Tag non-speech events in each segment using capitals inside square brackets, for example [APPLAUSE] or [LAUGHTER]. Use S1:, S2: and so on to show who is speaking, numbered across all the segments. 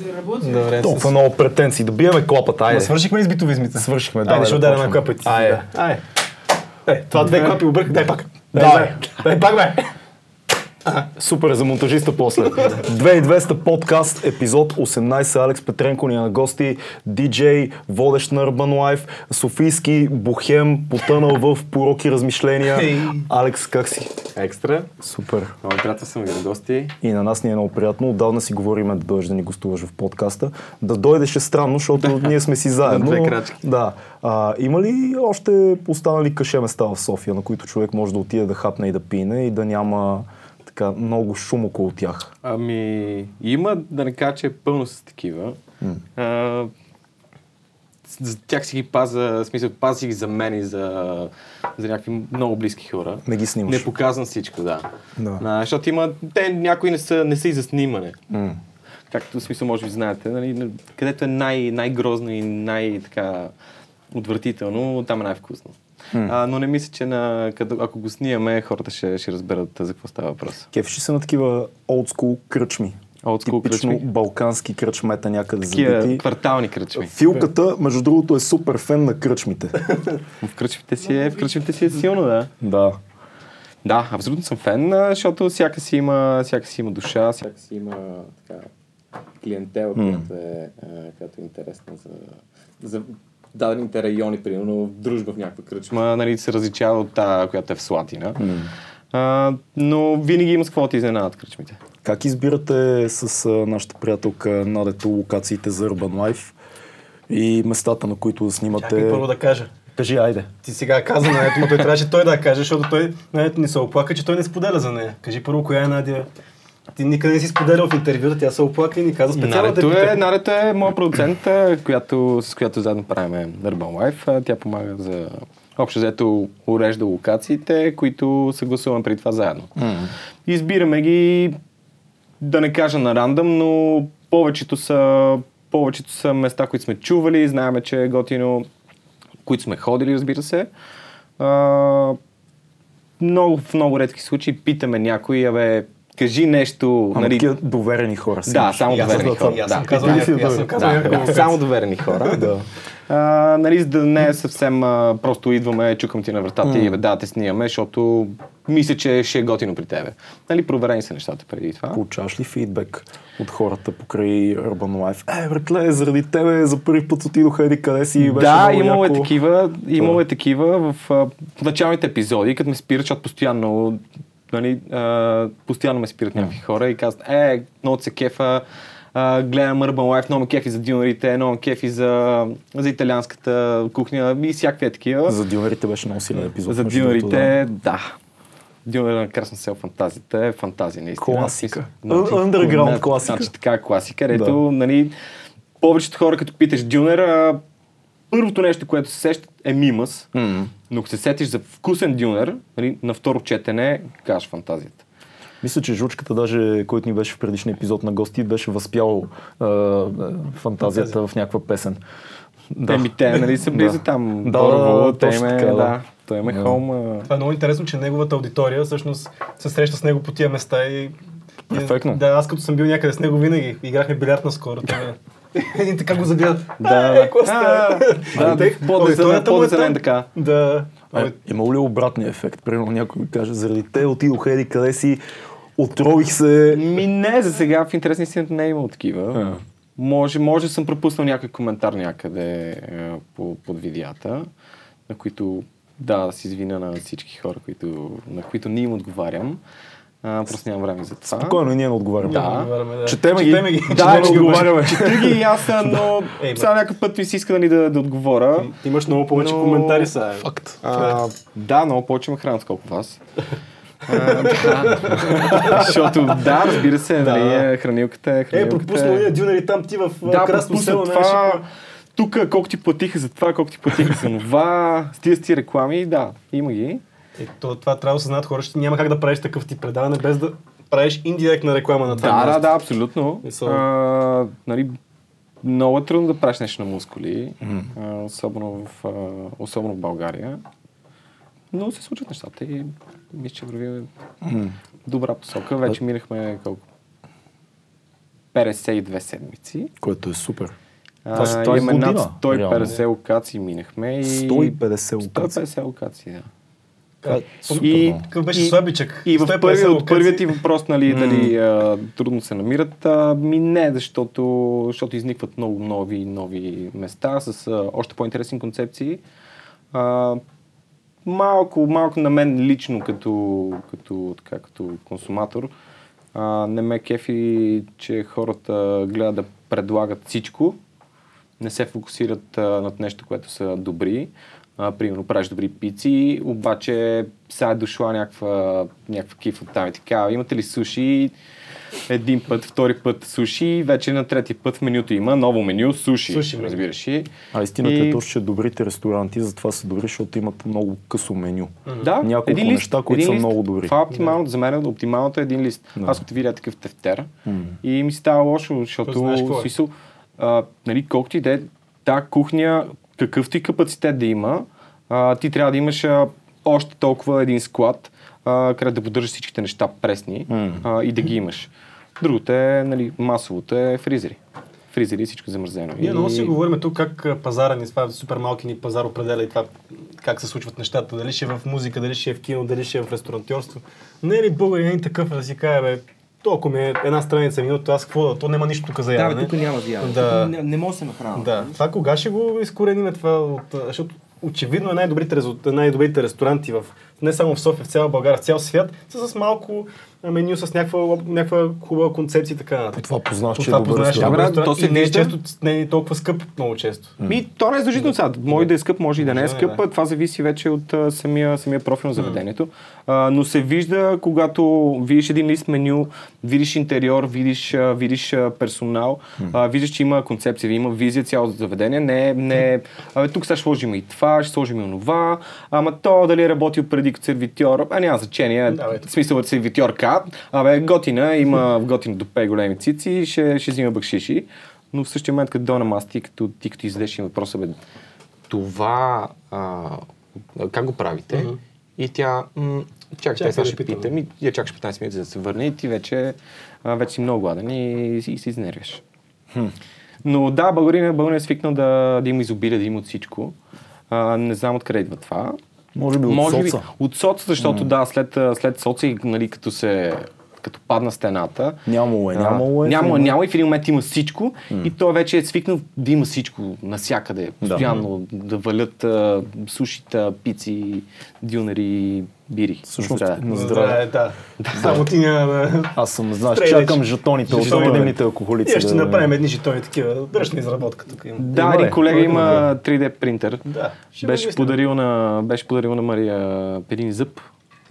S1: Заработи.
S2: Добре,
S3: Е, Толкова много претенции. Да биеме клапата,
S2: Ма
S3: айде.
S2: свършихме ли с битовизмите?
S3: Свършихме,
S2: Айде,
S3: давай
S2: ще
S3: да
S2: ударя
S3: почваме.
S2: на клапите. си,
S3: Айде.
S2: да. Айде. Е, това две
S3: Добре.
S2: клапи обърках, дай пак.
S3: Давай.
S2: бе. Дай пак, бе.
S3: Супер е за монтажиста после. 2200 подкаст, епизод 18. Алекс Петренко ни е на гости, диджей, водещ на Urban Life, софийски бухем, потънал в пороки размишления.
S2: Ей.
S3: Алекс, как си?
S4: Екстра.
S3: Супер.
S4: Много приятел съм ви на гости.
S3: И на нас ни е много приятно. Отдавна си говориме да дойдеш да ни гостуваш в подкаста. Да дойдеш е странно, защото ние сме си заедно.
S4: две крачки.
S3: Да. А, има ли още останали каше места в София, на които човек може да отиде да хапне и да пине и да няма така много шум около тях?
S4: Ами, има да не кажа, че е пълно с такива. А, с- за тях си ги паза, в смисъл, пазя си ги за мен и за, за някакви много близки хора.
S3: Не ги снимаш.
S4: Не показвам всичко, да.
S3: Да.
S4: А, защото има, те някои не са, не са и за снимане. Както в смисъл, може би знаете, нали, н- където е най, най-грозно и най-така отвратително, там е най-вкусно. А, но не мисля, че на, като, ако го снимаме, хората ще, ще разберат а, за какво става въпрос.
S3: Кефши се на такива олдскул кръчми.
S4: Олдскул
S3: Типично
S4: кръчми?
S3: балкански кръчмета някъде
S4: Такива
S3: забити.
S4: квартални кръчми.
S3: Филката, между другото, е супер фен на кръчмите.
S4: В кръчмите си е, в кръчмите си е силно, [LAUGHS] да.
S3: да.
S4: Да, абсолютно съм фен, а, защото всяка си има, всяка си има душа, всяка си има така, клиентела, която е, а, която е интересна за, за дадените райони, примерно дружба в някаква кръчма, нали, се различава от тази, която е в Слатина. А, но винаги има с какво да ти изненадат кръчмите.
S3: Как избирате с а, нашата приятелка Надето локациите за Urban Life и местата, на които да снимате?
S2: Чакай първо да кажа.
S3: Кажи, айде.
S2: Ти сега каза на ето, но той трябваше той да каже, защото той на ето ни се оплака, че той не споделя за нея. Кажи първо, коя е Надя? Ти никъде не си споделял в интервюта, тя се оплака и ни каза специално да
S4: Нарето
S2: питам.
S4: е, Нарето е моя продуцент, а, която, с която заедно правим Urban Life. А, Тя помага за общо взето урежда локациите, които съгласуваме при това заедно. Избираме ги, да не кажа на рандъм, но повечето са, повечето са места, които сме чували, знаеме, че е готино, които сме ходили, разбира се. А, много, в много редки случаи питаме някой, абе, кажи нещо.
S3: Ама такива доверени хора си.
S4: Нали- Да, само
S2: И аз
S4: доверени
S2: съм
S4: хора.
S2: това- и аз
S4: да.
S2: съм казал
S4: Да.
S2: някакви- аз съм
S4: Да,
S2: казал
S4: да,
S2: някакви
S4: да. Само доверени хора.
S3: Да.
S4: А, нали, за да не е съвсем а, просто идваме, чукам ти на вратата и бе, да, те снимаме, защото мисля, че ще е готино при тебе. Нали, проверени са нещата преди това.
S3: Получаваш ли фидбек от хората покрай Urban Life? Е, братле, заради тебе за първи път отидоха еди къде си и беше
S4: Да,
S3: много
S4: имало е
S3: яко.
S4: такива, имало е такива в, а, в началните епизоди, като ме спират, защото постоянно, нали, а, постоянно ме спират някакви хора и казват, е, много се кефа, а, гледам Urban Life, много ме кефи за дюнерите, много ме кефи за, за италианската кухня и всякакви такива.
S3: За дюнерите беше много силен епизод.
S4: За
S3: между другото, да.
S4: дюнерите, да. Дюнер на Красна сел фантазията е фантазия наистина.
S3: Класика.
S4: Смисъл,
S3: Ън- underground
S4: значи,
S3: класика.
S4: Значи така е класика, където нали, повечето хора като питаш дюнер, а, първото нещо, което се сещат е мимас, но ако се сетиш за вкусен дюнер, нали, на второ четене кажеш фантазията.
S3: Мисля, че жучката, даже, който ни беше в предишния епизод на гости, беше възпял е, е, фантазията в някаква песен.
S4: Да. Еми те, нали, са
S3: [LAUGHS]
S4: близо
S3: Да.
S4: там.
S3: Да,
S4: Борово,
S3: да,
S4: те
S3: точно
S4: ме-
S3: така, да.
S4: да. Той ме
S3: Да.
S4: холм. а,
S2: Това е много интересно, че неговата аудитория всъщност се среща с него по тия места и...
S3: Перфектно.
S2: И, да, аз като съм бил някъде с него винаги. Играхме билярд наскоро. той ме- е. [LAUGHS] Един така го загледа.
S4: Да,
S2: «А,
S4: да.
S2: е, какво става?»
S4: А, да,
S2: А те-
S4: по-десен-
S2: аудиторията му е
S4: по-десен
S2: там.
S4: така.
S2: Да.
S3: А, имало Е, ли обратния ефект? Примерно някой ми каже, заради те отидох еди къде си, отрових се.
S4: Ми не, за сега в интересни истината не е имал такива. Може, може съм пропуснал някой коментар някъде е, по, под видеята, на които да, да се извиня на всички хора, които, на които не им отговарям. А, просто нямам време за това.
S3: Спокойно и е, ние не отговаряме.
S4: Да.
S2: Отговаряме, да.
S3: Четеме ги.
S2: Четеме ги.
S4: Да,
S3: Ще
S4: че
S3: не
S4: отговаряме.
S3: отговаряме.
S4: Чети ги и аз, но
S2: Ей, бе.
S4: сега някакъв път ми се иска нали, да, да отговоря.
S2: Ти имаш много повече
S4: Но-
S2: коментари сега.
S3: Факт.
S4: А, да, много повече ме хранят, колко вас. А, да. Защото да, разбира се, нали, е, хранилката е
S2: Е,
S4: хранилката.
S2: пропуснал ние дюнери там ти в а,
S4: Да,
S2: Красно
S4: пропусна
S2: село.
S4: това. Тук колко ти платиха за това, колко ти платиха за това, с тия с тия реклами, да, има ги.
S2: Е, то, това трябва да се знаят хора, че няма как да правиш такъв тип предаване без да правиш индиректна реклама на това.
S4: Да, да,
S2: място.
S4: да, абсолютно.
S2: И са-
S4: А, нали, много е трудно да правиш нещо на мускули, а, особено, в, а, особено в България. Но се случват нещата и мисля, че вървим в добра посока. Вече минахме колко? 52 седмици.
S3: Което е супер.
S4: А,
S3: Това си- това е
S4: имаме
S3: година,
S4: над
S3: реално.
S4: 150 локации минахме. И...
S3: 150 локации.
S4: 150 локации, да.
S2: Как-
S3: Е, Супер,
S4: И,
S3: много.
S2: Какъв беше слабичък?
S4: И в
S2: 150
S4: първия, от
S2: локации.
S4: първият ти въпрос, нали, дали а, трудно се намират, а, ми не, защото, защото изникват много нови, нови места с а, още по-интересни концепции. А, малко, малко на мен лично като, като, така, като консуматор а, не ме кефи, че хората гледат да предлагат всичко, не се фокусират а, над нещо, което са добри. А, примерно правиш добри пици, обаче сега е дошла някаква, някаква кифа там и така. Имате ли суши? Един път, втори път суши, вече на трети път в менюто има ново меню, суши,
S2: Суши
S4: суши
S2: меню.
S4: разбираш ли.
S3: А истината
S4: И-
S3: е точно, че добрите ресторанти затова са добри, защото имат много късо меню.
S4: Да,
S3: Няколко
S4: един лист,
S3: неща, които
S4: един
S3: са
S4: лист.
S3: много добри.
S4: Това е оптималното, за мен е оптималното е един лист.
S3: Да.
S4: Аз като видя такъв тефтер и ми става лошо,
S2: То знаеш какво
S4: защото
S2: е.
S4: смисъл, а, нали, колкото и да е та кухня, какъвто и капацитет да има, а, ти трябва да имаш а, още толкова един склад, а, където да поддържаш всичките неща пресни а, и да ги имаш. Другото е, нали, масовото е фризери. Фризери и всичко замързено.
S2: Ние
S4: И-
S2: много си говорим тук как а, пазара ни, това супер малки ни пазар определя и това как се случват нещата. Дали ще е в музика, дали ще е в кино, дали ще е в ресторантьорство. Не е ли българин такъв да си каже, бе, толкова ми е една страница минута, аз какво да, то няма нищо тук за
S1: Да,
S2: ядене.
S1: бе, тук няма да ядем.
S2: Да.
S1: Тук Не, не може да се направи.
S2: Да, това кога ще го изкорениме това от... а, Защото очевидно е най-добрите, резул- най-добрите ресторанти в, не само в София, в цяла България, в цял свят, са с малко а, меню, с някаква, лоб- някаква хубава концепция и така нататък.
S3: това познаваш,
S2: По
S3: че е
S2: това
S3: добър
S2: познаваш, че е
S3: ресторант.
S2: добър
S4: Добре,
S2: ресторант
S4: то се
S2: и не е,
S4: вижда.
S2: често, не е толкова скъп много често.
S4: Ми, то не е задължително сега. Може да е скъп, може и да не е
S2: Да,
S4: скъп.
S2: да.
S4: Това зависи вече от а, самия, самия профил на заведението. А, но се вижда, когато видиш един лист меню, видиш интериор, видиш, а, видиш а, персонал, а, виждаш, че има концепция, има визия цялото заведение. Не, е- не. е, Абе, тук сега ще сложим и това, ще сложим и онова. Ама то дали е работил преди като сервитьор, а няма значение.
S2: Да, бе.
S4: в смисъл да сервитьорка. Абе, готина, има готина до пе големи цици, ще, ще взима бакшиши. Но в същия момент, като донам аз ти, като, ти като издеш им въпроса, бе, това, а, как го правите? Uh-huh. И тя, м- чакай,
S2: Чакай
S4: чакай,
S2: да
S4: ще
S2: питам.
S4: питам. И я чакаш 15 минути за да се върне и ти вече, а, вече си много гладен и, и се изнервяш. Но да, българина, българина е свикнал да, да има изобилие, да има от всичко. А, не знам откъде идва това.
S3: Може би от соца.
S4: от соца, защото да, след, а, след соца и нали, като се като падна стената.
S3: Нямало е,
S4: а,
S3: нямало е,
S4: Няма,
S3: има.
S4: няма и в един момент има всичко и той вече е свикнал да има всичко навсякъде. Постоянно да, валят а, сушита, пици, дюнери, бири.
S3: Всъщност,
S4: Да.
S3: на здраве.
S2: е, да. Само ти няма...
S3: Аз съм, знаеш,
S2: Стрелеч.
S3: чакам жетоните от
S2: Жетоните.
S3: анонимните алкохолици.
S2: Ние ще
S3: да-
S2: направим едни жетони такива. Дръжна изработка тук има.
S4: Да,
S3: Има ли?
S4: един колега
S3: Има е
S4: има
S3: ли?
S4: 3D принтер.
S2: Да, ще го
S4: Беше
S2: измислим.
S4: подарил, на, беше подарил на Мария един зъб.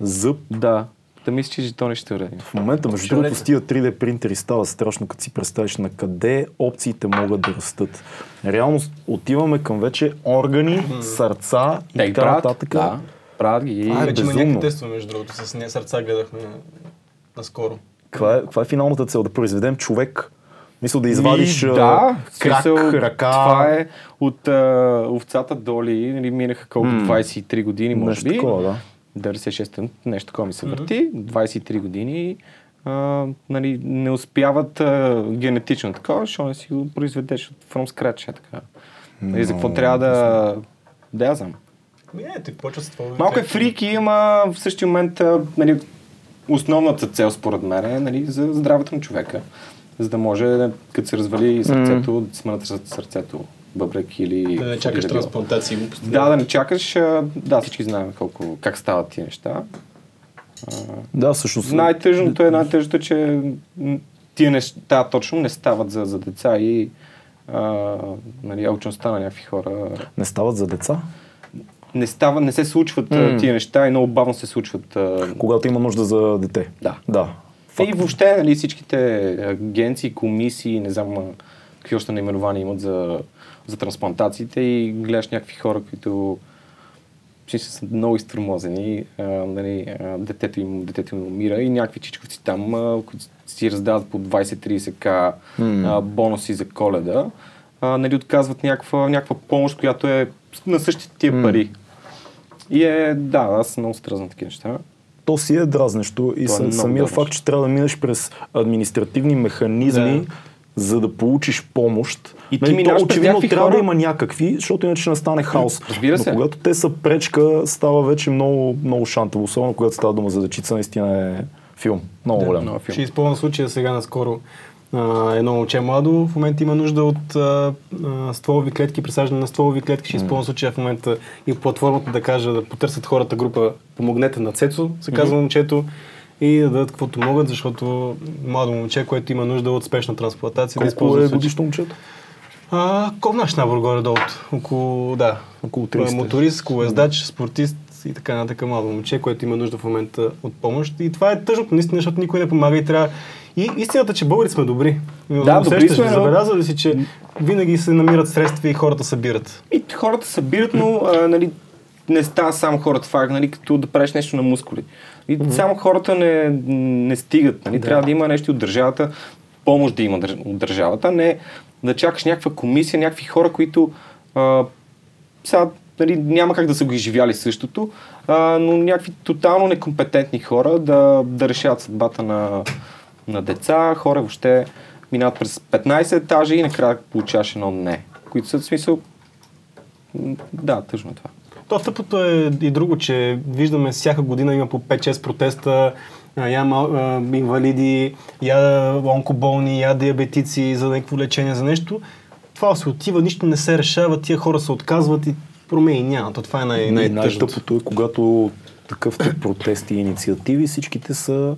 S3: Зъб.
S4: Да. Да мисля, че жетони ще уреди.
S3: В момента, между другото, с тия 3D принтери става страшно, като си представиш на къде опциите могат да растат. Реално отиваме към вече органи, сърца и
S4: Да, и
S3: така
S4: правят.
S3: нататък.
S4: Да, правят ги. и-
S3: А,
S2: Вече има
S3: безумно.
S2: някакви тестове, между другото, с нея сърца гледахме наскоро.
S3: Каква е, каква е финалната цел? Да произведем човек? Мисля да извадиш
S4: Ми,
S3: а,
S4: да,
S3: крак,
S4: смисъл,
S3: ръка.
S4: Това е от а, овцата Доли, нали, минаха колко, 23 години, може
S3: Нещо
S4: би.
S3: такова, да.
S4: 96 нещо такова ми се върти, 23 години. А, нали, не успяват а, генетично такова, защото не си го произведеш от from scratch. е Така. Нали, за какво трябва да... Да, я знам.
S2: Ми, е, ти почва с това.
S4: Малко е фрики, ама в същия момент а, нали, основната цел според мен е нали, за здравето на човека. За да може, като се развали сърцето, да си мънат сърцето, бъбрек или...
S2: Да не
S4: или
S2: чакаш
S4: било.
S2: трансплантации и глупости.
S4: Да, да не чакаш. а, Да, всички знаем колко, как стават тия неща.
S3: Да, всъщност.
S4: Най-тъжното е, най-тъжното е, че м, тия неща точно не стават за, за деца и а, нали, алчността на някакви хора
S3: Не стават за деца.
S4: не, става, не се случват mm. тия неща и много бавно се случват. а,
S3: Когато има нужда за дете.
S4: Да.
S3: Да.
S4: И въобще нали, всичките агенции, комисии, не знам а, какви още наименования имат за, за трансплантациите и гледаш някакви хора, които че са много изтормозени, а, нали, а, детето, им, детето им умира и някакви чичковци там, а, които си раздават по 20-30к а, бонуси за коледа, а, нали, отказват някаква, някаква помощ, която е на същите тия пари. И е, да, аз съм много стръзна такива неща.
S3: То си е дразнещо и
S4: То е
S3: са,
S4: много
S3: самия
S4: дразнещо.
S3: факт, че трябва да минеш през административни механизми,
S2: Да.
S3: за да получиш помощ. Нали,
S4: И ти минаваш през
S3: очевидно
S4: някакви
S3: трябва
S4: хора.
S3: да има някакви, защото иначе ще настане хаос.
S4: Разбира се.
S3: Но когато те са пречка, става вече много, много шантаво. Особено когато става дума за дечица, наистина е филм. Много голям.
S4: много. филм.
S2: Ще изпълна случая сега наскоро. А, едно момче младо, в момента има нужда от а, а, стволови клетки, присаждане на стволови клетки. Ще използвам случая в момента и платформата да кажа да потърсят хората група Помогнете на Цецо, се казва момчето, и да дадат каквото могат, защото младо момче, което има нужда от спешна трансплантация, да
S3: Колко
S2: използва
S3: е
S2: случая.
S3: годишно момчето?
S2: А, ков наш набор горе-долу? от Около, да, е
S3: Около 30.
S2: Моторист, колоездач, спортист и така нататък младо момче, което има нужда в момента от помощ. И това е тъжното, наистина, защото никой не помага и трябва. И истината, че българи сме добри.
S4: Да, добри
S2: Усещаш
S4: сме,
S2: ли,
S4: но-
S2: Забелязал ли си, че винаги се намират средства и хората събират.
S4: И хората събират, но а, нали, не става само хората факт, нали, като да правиш нещо на мускули. И само хората не, не стигат. Нали, Трябва да има нещо от държавата, помощ да има държ- от държавата, не да чакаш някаква комисия, някакви хора, които а, сега нали, няма как да са го изживяли същото, а, но някакви тотално некомпетентни хора да, да решават съдбата на, на деца, хора въобще минават през 15 етажа и накрая получаваш едно не. Които са в смисъл, М, Да, тъжно е това.
S2: То тъпото е и друго, че виждаме всяка година има по 5-6 протеста, а, я мал, а, инвалиди, я онкоболни, я диабетици за някакво лечение, за нещо. Това се отива, нищо не се решава, тия хора се отказват и промени няма. То това е най-
S3: най-
S2: най-тъжното.
S3: най-тъпото е, когато такъв тип протести и инициативи, всичките са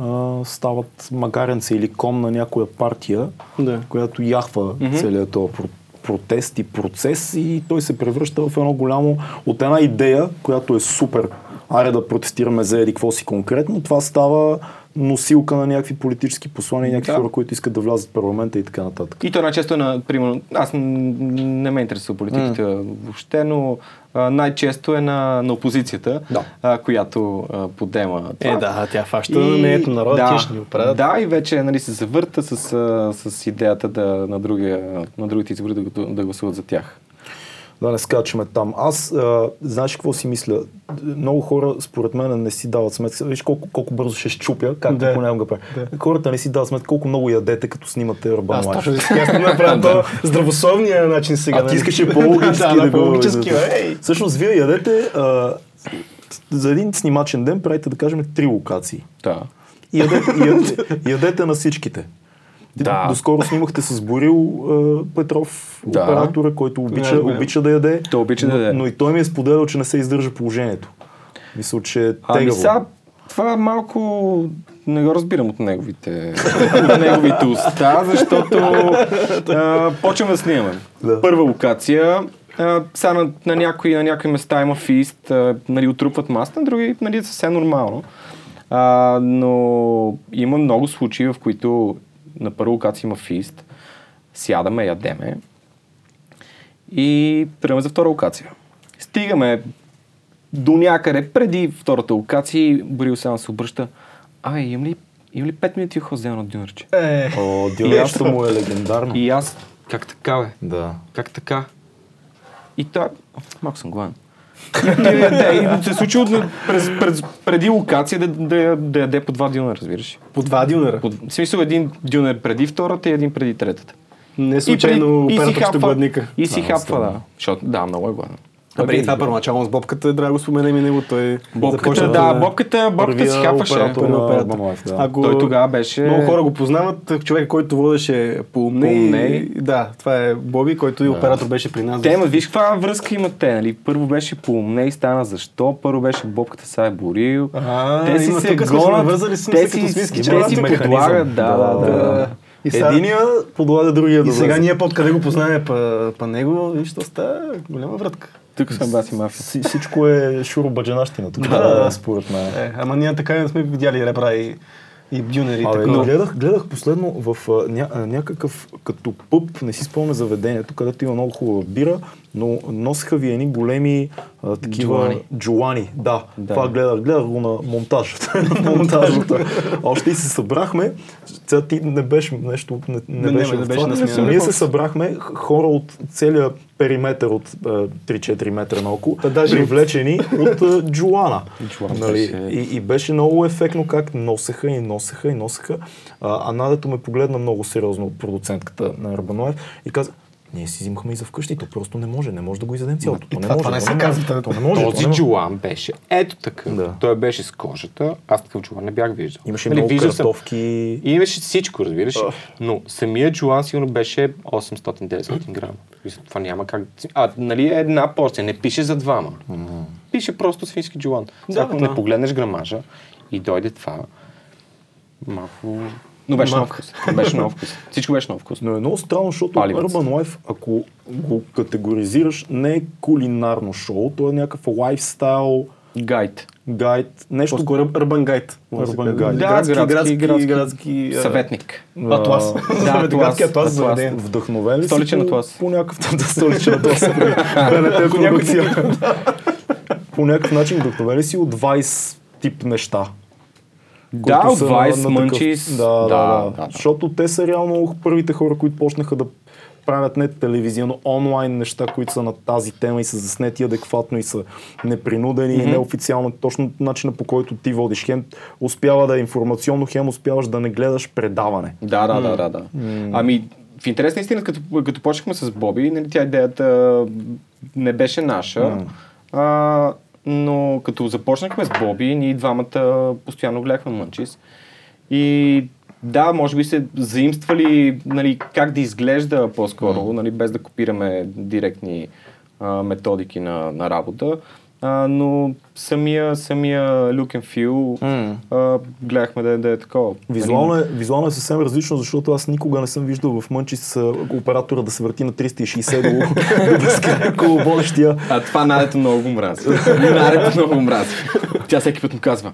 S3: а, стават магаренца или ком на някоя партия,
S2: Да.
S3: която яхва целият този про- протест и процес и той се превръща в едно голямо, от една идея, която е супер, аре да протестираме за еди какво си конкретно, това става носилка на някакви политически послания, и някакви
S4: Да.
S3: хора, които искат да влязат в парламента и така нататък.
S4: И то най-често е на, примерно, аз н- не ме интересува политиката въобще, но а, най-често е на, на опозицията,
S3: Да.
S4: а, която а, подема това.
S2: Е, да, тя фаща не ето народа, тия ще ни оправят.
S4: Да, и вече нали, се завърта с, а, с идеята да, на, другия, на другите избори да, го- да гласуват за тях.
S3: Да не скачаме там. Аз, а, знаеш какво си мисля? Много хора, според мен, не си дават сметка. Виж колко, колко бързо ще щупя, както да.
S2: Да.
S3: понякога правя. Да. Хората не си дават сметка колко много ядете, като снимате Urban
S2: Аз точно
S3: Life.
S2: сега ще [LAUGHS] направя то здравословния начин сега. нали?
S3: А
S2: [LAUGHS]
S3: ти искаш е по-логически да,
S2: да,
S3: го
S2: по-логически,
S3: въведете.
S2: ей!
S3: Всъщност, вие ядете а, за един снимачен ден правите, да кажем, три локации.
S4: Да.
S3: И
S4: [LAUGHS]
S3: ядете, и ядете, ядете на всичките.
S4: Да.
S3: Доскоро снимахте с Борил а, Петров,
S4: Да.
S3: оператора, който обича,
S2: Голям, голям.
S3: обича да яде.
S4: Той обича да
S3: но,
S4: яде.
S3: Но и той ми е споделял, че не се издържа положението. Мисля, че е
S4: Ами
S3: тегаво.
S4: сега, това малко не го разбирам от неговите, [LAUGHS] от неговите уста, защото
S3: [LAUGHS]
S4: а, почваме да снимаме.
S3: Да.
S4: Първа локация, а, сега на, на, някои, на някои места има фист, а, нали, отрупват маста, на други нали, е съвсем нормално. А, но има много случаи, в които на първа локация има фист, сядаме, ядеме и тръгваме за втора локация. Стигаме до някъде преди втората локация, Борил Сан се обръща. Абе, имам ли, имам ли 5 минути ход за едно дюнерче?
S2: Е,
S3: О,
S4: И
S3: дюнерчето
S4: аз-
S3: му е легендарно.
S4: И аз, как така, бе?
S3: Да.
S4: Как така? И той, малко
S2: [LAUGHS]
S4: съм гладен. И той яде. и се случи от, през, през, преди локация да, да, да яде по два дюнера, разбираш.
S2: по два дюнера.
S4: По, в смисъл един дюнер преди втората и един преди третата.
S2: Не Е, случайно
S4: и,
S2: операта
S4: си
S2: ще
S4: хапва,
S2: гладника.
S4: и си хапва, да. Защото, да, много е гладен.
S2: Добре, и това първоначално с бобката, драго споменем и него, той
S4: Бобката,
S2: започна
S4: да, бобката, бобката
S3: Първия
S4: си хапваше.
S3: оператор.
S2: Първи
S3: на
S2: оператор.
S3: Urban Life, да.
S2: Ако
S4: е. Той тогава беше-
S2: е. Много хора го познават. Човек, който водеше по умне.
S4: Поумне.
S2: и- Да, това е Боби, който и оператор беше при нас.
S4: Те имат, виж каква връзка имат те, нали? Първо беше по умне и стана защо, първо беше бобката, сега е борил.
S2: А,
S4: те си
S2: има,
S4: се
S2: тук сме
S4: гонят,
S2: навързали си
S4: те
S2: се като свински
S4: те
S2: чорапи.
S4: си
S3: Механизъм.
S4: предлагат, да, да, да. да.
S2: И сега,
S3: Единия подлага другия
S2: и
S3: да
S2: сега
S3: влезе.
S2: ние под къде го познаваме па, па него, виж, то става голяма вратка.
S4: Тук съм баси мафия.
S3: Вси- Всичко е шуробаджанащина тук,
S2: Да.
S3: според мен.
S2: Е, ама ние така и не сме видяли ребра и, и бюнери.
S3: Абе,
S2: такова.
S3: но... гледах, гледах последно в а, ня, а, някакъв като пъп, не си спомня заведението, където има много хубава бира, но носиха ви едни големи а, такива...
S4: Джулани.
S3: Джулани, да.
S4: Да.
S3: Това гледах, гледах го [LAUGHS] на монтаж. в
S2: [LAUGHS]
S3: монтажата. Още и се събрахме. Сега ти не беше нещо... Не,
S2: Не,
S3: не,
S2: не,
S3: беше,
S2: не
S3: в
S2: беше
S3: това.
S2: на смяна.
S3: Ние се събрахме х- хора от целия периметър от е, 3-4 метра наоколо,
S2: Та даже и от-
S3: привлечени от е, Джулана.
S4: Джулана
S3: нали?
S4: беше-
S3: и, и беше много ефектно как носеха и носеха и носеха. А, а Надето ме погледна много сериозно продуцентката на Арбаноев и каза, ние си взимахме и за вкъщи, то просто не може, не може да го изядем цялото. То не
S2: това-
S3: може,
S2: това не
S3: то
S2: се
S3: може,
S2: казва, бе.
S3: то не може. то не
S4: Този
S3: може.
S4: джулан беше ето такъв.
S3: Да.
S4: Той беше с кожата. Аз такъв джулан не бях виждал.
S3: Имаше
S4: Нали,
S3: много
S4: виждал съм-
S3: картовки.
S4: И имаше всичко, разбираш. ли? Но самия джулан сигурно беше 800-900 грама. Мисля, Това няма как. да си- А, нали, е една порция. Не пише за двама. Пише просто свински джулан. Сега, Ако не погледнеш грамажа и дойде това, малко... Но беше нов вкус. Беше нов вкус. Всичко беше нов вкус.
S3: Но е много странно, защото
S4: Паливец.
S3: Urban Life, ако го категоризираш, не е кулинарно шоу, то е някакъв лайфстайл,
S4: Гайд.
S3: гайд, нещо,
S2: По-скоро Urban Guide. може
S3: Urban
S2: да,
S3: Guide.
S2: се
S4: Да,
S2: каже. градски, градски,
S4: градски, градски.
S2: градски, градски а,
S4: Съветник.
S2: Атлас. Да, [LAUGHS] градски атлас за
S4: атлас.
S2: владеене.
S3: вдъхновен ли
S4: Столичен
S3: си по-
S4: атлас.
S3: По някакъв да, столичен атлас. БНТ продукция. По някакъв начин вдъхновен ли си от Vice тип неща?
S4: Да,
S3: които са на-
S4: Vice,
S3: на такъв-
S4: Munchies.
S3: Да, да, да,
S4: да, да.
S3: Защото те са реално първите хора, които почнаха да правят не телевизионно, онлайн неща, които са на тази тема и са заснети адекватно и са непринудени и неофициално. Точно начина по който ти водиш. Хем успява да е информационно, хем успяваш да не гледаш предаване.
S4: Да, да, да, да, да. Ами, в интерес на истина, като, като почнахме с Боби, нали, тя идеята не беше наша, а, но като започнахме с Боби, ние двамата постоянно гледахме Мънчис. И да, може би се заимствали нали, как да изглежда по-скоро, нали, без да копираме директни а, методики на, на работа. А, но самия, самия look and feel а, гледахме да, е- да е такова.
S3: Визуално е, визуално е съвсем различно, защото аз никога не съм виждал в Мънчис а, оператора да се върти на 360 до, до дъска около водещия.
S4: А това Надето много го мрази. Надето много го мрази. Тя всеки път му казва,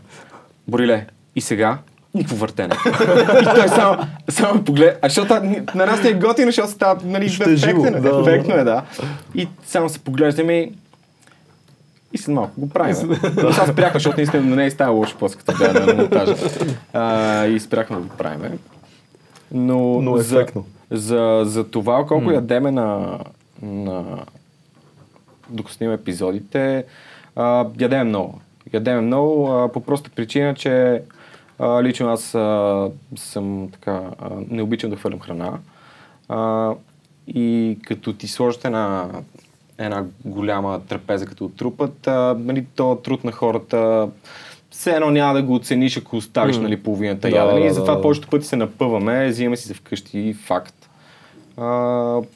S4: Бориле, и сега никакво въртене. и той само, само поглед, а защото на нас не е готино, защото става, нали,
S3: Ще е живо,
S4: ефектно е,
S3: да.
S4: ефектно е, да. И само се поглеждаме и и след малко го правим. Но сега спряхме, защото наистина на нея става лошо плоската да, на монтажа. А, и спряхме да го правим. Но,
S3: Но е
S4: за,
S3: ефектно.
S4: за, за това колко ядеме на, на докато снимаме епизодите, а, ядеме много. Ядеме много а, по проста причина, че а, лично аз а, съм така, а, не обичам да хвърлям храна. А, и като ти сложат една, една голяма трапеза като трупът, а, нали, то труд на хората все едно няма да го оцениш, ако оставиш нали, половината
S3: Да,
S4: ядене.
S3: да,
S4: и
S3: да,
S4: затова
S3: да.
S4: повечето пъти се напъваме, взимаме си за вкъщи факт. А,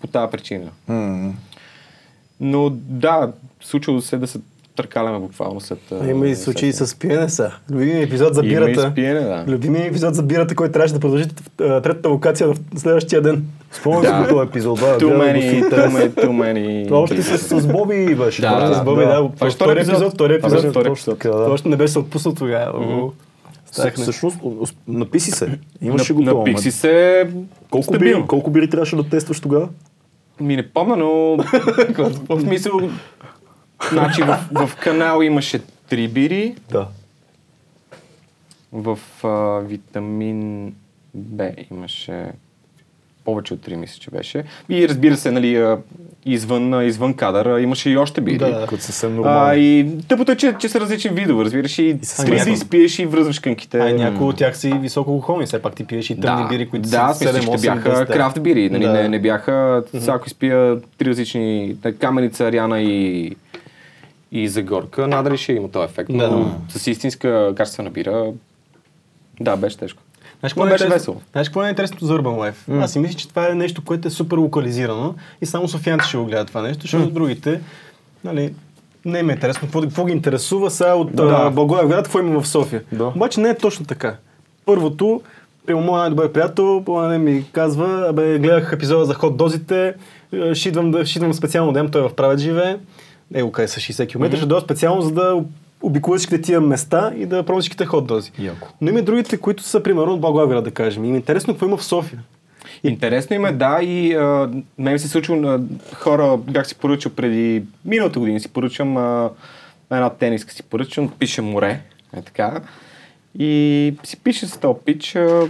S4: по тази причина. Но да, случило се да се търкаляме буквално след... а,
S2: Има и
S4: след-
S2: случаи с пиене са. Любимият епизод за
S4: Има и
S2: бирата.
S4: с пиене, да.
S2: Любимият епизод за бирата, който трябваше да продължи в а, третата локация в следващия ден.
S3: Спомням си
S4: Да.
S3: го този епизод. Да,
S4: Too
S3: гледах го в
S4: many,
S3: интерес.
S4: too many, too many.
S3: Това още с, с Боби беше.
S4: Да, да,
S2: С Боби, да.
S4: Това е
S2: Втори епизод, втори
S4: Това беше
S2: епизод.
S4: втори
S3: Точно така,
S2: Това
S3: да.
S2: още не беше се отпуснал тогава. Го стахне.
S3: Всъщност, усп- написи се. Имаше го
S4: На,
S3: това.
S4: на
S3: ама-
S4: Пикси се...
S3: Колко бири,
S4: стабилно.
S3: колко бири трябваше да тестваш тогава?
S4: Ми не помня, но... в смисъл... Значи в, в канал имаше три бири,
S3: Да.
S4: в а, витамин Б имаше повече от 3 мисля, че беше. И разбира се, нали, а, извън, а, извън кадър а, имаше и още бири.
S2: Да, да.
S3: Като съвсем
S4: А,
S3: нормално.
S4: и тъпото е, че, че са различни видове, разбираш, и, и
S3: се
S4: три си
S3: смятам.
S4: изпиеш и връзваш кънките.
S2: А някои от тях си високо алкохолни, все пак ти пиеш и тъмни
S4: да,
S2: бири, които
S4: да,
S2: са
S4: са 7,
S2: 7-8
S4: бяха крафт бири, нали,
S2: Да.
S4: не, не бяха, сега ако изпия три различни, на каменица, ряна и, и загорка, надали ще има този ефект,
S2: Да.
S4: но с истинска качествена бира, да, беше тежко.
S2: Знаеш
S4: Но
S2: какво, е
S4: беше
S2: интересно-
S4: весело.
S2: Знаеш какво е интересното за Urban Life? Аз си мисля, че това е нещо, което е супер локализирано и само софианци ще го гледат това нещо, защото другите, нали, не им е интересно. Какво, какво ги интересува сега от да. Благоевград, какво има в София?
S3: Да.
S2: Обаче не е точно така. Първото, при моят най-добър приятел, по едно време ми казва, абе, гледах епизода за хот дозите, е, ще идвам, да, ще идвам специално ден, той е в Правец живее, него къде са 60 км, ще дойда специално, за да обиколя всичките тия места и да пробвам всичките хот дози.
S4: Яко.
S2: Но има и другите, които са примерно от Благоевград, да кажем. Им е интересно какво има в София.
S4: Интересно им е, да, и а, мен се случва на хора, бях си поръчал преди миналата година, си поръчам а, една тениска си поръчам, пише море, е така. И си пише с този пич, а,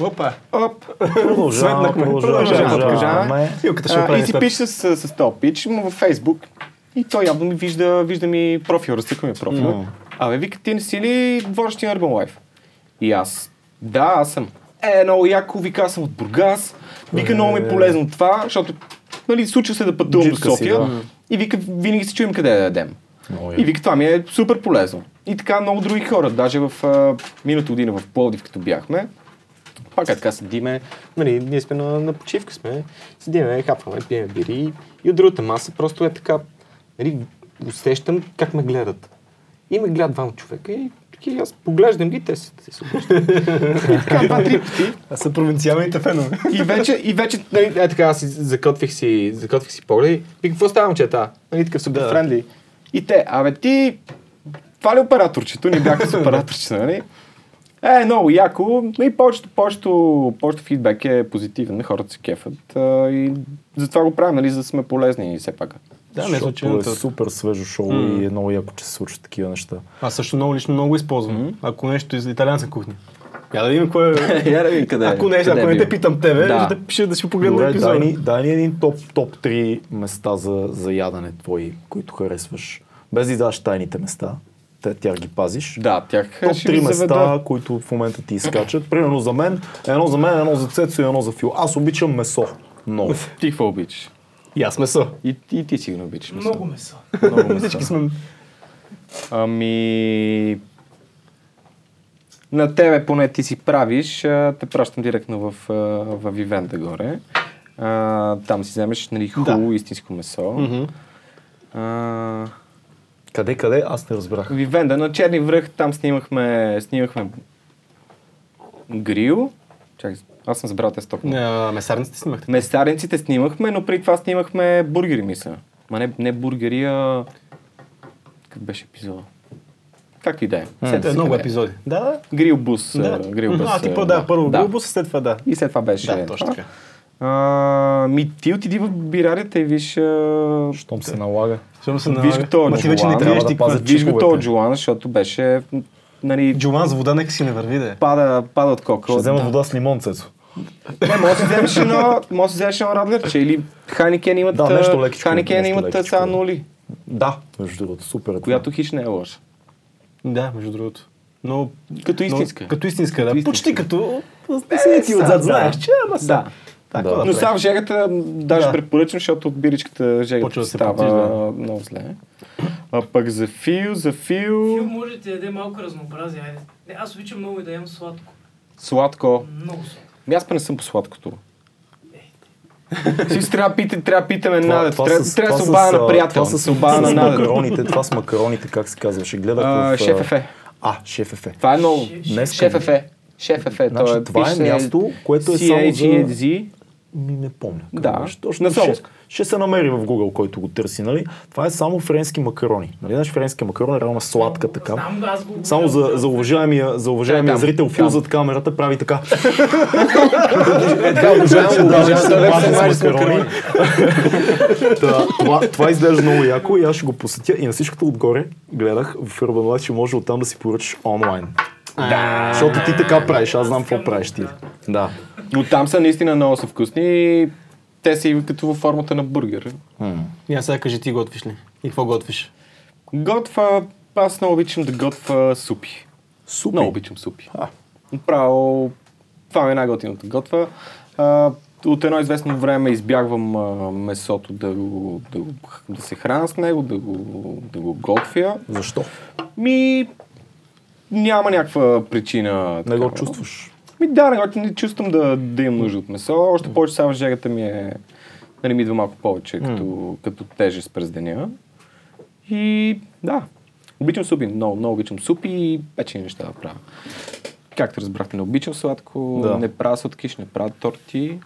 S2: Опа.
S4: оп,
S3: Продължаваме,
S2: Светнахме.
S3: продължаваме,
S2: Продължаваме,
S3: продължаваме.
S2: Силката ще
S4: а,
S2: оправи
S4: и си
S2: нещата.
S4: пише с, с този пич, му във Фейсбук. И той явно ми вижда, вижда ми профил, разтъква ми профил. Абе, вика, ти не си ли водещи на Urban Life? И аз, да, аз съм. Е, много яко, вика, аз съм от Бургас. Вика, много ми е полезно това, защото, нали, случва се да пътувам до
S3: Джипка си,
S4: София.
S3: да.
S4: И вика, винаги се чуем къде да ядем. И вика, това ми е супер полезно. И така много други хора, даже в а, миналата година в Пловдив, като бяхме, пак е така седиме,
S5: Нали, ние сме на, на почивка сме, седиме, хапваме, пиеме бири и от другата маса просто е така, нали, усещам как ме гледат. И ме гледат двама човека и, и аз поглеждам ги, те се, те се обръщат.
S4: така [LAUGHS] два-три пъти.
S2: Аз са провинциалните фенове.
S5: И вече, и вече, нали, е така, аз си закътвих си, закътвих си поглед и викам, какво става, момчета? Нали, такъв супер
S4: Да.
S5: да. френдли.
S4: И те, абе ти, това ли е операторчето? Ни бяха с операторчето, нали? Е, много яко. Но и повечето, повечето, повечето фидбек е позитивен. Хората се кефат. А, и затова го правим, нали, за да сме полезни и все пак.
S2: Да, не е
S3: Защото
S2: случайно.
S3: е супер свежо шоу и е много яко, че се случат такива неща.
S2: Аз също много лично много използвам. Ако нещо из италианска кухня. Я да видим кое е.
S4: Я да видим къде е.
S2: Ако не,
S4: Къде
S2: ако
S4: е
S2: не
S4: бил?
S2: те питам тебе,
S4: Да.
S2: ще, те- ще да си погледна
S3: Добре, дай
S2: епизода.
S3: ни, дай ни един топ, топ 3 места за, за ядане твои, които харесваш. Без да издаваш тайните места. Те, тях ги пазиш.
S4: Да, тях
S3: Топ
S4: ще ви
S3: 3
S4: заведа.
S3: места, които в момента ти изкачат. Примерно за мен, едно за мен, едно за Цецо и едно за Фил. Аз обичам месо. Много.
S4: Ти какво обичаш?
S2: И аз месо.
S4: И, и ти сигурно обичаш. месо.
S2: месо.
S3: Много
S4: [LAUGHS]
S3: месо.
S2: Всички сме...
S4: Ами... На тебе поне ти си правиш, а, те пращам директно в, а, в Вивенда горе. А, там си вземеш нали, хубаво истинско месо. А,
S3: Къде, къде? Аз не разбрах.
S4: Вивенда на Черни връх, там снимахме, снимахме грил. Чакай, аз съм забрал те стопна.
S2: А, Месарниците снимахте.
S4: Местаренците снимахме, но преди това снимахме бургери, мисля. Ма не, не бургери, а... Как беше епизода? Както и да е. Сетя
S2: Е
S4: се
S2: много
S4: къде е.
S2: епизоди. Да, да.
S4: Грилбус.
S2: Да.
S4: Да. Грилбус.
S2: а, ти първо, да, първо да. Грилбус, след това да.
S4: И след това беше.
S2: Да, точно така.
S4: А, ми ти отиди в бирарията и виж... А...
S3: Щом се налага.
S2: Щом се
S4: Виж
S2: налага.
S4: го този
S2: Ма ти вече не
S4: джулан.
S2: криеш
S3: Трябва да
S2: ти
S3: пазя
S2: пазя.
S3: за
S4: Виж го
S3: чуковете.
S4: този Джоан, защото беше... Нали,
S2: Джулан за вода нека си не върви да е.
S4: пада, пада от кока.
S3: Ще взема вода с лимон, Цецо.
S4: Не, може да си вземеш едно, може да си вземеш едно радлерче или Ханикен имат,
S3: Да, нещо лекичко,
S4: Ханикен
S3: нещо
S4: имат
S3: лекичко.
S4: сега нули,
S3: Да. Между другото, супер. е
S4: която хич не е лоша.
S2: Да, между другото. Но,
S4: Като
S2: но-
S4: истинска.
S2: като истинска, да.
S4: Като
S2: Почти
S4: истинска.
S2: като... Не си
S4: са,
S2: отзад,
S4: да.
S2: знаеш, че ама са.
S4: Да.
S2: Така,
S3: Да.
S4: Но
S2: да.
S4: сега в жегата м, даже да. препоръчвам, защото от биричката жегата
S2: Почва да се
S4: става
S2: потижда.
S4: много зле. А пък за Фил, за Фил...
S6: Фил може да ти даде малко разнообразие, айде. Не, аз обичам много и да ям сладко.
S4: Сладко.
S6: Много сладко.
S4: Ми аз па не съм по сладкото. Си трябва да питаме, трябва да питаме
S3: Това-
S4: Надя.
S3: това
S4: Трябва
S3: с-
S4: трябва да
S3: това
S4: се обадя
S3: с,
S4: на
S3: а, Това
S4: приятел. Да се
S3: с,
S4: обадя на
S3: с
S4: Надя.
S3: макароните, това с макароните, как се казваше, гледах
S4: А,
S3: в... а,
S4: Шеф е. ефе.
S3: А, шеф ефе.
S4: Това е много.
S3: Днес
S4: Шеф ефе. Шеф ефе.
S3: Значи, това е място, което е само за-
S4: CAGZ.
S3: Ми не помня. как
S4: Да,
S3: беше. Точно
S4: на
S3: ще,
S4: Солнск.
S3: ще, се намери в Google, който го търси. Нали? Това е само френски макарони. Нали? Знаеш, френски макарон е реално сладка така.
S6: Знам го, аз го
S3: Само за, за уважаемия, за уважаемия
S4: Е, там,
S3: зрител Фил
S4: там.
S3: зад камерата прави така. Е,
S4: Обожавам го,
S3: Да,
S4: обожавам
S3: да,
S4: го.
S3: с макарони. Та, това, това изглежда много яко и аз ще го посетя. И на всичкото отгоре гледах в Urban Life, че може оттам да си поръчаш онлайн. Да. Защото ти така правиш, аз знам какво правиш ти. Да.
S4: Но там са наистина много са вкусни и те са и като във формата на бургер.
S2: Я сега кажи ти готвиш ли? И какво готвиш?
S4: Готва, аз много обичам да готвя супи.
S3: Супи.
S4: Много обичам супи. Направо, това ми е най-готиното. Готва. А, от едно известно време избягвам а, месото да, го, да, го, да се храна с него, да го, да го готвя.
S3: Защо?
S4: Ми, няма някаква причина.
S3: Не го
S4: такава.
S3: чувстваш.
S4: Ми да, не, го- не чувствам да, да имам нужда от месо. Още повече сега жегата ми е... Нали ми идва малко повече като, като тежест през деня. И да, обичам супи. Много, много обичам супи и печени неща да правя. Както разбрахте, не обичам сладко,
S3: Да.
S4: не правя сладкиш, не правя торти.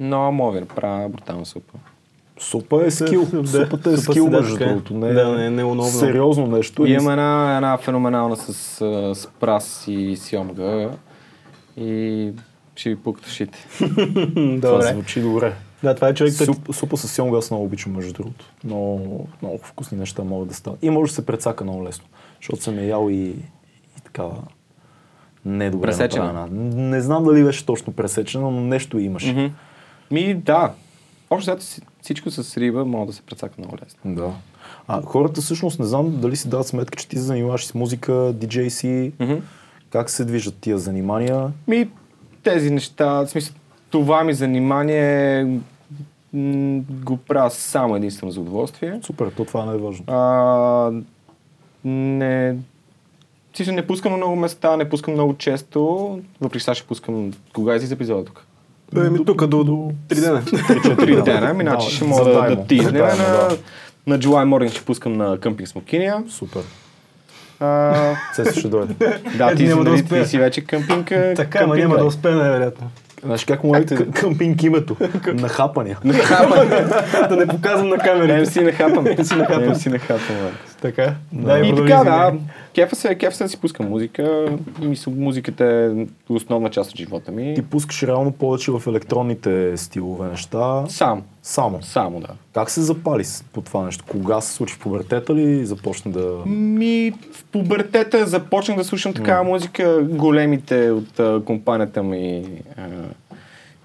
S4: Но мога да правя брутална супа.
S3: Супа е скил.
S2: Да.
S3: Супата е
S2: Супа
S3: скил,
S2: си, да,
S3: между
S2: така е.
S3: другото. Не, е-
S2: Да, не е- не е удобно.
S3: Сериозно нещо.
S4: И имам една, една феноменална с, а, с прас и сьомга. И ще ви пукат ушите.
S3: Това
S2: Добре.
S3: звучи добре.
S2: Да, това е човек, който
S3: Суп, супа със силно газ много обичам, между другото. Много, много вкусни неща могат да станат. И може да се прецака много лесно, защото съм я ял и, и такава недобре
S4: Пресечена.
S3: направена. Не знам дали беше точно пресечена, но нещо имаше.
S4: Мгм. Ми, да. Общо взето си- всичко с риба може да се прецака много лесно.
S3: Да. А хората всъщност не знам дали си дават сметка, че ти се занимаваш с музика, диджей си.
S4: Мгм.
S3: Как се движат тия занимания?
S4: Ми, тези неща, в смисъл, това ми занимание м, го правя само единствено за удоволствие.
S3: Супер, то това е най-важно.
S4: А, не... Всъщност не пускам на много места, не пускам много често, въпреки че сега ще пускам... Кога е си епизода тук?
S2: Еми, тук до, до 3 дена.
S4: Три дена, ами иначе
S3: нали? Да,
S4: ще мога да,
S3: задаемо.
S4: да тизне.
S3: Задаемо,
S4: На,
S3: да.
S4: на July Morning ще пускам на къмпинг Смокиния.
S3: Супер.
S4: А,
S3: Цесо ще [LAUGHS] дойде.
S4: да,
S2: Е,
S4: ти,
S2: няма да
S4: нали,
S2: успея.
S4: ти си вече къмпинг. а,
S2: Така, е, ама няма
S4: къмпинг,
S2: да успее най-вероятно.
S3: Знаеш как му е къ- къмпинг [LAUGHS] името? Нахапания.
S2: да не показвам на
S4: да.
S2: камерите.
S4: MC нахапам. MC нахапам. MC нахапам.
S2: Така.
S3: Да,
S4: нали. И
S2: продължи,
S4: така, да.
S2: извинявай.
S4: Кефа се, кефа се да си пускам музика. И мисля, музиката е основна част от живота ми.
S3: Ти пускаш реално повече в електронните стилове неща.
S4: Сам.
S3: Само.
S4: Само, да.
S3: Как се запали с- по това нещо? Кога се случи в пубертета ли започна да...
S4: Ми, в пубертета започнах да слушам такава музика. Големите от а, компанията ми а,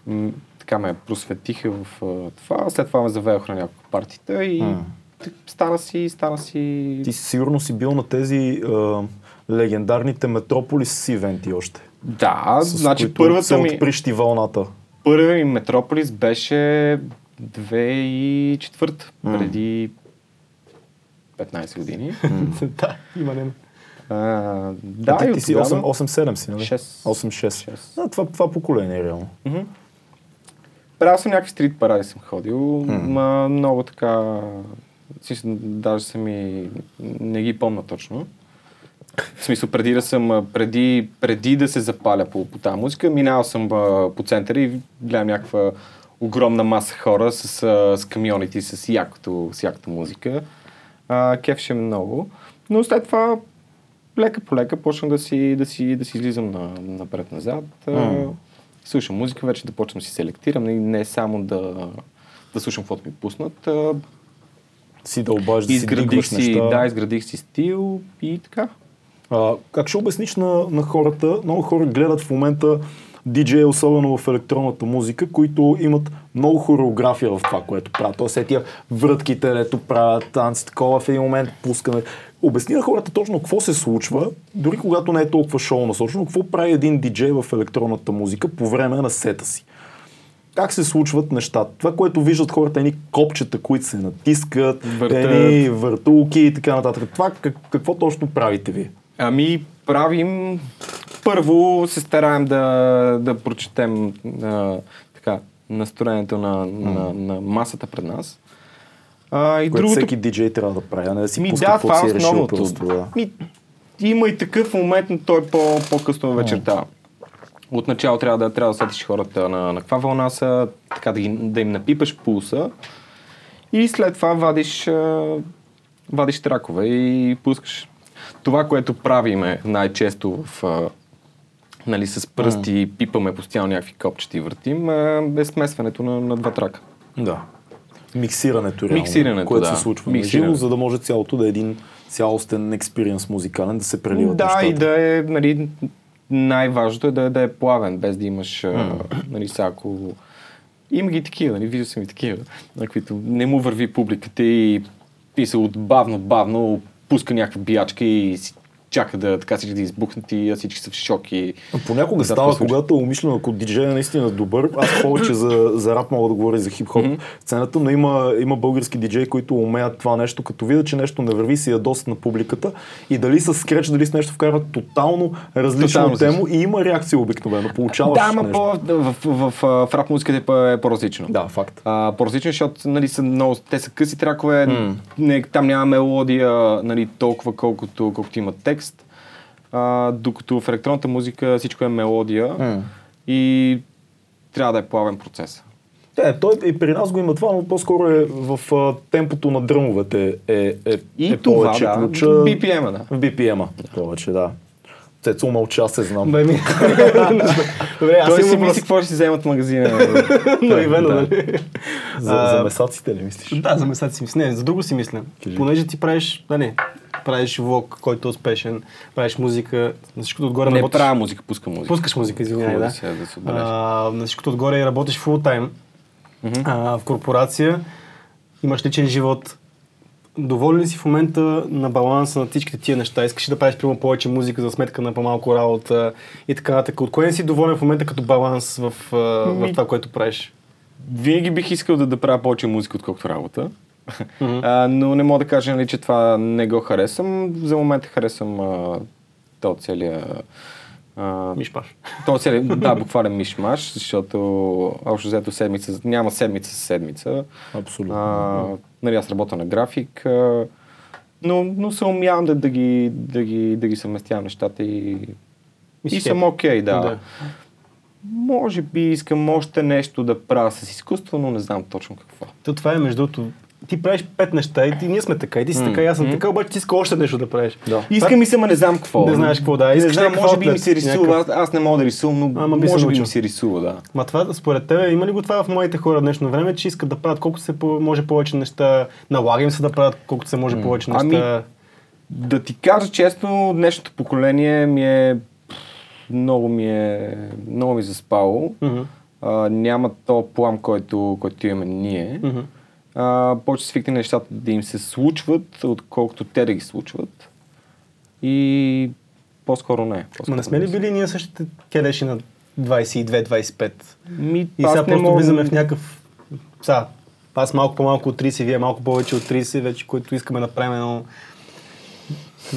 S4: м, така ме просветиха в а, това. След това ме завееха на няколко партита и так, стана си, стана си...
S3: Ти сигурно си бил на тези а, легендарните метрополис ивенти още.
S4: Да,
S3: с
S4: значи
S3: които
S4: първата
S3: се
S4: ми,
S3: отприщи вълната.
S4: първия ми Метрополис беше 2004, преди 15 години.
S2: Да, има нема.
S4: А,
S3: Да,
S4: да,
S3: ти,
S4: и
S3: ти
S4: от
S3: си
S4: тогава-
S3: 8, 8-7 си, нали?
S4: Шест.
S3: 8-6.
S4: Шест.
S3: Да, това, това поколение е реално.
S4: Правил съм някакви стрит паради съм ходил, ма много така... си- Даже са ми... Не ги помна точно. В смисъл, преди да съм, а, преди, преди да се запаля по, по тази музика, минавал съм а, по центъра и гледам някаква огромна маса хора с, а, с камионите и с якото, с якото музика. А, кефше ме много. Но след това лека по лека почнах да си, да си, да си излизам на, напред-назад. Mm. Слушам музика, вече да почвам да си селектирам. Не, не само да, да слушам каквото ми пуснат. а,
S3: Си да обажда, си
S4: изградих
S3: дигваш
S4: си,
S3: неща.
S4: да, изградих си стил и така.
S3: А, как ще обясниш на, на хората? Много хора гледат в момента диджей, особено в електронната музика, които имат много хореография в това, което правят. Тоест, е тия врътките, лето правят танци, такова в един момент пускаме. Обясни на хората точно какво се случва, дори когато не е толкова шоу насочено, какво прави един диджей в електронната музика по време на сета си как се случват нещата. Това, което виждат хората, едни копчета, които се натискат,
S4: Въртят.
S3: едни въртулки и така нататък. Това как, какво точно правите вие?
S4: Ами, правим... Първо се стараем да, да прочетем а, така, настроението на, на, на масата пред нас. А, и
S3: Което
S4: другото...
S3: всеки диджей трябва да прави, а не да си
S4: Ми
S3: пуска
S4: да,
S3: каквото
S4: това е
S3: си е решил
S4: основното.
S3: просто. Да.
S4: Ми, има и такъв момент, но той е по, по-късно вечерта. Отначало трябва да, трябва да сетиш хората на, на каква вълна са, така да, ги, да им напипаш пулса. И след това вадиш, а, вадиш тракове и пускаш. Това, което правиме най-често в, а, нали, с пръсти, пипаме постоянно някакви копчета и въртим, а, е смесването на, на два трака.
S3: да. Миксирането, реално,
S4: Миксирането,
S3: което
S4: да.
S3: се случва на
S4: Миксиране.
S3: живо, за да може цялото да е един цялостен експириенс музикален, да се преливат
S4: Да,
S3: нещата.
S4: и да е, нали, най-важното е да, е- да е плавен, без да имаш, а, нали, сега, ако... Има ги такива, нали, виждал съм и такива, на които не му върви публиката и, и се отбавно, бавно пуска някаква биячка и си чака да така всички да избухнат и а всички са в шок и...
S3: Понякога
S4: Да,
S3: става,
S4: какво случва?
S3: когато умишлено, ако диджей е наистина добър, аз повече за, за рап мога да говоря и за хип-хоп сцената, но има, има български диджей, които умеят това нещо, като видят, че нещо не върви, си ядосат на публиката и дали с скреч, дали с нещо вкарват тотално различно
S4: Тотално
S3: тема и има реакция обикновено, получаваш
S4: да, ама
S3: нещо.
S4: по, в, в, в, а, в рап музиката е по- е по-различно.
S3: Да, факт.
S4: А, по-различно, защото нали, са много, те са къси тракове, не, там няма мелодия нали, толкова колкото, колкото има текст, а, докато в електронната музика всичко е мелодия и трябва да е плавен процес.
S3: Е, той и при нас го има това, но по-скоро е в а, темпото на дръмовете е, е,
S4: И
S3: е
S4: това,
S3: повече
S4: да.
S3: ключа.
S4: В BPM-а, да.
S3: В BPM-а повече, да. Цецо мълча, се знам.
S2: Бе, ми... Добре, аз
S4: Той си
S2: имам
S4: мисли
S2: въпрос
S4: какво ще си
S2: [LAUGHS]
S4: вземат магазина.
S2: на Ивена,
S4: Да.
S2: нали?
S3: За, за месаците ли мислиш?
S2: Да, за месата си мисля. Не, за друго си мисля.
S3: Кажи.
S2: Понеже ти правиш, да не, правиш влог, който е успешен, правиш музика, на всичкото отгоре
S4: Не
S2: работиш.
S4: правя музика, пуска музика.
S2: Пускаш музика, извинявай,
S4: Хубаво
S2: да.
S4: да се- да се отбележи.
S2: а, на всичкото отгоре и работиш фул тайм а, в корпорация, имаш личен живот. Доволен ли си в момента на баланса на всичките тия неща? Искаш ли да правиш прямо повече музика за сметка на по-малко работа и така нататък? От кое не си доволен в момента като баланс в, а, в това, което правиш?
S4: винаги бих искал да, да правя повече музика, отколкото работа. а, но не мога да кажа, нали, че това не го харесвам. За момента харесвам а, то целия... А,
S2: Мишпаш.
S4: то целия, да, буквален мишмаш, защото общо взето седмица, няма седмица с седмица.
S3: Абсолютно.
S4: А, нали, аз работя на график, а, но, но се умявам да, да, ги, да, ги, да ги съвместявам нещата и,
S2: си
S4: и
S2: хепи.
S4: съм окей, да.
S2: Да.
S4: да. Може би искам още нещо да правя с изкуство, но не знам точно какво.
S2: То това е между другото. Ти правиш пет неща и ти, ние сме така, и ти си така, и аз съм така, обаче ти иска още нещо да правиш.
S4: Да. Искам и се, ма не знам какво.
S2: Не знаеш какво, да.
S4: Не
S2: Искаш
S4: знам,
S2: някакъв
S4: може би ми
S2: outlet,
S4: се рисува. Аз, аз не мога да рисувам, но
S2: Ама би се
S4: може би
S2: научил.
S4: ми се рисува, да.
S2: Ма това, според тебе, има ли го това в моите хора в днешно време, че искат да правят колкото се по- може повече неща, налага им се да правят колкото се може повече
S4: Ами,
S2: неща?
S4: Да ти кажа честно, днешното поколение ми е пф, много ми е много ми е заспало.
S2: Мгм.
S4: А, няма то плам, който, който имаме ние.
S2: Мгм.
S4: А, повече свикнали нещата да им се случват, отколкото те да ги случват. И по-скоро не.
S2: Ма
S4: По-скоро
S2: не сме ли били ние същите келеши на 22-25?
S4: Ми,
S2: И
S4: аз
S2: сега
S4: не
S2: просто
S4: мога-
S2: влизаме в някакъв... Са, аз малко по-малко от 30, вие малко повече от 30, вече които искаме да правим едно...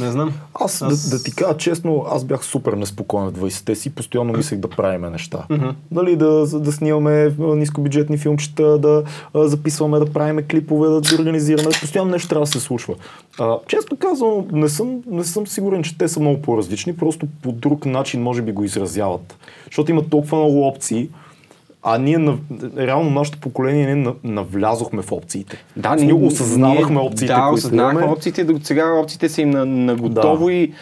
S2: Не знам.
S3: Аз, аз... Да, да ти кажа честно, аз бях супер неспокоен в 20-те си, постоянно мислех да правиме неща. Mm-hmm. Нали, да, за- да снимаме а, нискобюджетни филмчета, да а, записваме, да правиме клипове, да ги организираме. Постоянно нещо трябва да се случва. А, често казвам, не съм, не съм сигурен, че те са много по-различни, просто по друг начин може би го изразяват. Защото има толкова много опции, а ние, нав... реално нашето поколение, ние нав- навлязохме в опциите.
S4: Да,
S3: ние, осъзнавахме
S4: ние-
S3: опциите,
S4: Да,
S3: които
S4: осъзнавахме
S3: имаме.
S4: опциите, докато сега опциите са им на, на готово и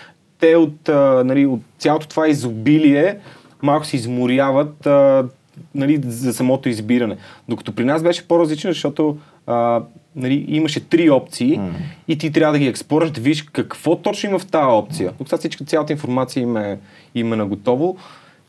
S4: те от, а, нали, от цялото това изобилие малко се изморяват а, нали, за самото избиране. Докато при нас беше по-различно, защото а, нали, имаше три опции и ти трябва да ги експораш, да видиш какво точно има в тази опция. Докато сега всичка цялата информация им е, им е на готово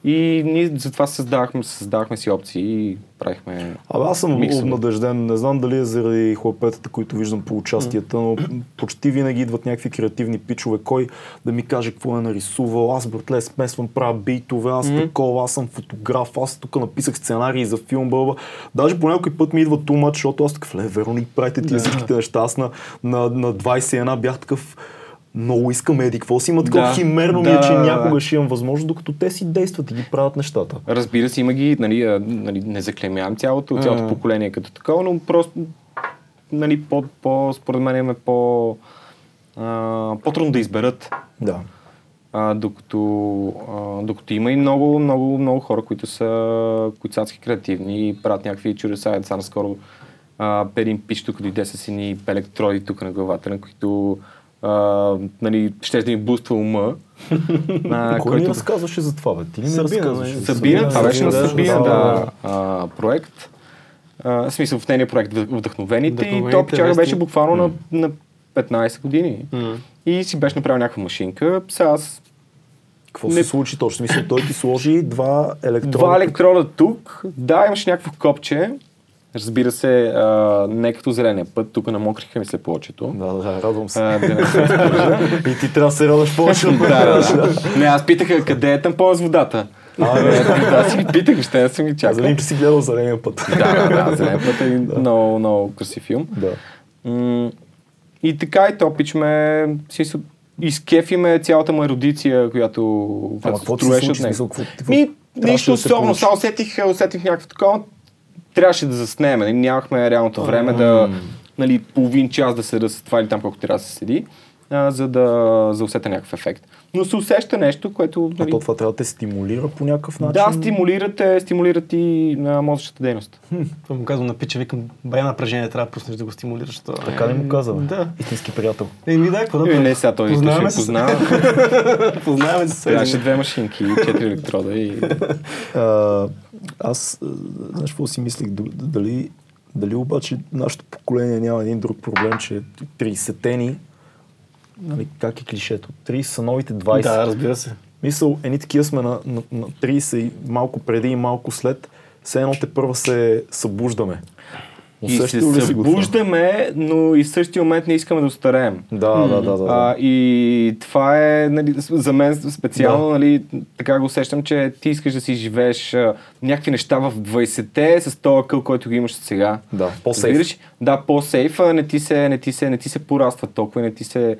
S4: и ние затова създавахме, създавахме си опции и правихме...
S3: Абе, аз съм
S4: Миксове.
S3: обнадежден. Не знам дали е заради хлапетата, които виждам по участията, но почти винаги идват някакви креативни пичове. Кой да ми каже какво е нарисувал. Аз, братле, смесвам, правя бейтове, аз такова, аз съм фотограф, аз тук написах сценарии за филм, бълба. Даже по някой път ми идва тумат, защото аз такъв, ле, верно ни правите тия всичките неща. Аз на, на, на 21 бях такъв, много искам еди, какво си има такова
S4: Да.
S3: химерно ми е, че
S4: Да, да, да.
S3: някога ще имам възможност, докато те си действат и ги правят нещата.
S4: Разбира се, има ги, нали, а, нали, не заклемявам цялото, цялото поколение като такова, но просто, нали, по, по, според мен им е по, а, по-трудно да изберат.
S3: Да.
S4: А, докато, а, докато има и много, много, много хора, които са, които са адски креативни и правят някакви чудеса. Ето Сега наскоро а, Перин Пич тук дойде с едни електроди тук на главата, на които а, нали, ще да им буства ума. А,
S3: Кой ни разказваше за това, бе? Ти ли ни
S2: Сабина,
S3: разказваше?
S2: нали?
S4: Сабина, това беше на
S2: да,
S4: Сабина,
S2: да,
S4: да,
S2: да.
S4: а, проект. А, в смисъл, в нейния проект Вдъх- Вдъхновените и
S2: Вдъхновените,
S4: то печага
S2: наистина.
S4: беше буквално на, на 15 години. И си беше направил някаква машинка. Сега аз
S3: Какво
S4: Не-
S3: се случи точно? Мисля, той ти сложи два електрода.
S4: два електрода тук, да, имаше някакво копче. Разбира се, а, не като зеления път, тук намокриха ми се плочето.
S3: Да, да, радвам се.
S4: А, да,
S3: И ти трябва да се радваш повече от
S4: да, да, да. Не, аз питах къде е тампон с водата. А, аз си ги питах, ще не съм ги
S3: Аз
S4: чакал.
S3: че си гледал зеления път.
S4: Да, да, да, зелен път е един много, много красив филм.
S3: Да.
S4: М, И така и топичме, си изкефиме е цялата му ерудиция, която която
S3: какво ти се
S4: строеше
S3: случи?
S4: него.
S3: Смисъл, какво- какво
S4: Ми,
S3: трябваше
S4: нищо
S3: да се
S4: особено,
S3: получи?
S4: само усетих, усетих някакво такова. Трябваше да заснеем, нали, нямахме реалното време да нали, половин час да се разсътва или там колко трябва да се седи. А, а, за да за да усета някакъв ефект. Но се усеща нещо, което...
S3: А
S4: нали,
S3: то това трябва да те стимулира по някакъв начин.
S4: да, стимулирате, стимулират и на мозъчната дейност.
S2: Това му казвам на пича, викам, бре напрежение, трябва да пуснеш да го стимулираш. Това.
S3: Така ли му каза? бе?
S2: Да.
S3: Истински приятел.
S2: Еми да, какво да
S4: Е,
S2: правим?
S4: не, сега той ще
S2: Познаваме се.
S4: познава.
S2: [LAUGHS] Познаваме се.
S4: Трябваше две машинки, и четири електрода и...
S3: А, аз, а, знаеш, какво си мислих, д- дали, дали обаче нашето поколение няма един друг проблем, че 30-те ни, нали, как е клишето, 30 са новите
S2: [LAUGHS]
S3: 20.
S2: Да, разбира се.
S3: Мисъл, едни такива сме на, на, на 30 и малко преди и малко след, все едно те първа се събуждаме.
S4: И се
S3: Усещал ли си го това?
S4: събуждаме, но и в същия момент не искаме да устареем.
S3: Да, да, да, да. да.
S4: А, и това е нали, с- за мен специално, нали, така го усещам, че ти искаш да си живееш а, някакви неща в 20-те с този къл, който ги имаш сега.
S3: Да, по-сейф.
S4: Разбираш? Да, по-сейф, а не ти се, не ти се, не ти се пораства толкова, и не ти се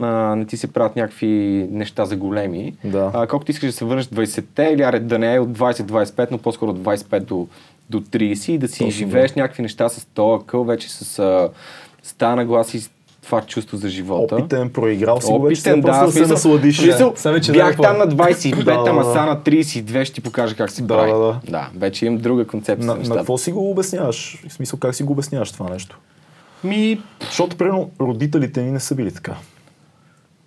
S4: а, не ти се правят някакви неща за големи.
S3: Да.
S4: А, колкото искаш да се върнеш 20-те или аре, да не е от 20-25, но по-скоро от 25 до, до 30 и да си живееш някакви неща с този къл, вече с а, стана глас и с това чувство за живота.
S3: Опитен, проиграл си го вече,
S4: Опитен,
S3: сега просто
S4: да,
S3: да се
S4: смисъл-
S3: насладиш.
S4: Смисъл,
S2: Сега вече знам
S4: бях
S2: какво. е.
S4: там на 25,
S3: Да,
S4: ама
S3: да, да.
S4: са на 32, ще ти покажа как се
S3: Да,
S4: прави.
S3: да, да.
S4: да, вече имам друга концепция.
S3: На,
S4: за
S3: на
S4: нещата.
S3: какво си го обясняваш? В смисъл, как си го обясняваш това нещо?
S4: Ми,
S3: Защото, примерно, родителите ни не са били така.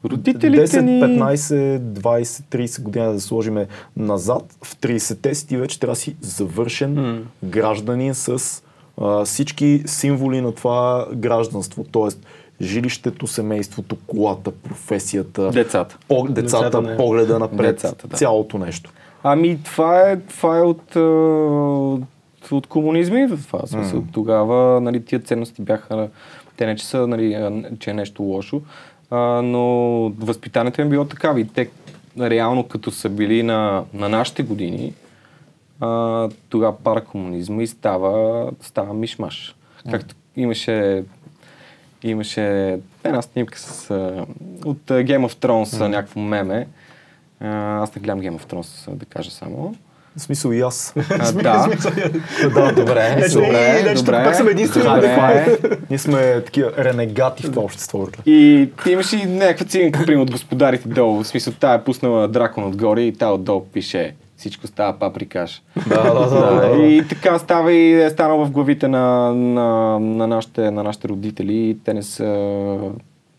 S4: родителите
S3: 10,
S4: ни...
S3: 15, 20, 30 година да сложиме назад, в 30-те си ти вече трябва да си завършен гражданин с а, всички символи на това гражданство. Тоест, жилището, семейството, колата, професията,
S4: Децата.
S3: по, децата,
S2: Децата, не.
S3: погледа напред,
S4: Децата, да.
S3: цялото нещо.
S4: Ами, това е, това е от, а, от, от комунизма и в това смисъл. Тогава нали, тия ценности бяха, те не че са, нали, а, че е нещо лошо, а, но възпитанието им е било такава и те реално като са били на, на нашите години, а, тогава пара комунизма и става, става мишмаш. Както имаше имаше една снимка с, а, от а, Game of Thrones, mm. някакво меме. А, аз не гледам Game of Thrones, а, да
S2: [LAUGHS]
S4: кажа само.
S3: В смисъл и
S4: [LAUGHS]
S3: аз.
S4: А, да,
S3: да, добре.
S4: Е, добре,
S2: не, тук
S4: добре. е.
S2: пак съм единствен.
S4: Добре.
S3: е Ние сме такива ренегати в това общество.
S4: И ти имаш и някаква циганка, примерно от господарите долу. В смисъл, тая е пуснала дракон отгоре и тая отдолу пише всичко става паприкаш.
S3: Да, да, да. да, да.
S4: И така става и е станало в главите на, на, на, нашите, на нашите родители и те не са...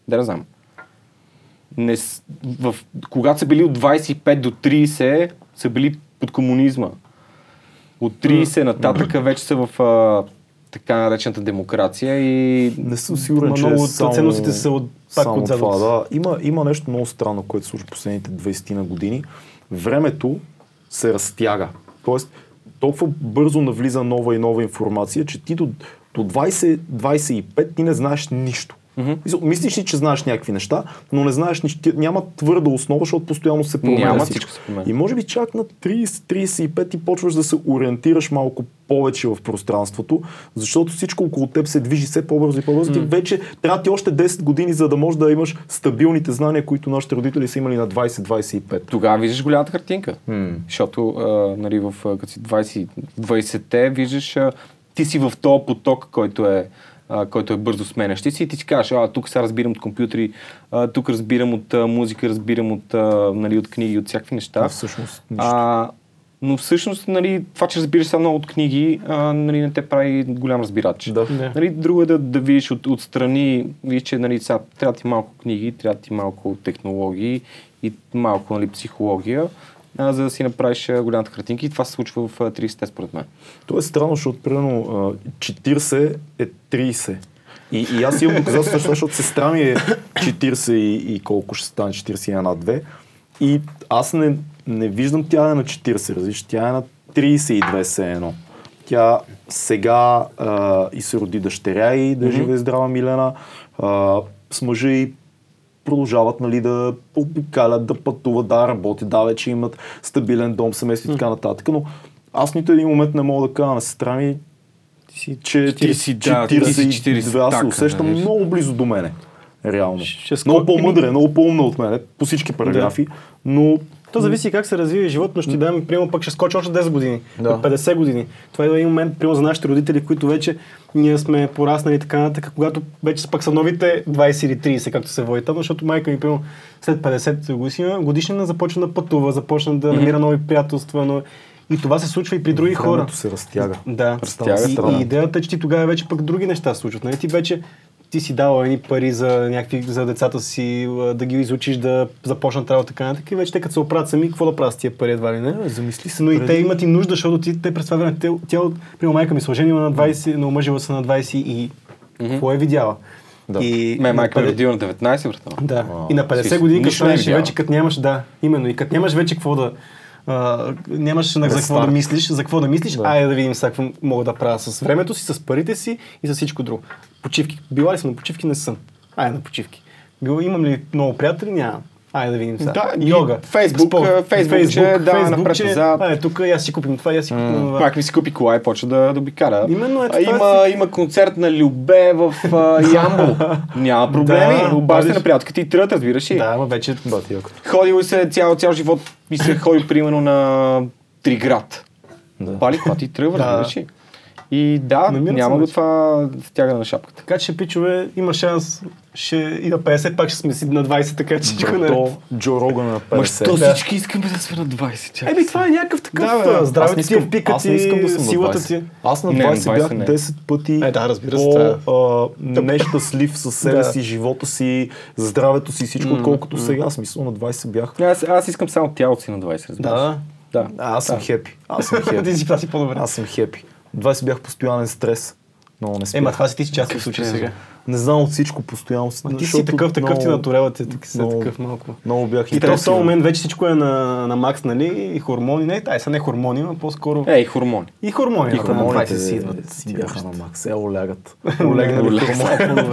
S4: Да не знам. Не, с- в, когато са били от 25 до 30, са били под комунизма. От 30 нататъка вече са в а, така наречената демокрация и...
S3: Не съм сигурен,
S2: Ма
S3: че
S2: много
S3: е само,
S2: ценностите са от- пак
S3: само
S2: отзад.
S3: това, да. Има, има нещо много странно, което се случи последните 20 на години. Времето се разтяга. Тоест, толкова бързо навлиза нова и нова информация, че ти до, до 20-25 ти не знаеш нищо. Mm-hmm. Мислиш ли, че знаеш някакви неща, но не знаеш нищо. Ти- Няма твърда основа, защото постоянно се променя
S4: Няма, всичко се променя.
S3: И може би чак на 30-35 ти почваш да се ориентираш малко повече в пространството, защото всичко около теб се движи все по-бързо и по-бързо. Ти вече трябва ти още 10 години, за да можеш да имаш стабилните знания, които нашите родители са имали на 20-25.
S4: Е, Тогава виждаш голямата картинка. Mm. Защото, а, нали, в, а, като си 20, 20-те, виждаш, а, ти си в този поток, който е, а, който е бързо сменящ. Ти си и ти си кажеш, а, тук сега разбирам от компютри, а, тук разбирам от а, музика, разбирам от, а, нали, от книги, от всякакви неща.
S3: А всъщност нищо.
S4: А, но всъщност, нали, това, че разбираш само много от книги, а, нали, не те прави голям разбирач.
S3: Да.
S2: Да.
S4: Нали, друго е да, да видиш от, отстрани, видиш, че нали, сега, трябва ти малко книги, трябва ти малко технологии и малко нали, психология, а, за да си направиш а, голямата картинка. И това се случва в а, 30-те, според мен.
S3: То е странно, защото примерно а, 40 е 30. И, и аз имам доказателство, защо, защото сестра ми е 40 и, и колко ще стане 41-2. И аз не, не виждам тя да е на 40, разбираш, тя е на 32 се едно. Тя сега а, и се роди дъщеря и да mm-hmm. живее здрава Милена. А, с мъжа и продължават нали, да обикалят, да пътуват, да работят, да вече имат стабилен дом, семейство и така нататък. Но аз нито един момент не мога да кажа на сестра ми, че ти
S4: 40,
S3: си
S4: да,
S3: 40,
S4: ти си
S3: 40 аз се
S4: така,
S3: усещам
S4: нали?
S3: много близо до мене. Реално.
S2: Ще скоро-
S3: Много по-мъдра, е, много по-умна от мене, по всички параграфи, но
S2: То зависи как се развива живот, но ще ти дам, примерно, пък ще скочи още 10 години,
S3: Да.
S2: да. 50 години. Това е един момент, примерно, за нашите родители, които вече ние сме пораснали и така нататък, когато вече са пък са новите 20 или 30, както се води там, защото майка ми, примерно, след 50 годишна, годишнина започна да пътува, започна да намира нови приятелства, но и това се случва и при други хора.
S3: Времето се разтяга.
S2: Да.
S4: Разтяга
S2: и,
S4: страна.
S2: и идеята е, че ти тогава вече пък други неща се случват. Нали? Ти вече ти си дала едни пари за, някакви, за децата си, а, да ги изучиш, да започнат работа, така нататък. И вече те като се оправят сами, какво да правят с тия пари едва ли не?
S3: Е, замисли се
S2: Но и
S3: преди-
S2: те имат и нужда, защото ти, те през това време, те, тя от, примерно майка ми сложени на 20, но омъжила се на 20 и какво е видяла?
S3: Да.
S2: И,
S4: Ме,
S2: на
S4: майка ми е
S2: 50
S4: родила на 19, брат.
S2: да. и на 50 години, като
S4: е
S2: станеш и вече, като нямаш, да, именно, и като нямаш вече какво да. А, нямаш на, за какво да
S3: старт.
S2: мислиш, за какво да мислиш, да. айде да видим сега какво мога да правя с времето си, с парите си и с всичко друго. Почивки. Била ли съм на почивки? Не съм. Айде на почивки. Бил, имам ли много приятели? Нямам. Айде да видим сега.
S4: Да, и
S2: Йога.
S4: Фейсбук,
S2: спорт,
S4: а, Фейсбукче, да, напред,
S2: Фейсбукче,
S4: назад.
S2: е- Айде тук, и аз си купим това, и аз си купим това.
S4: Майка ми си купи кола и почва да, да обикаля.
S2: Именно е
S4: а,
S2: това
S4: има,
S2: си.
S4: има концерт на Любе в а,
S2: [LAUGHS]
S4: Ямбол. Няма проблеми.
S2: Да,
S4: Обажда се
S2: бъдеш.
S4: на приятелката и тръгват, разбираш ли?
S2: Да, ама вече
S3: Бати, якото.
S4: Ходил се цял, цял живот и [CLEARS THROAT] се ходи примерно на Триград. Да. Пали това ти тръгва,
S2: Да.
S4: разбираш ли? И да,
S2: Намирам се
S4: няма го
S2: вече.
S4: това стягане на шапката.
S2: Така че, пичове, има шанс ще и на 50, пак ще сме си на 20, така че всичко не
S3: Като Джо Роган на 50.
S4: всички искаме да сме на 20 часа.
S2: Еби, това е някакъв такъв
S3: бе,
S2: да,
S3: аз не
S2: здраве ти е
S3: искам-
S2: в пика
S3: аз не
S2: ти,
S3: искам да съм на
S2: силата
S3: 20.
S2: ти.
S3: Аз на
S4: Не,
S3: 20,
S4: на 20
S3: бях
S4: не.
S3: 10 пъти
S2: Е, да, разбира се,
S3: по, а, нещастлив със себе
S2: Да.
S3: си, живота си, здравето си, и всичко, отколкото сега. Смисъл на 20 бях.
S4: Аз, аз искам само тялото си на 20, разбираш.
S2: Да.
S4: да.
S3: А, аз съм хепи.
S2: [LAUGHS]
S3: Аз съм
S2: Ти
S3: хепи.
S2: си това си по-добре.
S3: Аз съм хепи. 20 бях постоянен стрес. Много не
S2: Ема,
S3: спях.
S2: това си ти си част в случай сега.
S3: Не знам от всичко постоянно.
S2: Ти си такъв, такъв ти натурелът е, таки си
S3: много-
S2: такъв малко.
S3: Много бях
S2: И то в този
S3: интенсивен.
S2: момент вече всичко е на, на макс, нали? И хормони. Не, ай, са не хормони, а по-скоро.
S4: Ей, хормони.
S2: И хормони.
S3: Е, И
S2: да,
S3: хормоните
S2: 20 си
S3: си Е, нали?
S2: идват.
S3: си бяха на макс. Е, олягат.
S2: Олегнали
S4: Олег.
S2: хормони.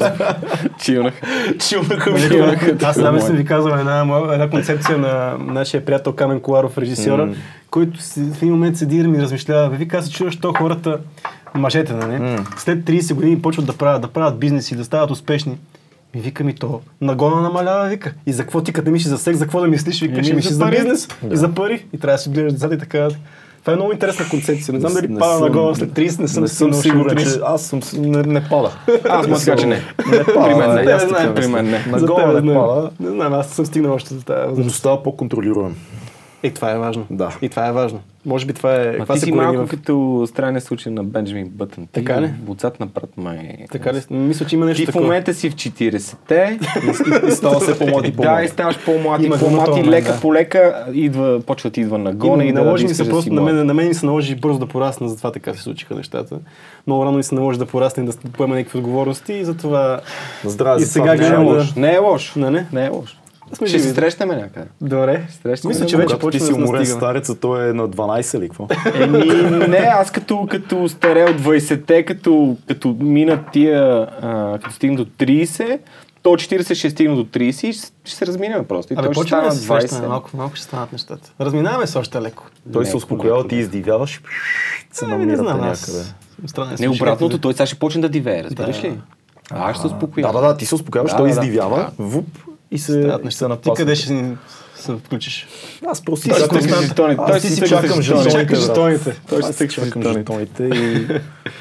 S4: Чилнах.
S2: Чилнаха ми.
S4: Чилнаха ти,
S2: Нали, Аз само
S4: хормони.
S2: съм ви казал една, моя- една концепция на нашия приятел Камен Коларов, режисьора, който си, в един момент седи и ми размишлява. Бе, Вика, аз се чуваш, то хората, мъжете, нали? След 30 години почват да правят, да правят бизнес и да стават успешни. Ми вика ми то, нагона намалява, вика. И за какво ти като мислиш за секс, за какво да мислиш, вика,
S4: Еми,
S2: ще мислиш
S4: за
S2: за
S4: пари.
S2: бизнес и за пари. И трябва да си гледаш децата и така. Това е много интересна концепция. Не знам дали
S3: Не
S2: пада
S3: съм-
S2: нагона след 30, [LAUGHS] не съм,
S3: Не съм
S2: сигурен,
S3: сигурен,
S2: ще-
S3: че аз съм... с- Не, не
S2: [LAUGHS]
S3: пада.
S4: Аз му кажа, че не.
S3: Не пада.
S4: При мен
S3: бе,
S4: не.
S3: аз така
S4: При
S3: мисля.
S4: мен не.
S2: За
S3: Нагоре
S2: тебе
S3: не
S2: знам.
S3: пада.
S2: Не знам, аз съм стигнал още до тази възраст.
S3: Но става по-контролируем.
S2: И това е важно.
S3: Да.
S2: И това е важно. Може би това е...
S4: Ма
S2: Това
S4: ти
S2: се
S4: си
S2: корени
S4: малко
S2: в...
S4: като странен случай на Бенджамин Бътън. Ти
S2: Така ли?
S4: Отзад напред май.
S2: Така ли? Мисля, че има нещо
S4: Ти в
S2: такова.
S4: момента си в 40-те.
S3: И става все по-млад и
S4: да, и
S3: по-млад.
S4: ставаш по-млад и
S2: Има го на
S4: по-млад
S2: този
S4: и
S2: момент,
S4: лека
S2: да.
S4: по лека идва, почва ти идва нагона
S2: Има,
S4: и да
S2: наложи ми
S4: искаш
S2: се
S4: да
S2: просто,
S4: си
S2: на
S4: млад.
S2: мен, на мен ми се наложи бързо да порасна, затова така се случиха нещата. Много рано ми се наложи да порасна и да поема някакви отговорности и затова...
S3: Здраве,
S2: И
S3: за
S2: сега
S3: това
S4: Не е
S2: гледам
S3: няма.
S2: да-
S4: лошо. Не е лошо.
S2: Не, не.
S4: Не е лошо.
S2: Сме
S4: Ще се
S2: живи.
S4: срещаме някъде.
S2: Добре.
S4: Срещаме
S2: Мисля,
S4: се,
S2: че вече
S3: Когато ти
S2: почва
S3: си
S2: да
S3: уморен
S2: настига.
S3: старец, а той е на 12 или какво?
S4: Еми, [LAUGHS] не, аз като, като старе от 20-те, като, като мина тия, а, като стигна до 30, то 40 ще стигна до 30 и ще, ще се разминем просто. И
S2: Абе,
S4: той ще
S2: почваме
S4: стане
S2: да
S4: на
S2: се срещаме,
S4: 20.
S2: малко, малко ще станат нещата. Разминаваме се още леко.
S3: Той се
S4: Леко,
S3: успокоява,
S4: леко,
S3: ти издивяваш и се
S2: Ами, не
S3: намирате
S2: знам, аз...
S3: някъде.
S2: съм Странен
S4: Не
S2: случай,
S4: обратното,
S2: като-
S4: той сега ще почне да дивее, разбираш
S2: Да.
S4: ли? А, аз ще се успокоя.
S3: Да, да, да, ти се успокояваш,
S4: Да,
S3: той
S4: да, да.
S3: издивява, вуп, и се,
S2: Стават
S3: и се
S2: нещата. Ти
S3: напасва.
S2: къде ще ни се включиш?
S3: Аз просто си
S4: Той ще
S3: чакам
S4: тъкаш жетоните.
S3: Аз
S4: Той
S3: ти
S4: ще
S3: си
S4: тъкаш
S3: чакам
S4: жетоните,
S2: брат.
S3: жетоните. Той
S2: Той ще
S3: ще се
S2: тъкаш
S3: чакам жетоните и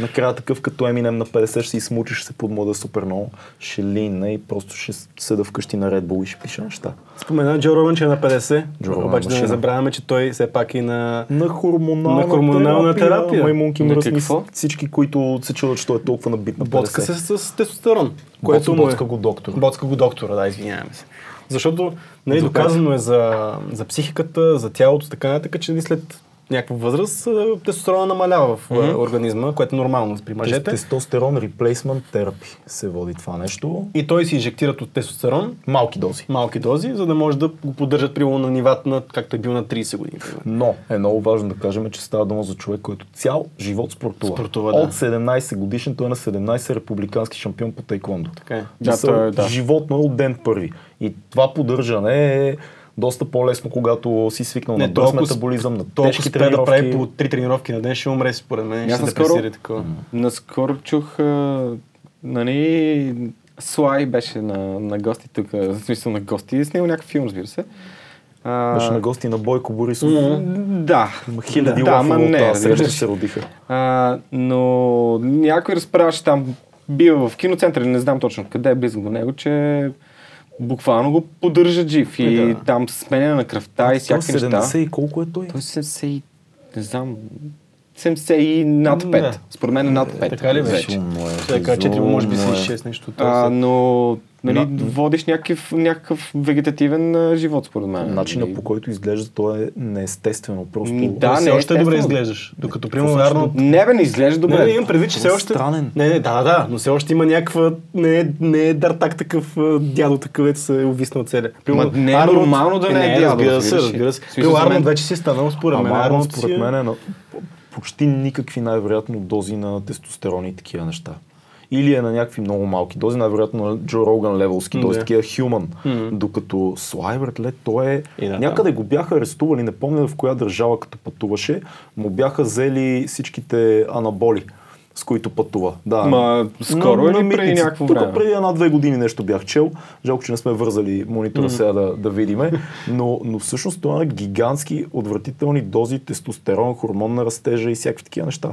S3: накрая такъв като Eminem на 50 ще си смучиш, ще се подмлада супер много, ще лина и просто ще седа вкъщи на Red Bull и ще пиша неща.
S2: Спомена Джо Роган, че е на 50,
S3: Джо Роган
S2: обаче да не
S3: машина.
S2: забравяме, че той все пак и на...
S3: На хормонална,
S2: На хормонална терапия.
S3: Маймунки
S4: На
S3: мръсни
S4: какво?
S3: всички, които се чудят, че той е толкова набит на 50.
S2: Боцка се с с тестостерон.
S3: Което
S2: Което му е...
S3: боцка го доктор.
S2: Боцка го доктора, да, извиняваме се. Защото нали, доказано е за, за психиката, за тялото, така нататък, че нали, след някаква възраст а, тестостерона намалява в а, организма, което е нормално при мъжете.
S3: Тестостерон реплейсмент терапи се води това нещо.
S2: И той се инжектират от тестостерон,
S3: Малки дози.
S2: малки дози, за да може да го поддържат примерно на нивата, на, както е бил на 30 години. примерно.
S3: Но е много важно да кажем, че става дума за човек, който цял живот спортува.
S2: Спортува, да.
S3: От 17 годишен той е на 17 републикански шампион по тайкондо.
S2: Така е.
S4: Да,
S3: Мисъл,
S4: той е, да.
S3: Животно е от ден първи. И това поддържане е доста по-лесно, когато си свикнал
S2: Не,
S3: на бърз
S2: толкова с-
S3: метаболизъм, на
S2: Толкова
S3: тежки
S2: спре да
S3: тренировки.
S2: прави по 3 тренировки на ден, ще умре според мен,
S4: Аз
S2: ще се
S4: наскоро-
S2: депресира и такова.
S4: Наскоро чух, а, нали, Слай беше на, на гости тук, в смисъл на гости, и е снимал някакъв филм, разбира се. А,
S3: Беше
S4: А,
S3: на гости на Бойко Борисов.
S4: да.
S3: Хиляди
S4: да,
S3: лафа
S4: ама
S3: от
S4: не,
S3: тази среща
S4: разбираш.
S3: се родиха.
S4: А, но някой разправяше там, бива в киноцентъра, не знам точно къде е близо до него, че буквално го поддържа жив и
S3: Е,
S4: да.
S3: да.
S4: там сменя на кръвта и всякакви неща.
S3: 70 и колко е той?
S4: Той 70 и... не знам... 70 и над 5.
S2: Да.
S4: Според мен е над 5.
S2: Така ли беше?
S1: Безумно е,
S2: Така, че ти може би си
S1: безумно е.
S2: 6 нещо. от този
S4: А,
S2: сорт.
S4: но нали, водиш някакъв, някакъв вегетативен а, живот, според мен.
S3: Начина
S4: нали.
S3: по който изглежда, то е неестествено. Просто
S4: Ми, да,
S2: Все
S4: не,
S2: още добре
S4: естествено.
S2: изглеждаш. Докато, примерно, Арно,
S4: Не, бе, не изглежда добре.
S2: Не, не, имам предвид, че
S3: Е,
S2: все още...
S3: странен.
S2: Не, не, да, да, но все още има някаква... Не, е- не е дартак такъв а, дядо, такъв, ето се е увиснал целя.
S4: Ма не е нормално да не е дядо,
S2: Разбира се,
S4: разбираш ли?
S2: разбира се.
S4: В смисъл,
S2: Пил
S4: за мен-
S2: Арнолд вече си е станал според мен.
S3: Ама Арнолд,
S2: Арнолд си
S3: според
S2: е-
S3: мен е на почти никакви най-вероятно дози на тестостерон и такива неща. Или е на някакви много малки дози, най-вероятно на Джо Роган левелски,
S2: Да.
S3: т.е. такива human. Докато Слай, братле, той е...
S2: И да,
S3: Някъде го бяха арестували, не помня в коя държава като пътуваше, му бяха взели всичките анаболи, с които пътува. Да.
S4: Ма, скоро
S3: На-
S4: или
S3: на
S4: преди
S3: митници.
S4: някакво
S3: Тук
S4: време?
S3: преди една-две години нещо бях чел. Жалко, че не сме вързали монитора сега да, да видиме. Но, но всъщност това е гигантски отвратителни дози тестостерон, хормон на растежа и всякакви такива неща.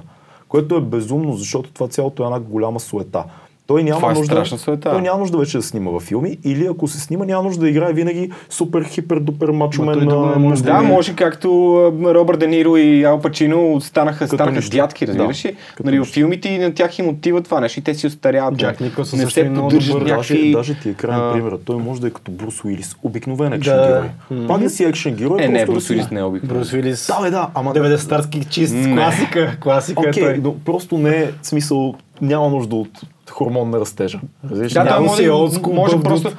S3: Което е безумно, защото това цялото е една голяма суета. Той няма
S4: Това е
S3: нужда,
S4: страшна суета.
S3: Той няма нужда вече да снима във филми или ако се снима, няма нужда да играе винаги супер, хипер, дупер мачумен.
S2: той друго не може
S4: Да, може както а, Робърт Де Ниро и Ал Пачино станаха, станаха
S3: нищо.
S4: дядки, разбираш
S3: Да,
S4: ли? Нали, в филмите и на тях им отива това нещо и те си остаряват.
S2: Джак Николсън
S4: не
S2: също е
S4: се
S2: много
S4: поддържат
S2: добър.
S4: някакви...
S3: Даже, даже ти е крайен
S4: а,
S3: пример. Той може да е като Брус Уилис. Обикновен екшен
S2: Да.
S3: герой. Пак да си екшен герой.
S4: Е, не,
S3: просто да
S4: Брус
S3: си-
S4: Уилис не е обикновен.
S2: Брус Уилис.
S3: Да, бе, да, ама
S2: 90-тарски чист,
S4: Не.
S2: класика, класика е
S3: Окей,
S2: той.
S3: но просто не е в смисъл, няма нужда от хормон на растежа. Разбираш?
S4: Да,
S3: ли?
S4: да,
S2: Няма
S4: може,
S2: си олдскул
S4: може
S2: бъб-дуп.
S4: просто,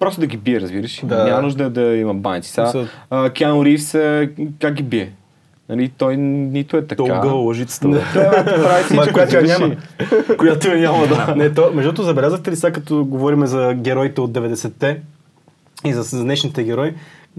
S4: просто да ги бие, разбираш.
S2: Да.
S4: Няма нужда да има банци. Сега,
S2: Мисъл-
S4: а, Киану Ривз, а, как ги бие? Нали, той нито е
S3: Той
S4: така.
S3: огъл лъжицата, бе,
S4: Той
S2: [LAUGHS]
S4: прави всичко,
S2: която я
S4: разбираш ли?
S2: няма.
S3: [LAUGHS] която я няма да.
S2: Не, то, между другото, забелязахте ли сега, като говорим за героите от 90-те и за, за днешните герои,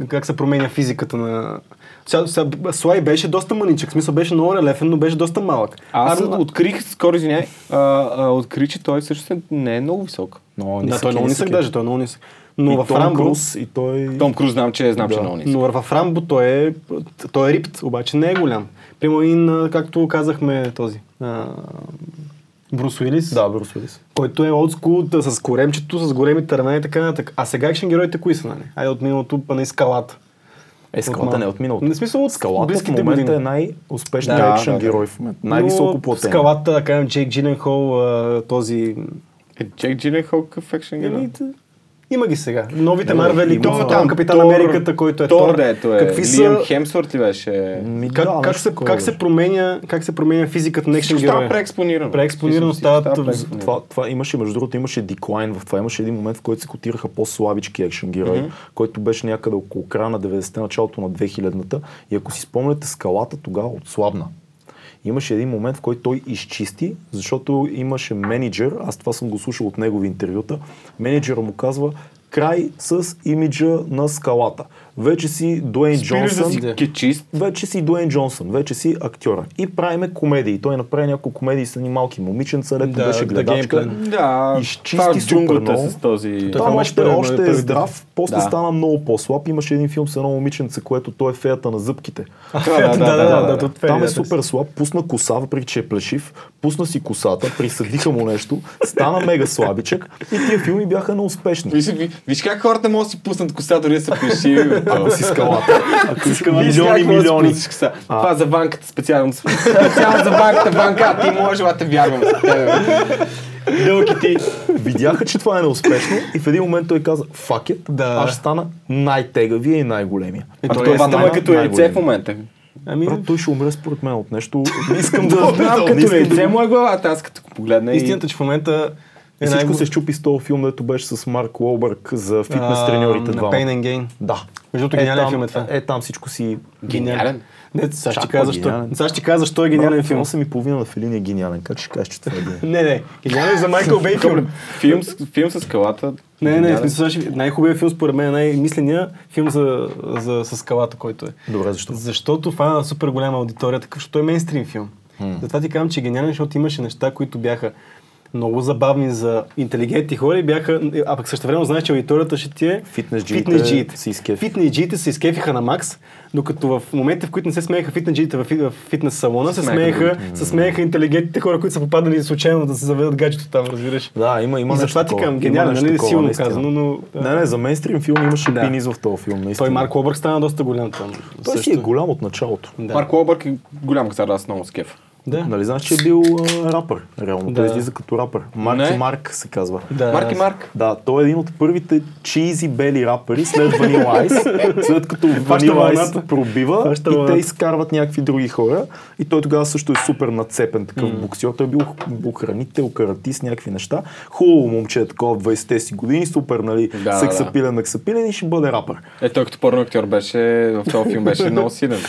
S2: как се променя физиката на... Сега, сега, Слай беше доста маничък, в смисъл беше много релефен, но беше доста малък.
S4: Аз
S2: Арнолд-
S4: открих, скоро извиняй, а, а, открих, че той всъщност не е много висок.
S3: Но
S2: Да, той е много нисък даже, той е много нисък.
S3: И
S2: Но в
S3: Том
S2: Рамбо,
S3: Круз, и той...
S4: Том Круз знам, че знам, че е много нисък.
S2: но в Рамбо той е, той е рипт, обаче не е голям. Примерно, един, а, както казахме този, а, Брус Уилис.
S3: Да, Брус Уилис.
S2: който е олдскул да, с коремчето, с големи търмени и така нататък. А сега екшен героите кои са, нали? Айде от миналото, па на скалата.
S3: Е, скалата
S2: мал-
S3: не е от миналото.
S2: Не, в смисъл от
S3: Скалата в
S2: близките
S3: момента
S2: години.
S3: е най-успешният
S4: Да,
S3: екшен
S4: да, да.
S3: герой в момента. Най-високо платен.
S2: Скалата, да кажем, Джейк Джиленхол, а, този...
S4: Е, Джек Джиленхол какъв екшен герой?
S2: Еми, т- Има ги сега. Новите
S3: Има,
S2: Марвели,
S3: Е, има.
S2: има,
S3: Има.
S2: там, Капитан
S4: Тор-
S2: Америката, който е
S4: Тор.
S2: Тор.
S4: дето е.
S2: Какви
S4: Лиам
S2: са...
S4: Хемсворт ли беше?
S3: Ми,
S2: Как,
S3: да,
S2: как,
S3: нещо
S2: се,
S3: такова
S2: как,
S3: беше.
S2: се променя, как се променя физиката на екшен
S4: Всичко
S2: героя?
S4: става преекспонирано.
S2: Преекспонирано
S4: Всичко става
S2: стават...
S4: преекспонирано.
S3: Мгм. Това, това имаше, между другото, имаше деклайн в това. Имаше един момент, в който се котираха по-слабички екшен герои, който беше някъде около края на 90-те, началото на 2000-та. И ако си спомняте, скалата тогава отслабна. Имаше един момент, в който той изчисти, защото имаше менеджер, аз това съм го слушал от негови интервюта, менеджера му казва, край с имиджа на скалата. Вече си Дуейн
S4: Спираш да
S3: Джонсън
S4: си кечист.
S3: вече си Дуейн Джонсън, вече си актьора. И правиме комедии. Той направи няколко комедии с едни малки момиченца, дето
S2: Да,
S3: беше
S2: да,
S3: гледачка.
S2: геймплан.
S4: Да,
S3: Изчисти
S4: това е
S3: супер
S4: джунглата
S3: много.
S4: с този...
S3: Там
S2: беше
S3: още,
S2: първия му
S3: още е
S2: първи
S3: здрав, после
S4: Да.
S3: стана много по-слаб. Имаше един филм с едно момиченце, което той е феята на зъбките.
S2: Да, да, да, да, да.
S3: Там е супер слаб, пусна коса, въпреки че е плешив, пусна си косата, присъдиха му нещо, стана мега слабичък и тия филми бяха неуспешни.
S4: Виж, ви- виж как хората могат да си пуснат коса, дори да са плешиви. [LAUGHS] бе, това.
S3: Си скалата. Ако искаш милиони,
S4: Как можеш да си
S3: милиони.
S4: пуснеш коса? Това за банката специално. Специално за банката, банка, а ти можеш да те вярвам. е Дълки ти.
S3: Видяха, че това е неуспешно и в един момент той каза, fuck it,
S2: Да.
S3: аз ще стана най-тегавия и най-големия.
S4: А той това му е
S3: стана
S4: като яйце
S3: най-големия.
S4: в момента.
S2: Ами,
S3: Брат, той ще умре според мен от нещо. Не
S2: [LAUGHS]
S3: искам да
S4: Да, знам,
S3: не
S4: като
S3: искам да-
S4: яйце му е главата, аз като го погледна и...
S2: истината, че в момента... е
S3: И Е, всичко
S2: най-гол-
S3: се щупи с този филм, дето беше с Марк Уолбърг за фитнес
S2: а,
S3: треньорите
S2: На Pain
S3: двама.
S2: and Gain.
S3: Да.
S2: Между другото,
S3: е,
S2: гениален
S3: там,
S2: филм е това.
S3: Е, там всичко си...
S4: Гениален.
S2: Не, сега ще
S3: Чак
S2: кажа защо.
S3: по-гениален.
S2: Сега ще кажа защо е гениален филм.
S3: 8 и половина на Фелини е гениален. Как ще кажеш, че това е гениален?
S2: Не, не, гениален е за Майкъл Бей филм.
S4: Филм, с- филм с скалата.
S2: Не, не, не, в
S4: гениален.
S2: смисъл, ще- най-хубавият филм според мен е най-мисления филм за, за, с скалата, който е.
S3: Добре, защо?
S2: Защото фана супер е голяма аудитория, такъв, защото е мейнстрим филм. Затова ти казвам, че е гениален, защото имаше неща, които бяха много забавни за интелигентни хора и бяха, а пък също време знаеш, че аудиторията ще ти е
S3: Фитнес джиите се изкефи.
S2: Фитнес джиите се изкефиха на макс, докато в момента, в които не се смееха фитнес джиите в, фит- в фитнес салона, се
S4: смееха
S2: смееха, се смееха интелигентните хора, които са попаднали случайно да се заведат гаджето там, разбираш.
S3: Да, има, има
S2: и
S3: нещо
S2: затова ти
S3: такова.
S2: към
S3: Има
S2: гениално,
S3: нещо
S2: нали,
S3: такова,
S2: силно
S3: наистина.
S2: казано, но... да.
S3: Не, не, за мейнстрим филм имаше
S4: Да.
S3: пиниз в този филм. Наистина.
S2: Той Марко Обърг стана доста голям там.
S3: Той си е голям от началото.
S2: Да.
S4: Марко Обърк е голям казар, аз много скеф.
S2: Да.
S3: Нали знаеш, че е бил а, рапър, реално. Той
S2: Да.
S3: излиза като рапър. Марки
S4: Не.
S3: Марк се казва.
S2: Да.
S4: Марки Марк.
S3: Да, той е един от първите чизи бели рапъри след Vanilla Ice, след като Vanilla Ice
S2: вълната.
S3: пробива
S2: Хваща
S3: и те
S2: вълната.
S3: изкарват някакви други хора и той тогава също е супер нацепен такъв боксер. Той е бил, бил хранител, каратист, някакви неща. Хубаво момче е такова в 20-те си години, супер, нали,
S4: да, да.
S3: сексапилен, ексапилен и ще бъде рапър.
S4: Е, той като порно актьор беше, в този филм [LAUGHS] беше много силен.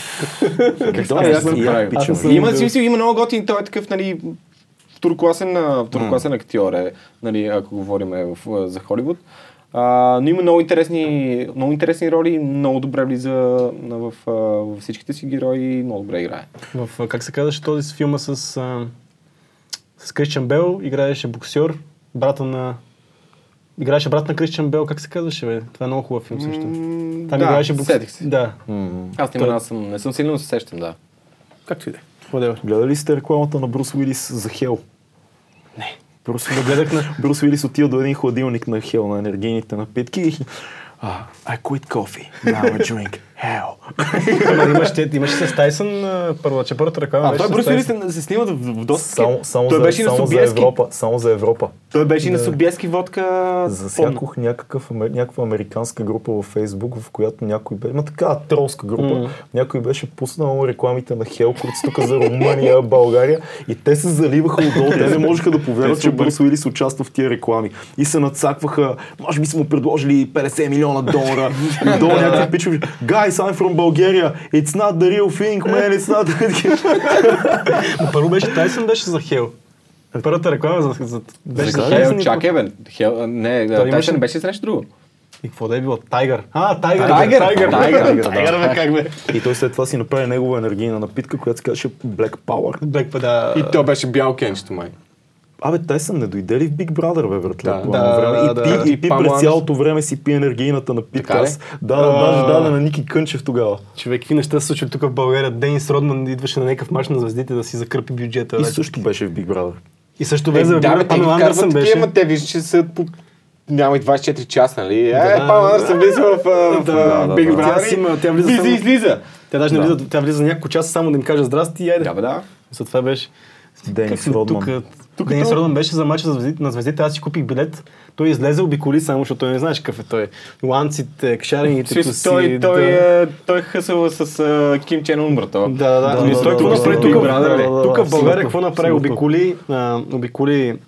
S4: как
S3: Да,
S4: става,
S3: ясно,
S4: съм
S3: ясно,
S4: правил?
S3: пичове.
S4: Е, Аз съм Има смисъл, има много готин, той е такъв, нали, второкласен, а, второкласен актьор е, нали, ако говорим в, а, за Холивуд. А, но има много интересни, много интересни роли, много добре влиза на- в, а, във всичките си герои, много добре играе.
S2: В, а, как се казваше този с филма с, а, с Кристиан Бел, играеше боксер, брата на... Играеше брат на Кристиан Бел, как се казваше, бе? Това е много хубав филм също.
S4: М,
S2: Там
S4: да,
S2: играеше боксер.
S4: сетих се.
S2: Да.
S4: Аз не, съм, не съм силен, но се сещам, да.
S2: Както и да е. Whatever.
S3: Гледали сте рекламата на Брус Уилис за Хел?
S2: Просто да гледах
S4: [LAUGHS]
S2: на...
S3: Брус Уилис отива до един хладилник на Хел, на енергийните напитки и "Ah, I quit coffee, now I drink hell.
S2: Ама имаше, имаше с Тайсън а, първа, че първата реклама
S4: А,
S2: беше
S4: той е
S2: с
S4: Брус
S2: Тайсън.
S4: Уилис се, се снима в, в доста
S3: Само, само,
S4: той
S3: за,
S4: беше и на
S3: само за
S4: Собиески.
S3: Европа. Само за Европа.
S4: Той беше и на Собиески водка. помня.
S3: Засякох някакъв, аме- някаква американска група във Фейсбук, в която някой беше, има така тролска група, някой беше пуснал рекламите на Хелкурц тук за Румъния, [LAUGHS] България и те се заливаха отдолу, те не можеха да повярват, че Брус Уилис участва в тия реклами и се нацакваха, може би са му предложили 50 милиона долара [LAUGHS] и долу някакви пичови, guys, I'm from Bulgaria, it's not the real thing, man, it's not the real [LAUGHS] thing.
S2: Ма Първо беше Тайсън, беше за Хел. Първата реклама за, за, беше за,
S4: За
S2: Тайсън.
S4: Хел,
S2: и-
S4: чакай бе. Хел, не, да,
S2: Той
S4: той
S2: имаше-
S4: не беше за нещо друго.
S2: И какво да е било? Тайгър. А, Тайгър.
S4: Тайгър,
S2: Тайгър.
S4: Тайгър.
S2: Тайгър.
S3: Тайгър, бе, как бе? И той след това си направи негова енергийна напитка, която се казваше Black Power.
S2: Black, да.
S5: И то беше бял кенчето май.
S3: Абе, те са не дойде ли в Big Brother, бе, братле?
S5: Да.
S3: по едно
S2: Да,
S3: време?
S2: да,
S3: и ти,
S2: да.
S3: и ти
S5: Памлан.
S3: през цялото време си пи енергийната напитка.
S4: Така ли?
S3: Аз, да, да, даже даде на Ники Кънчев тогава.
S2: Човек, какви неща се случват тук в България? Денис Родман идваше на някакъв мач на звездите да си закърпи бюджета.
S3: И
S2: вече.
S3: също беше в Big Brother.
S2: и също
S5: Е,
S2: влезе в
S5: да,
S2: България.
S5: бе, те ги
S2: Памела
S5: карват
S2: Андерсън
S5: такива,
S2: беше.
S5: ама те виждат, че са по... Няма и 24 часа, нали? Е,
S2: Да.
S5: Памел Андерсън влиза в, а, в,
S2: Да,
S5: а,
S2: да,
S5: Big
S2: да. Тя
S5: Brother.
S2: си има- тя влиза
S5: Влиза и
S2: само-
S5: излиза.
S2: Тя даже не влиза, тя влиза няколко часа само да им каже здрасти и айде.
S4: Да, бе, да.
S2: За това беше.
S3: Денис
S2: Как-
S3: Родман.
S2: Тук, тук Денис Родман беше за мача за звездите, на звездите. Аз си купих билет. Той излезе обиколи само, защото той не знаеш какъв е той. е, Ланците, кшарените,
S4: Смисъл, той, той, е, той е хъсъл с а, Ким Чен Ун, брато.
S2: Да, да, да.
S3: да,
S2: Но той
S3: да,
S2: какво
S3: да,
S2: направи
S3: да,
S2: тук
S3: да,
S2: в
S3: да,
S4: нали?
S2: България?
S3: да, да,
S2: Тук
S3: да,
S2: в България
S3: абсолютно,
S2: какво направи?
S3: абсолютно.
S2: Обиколи, а, обиколи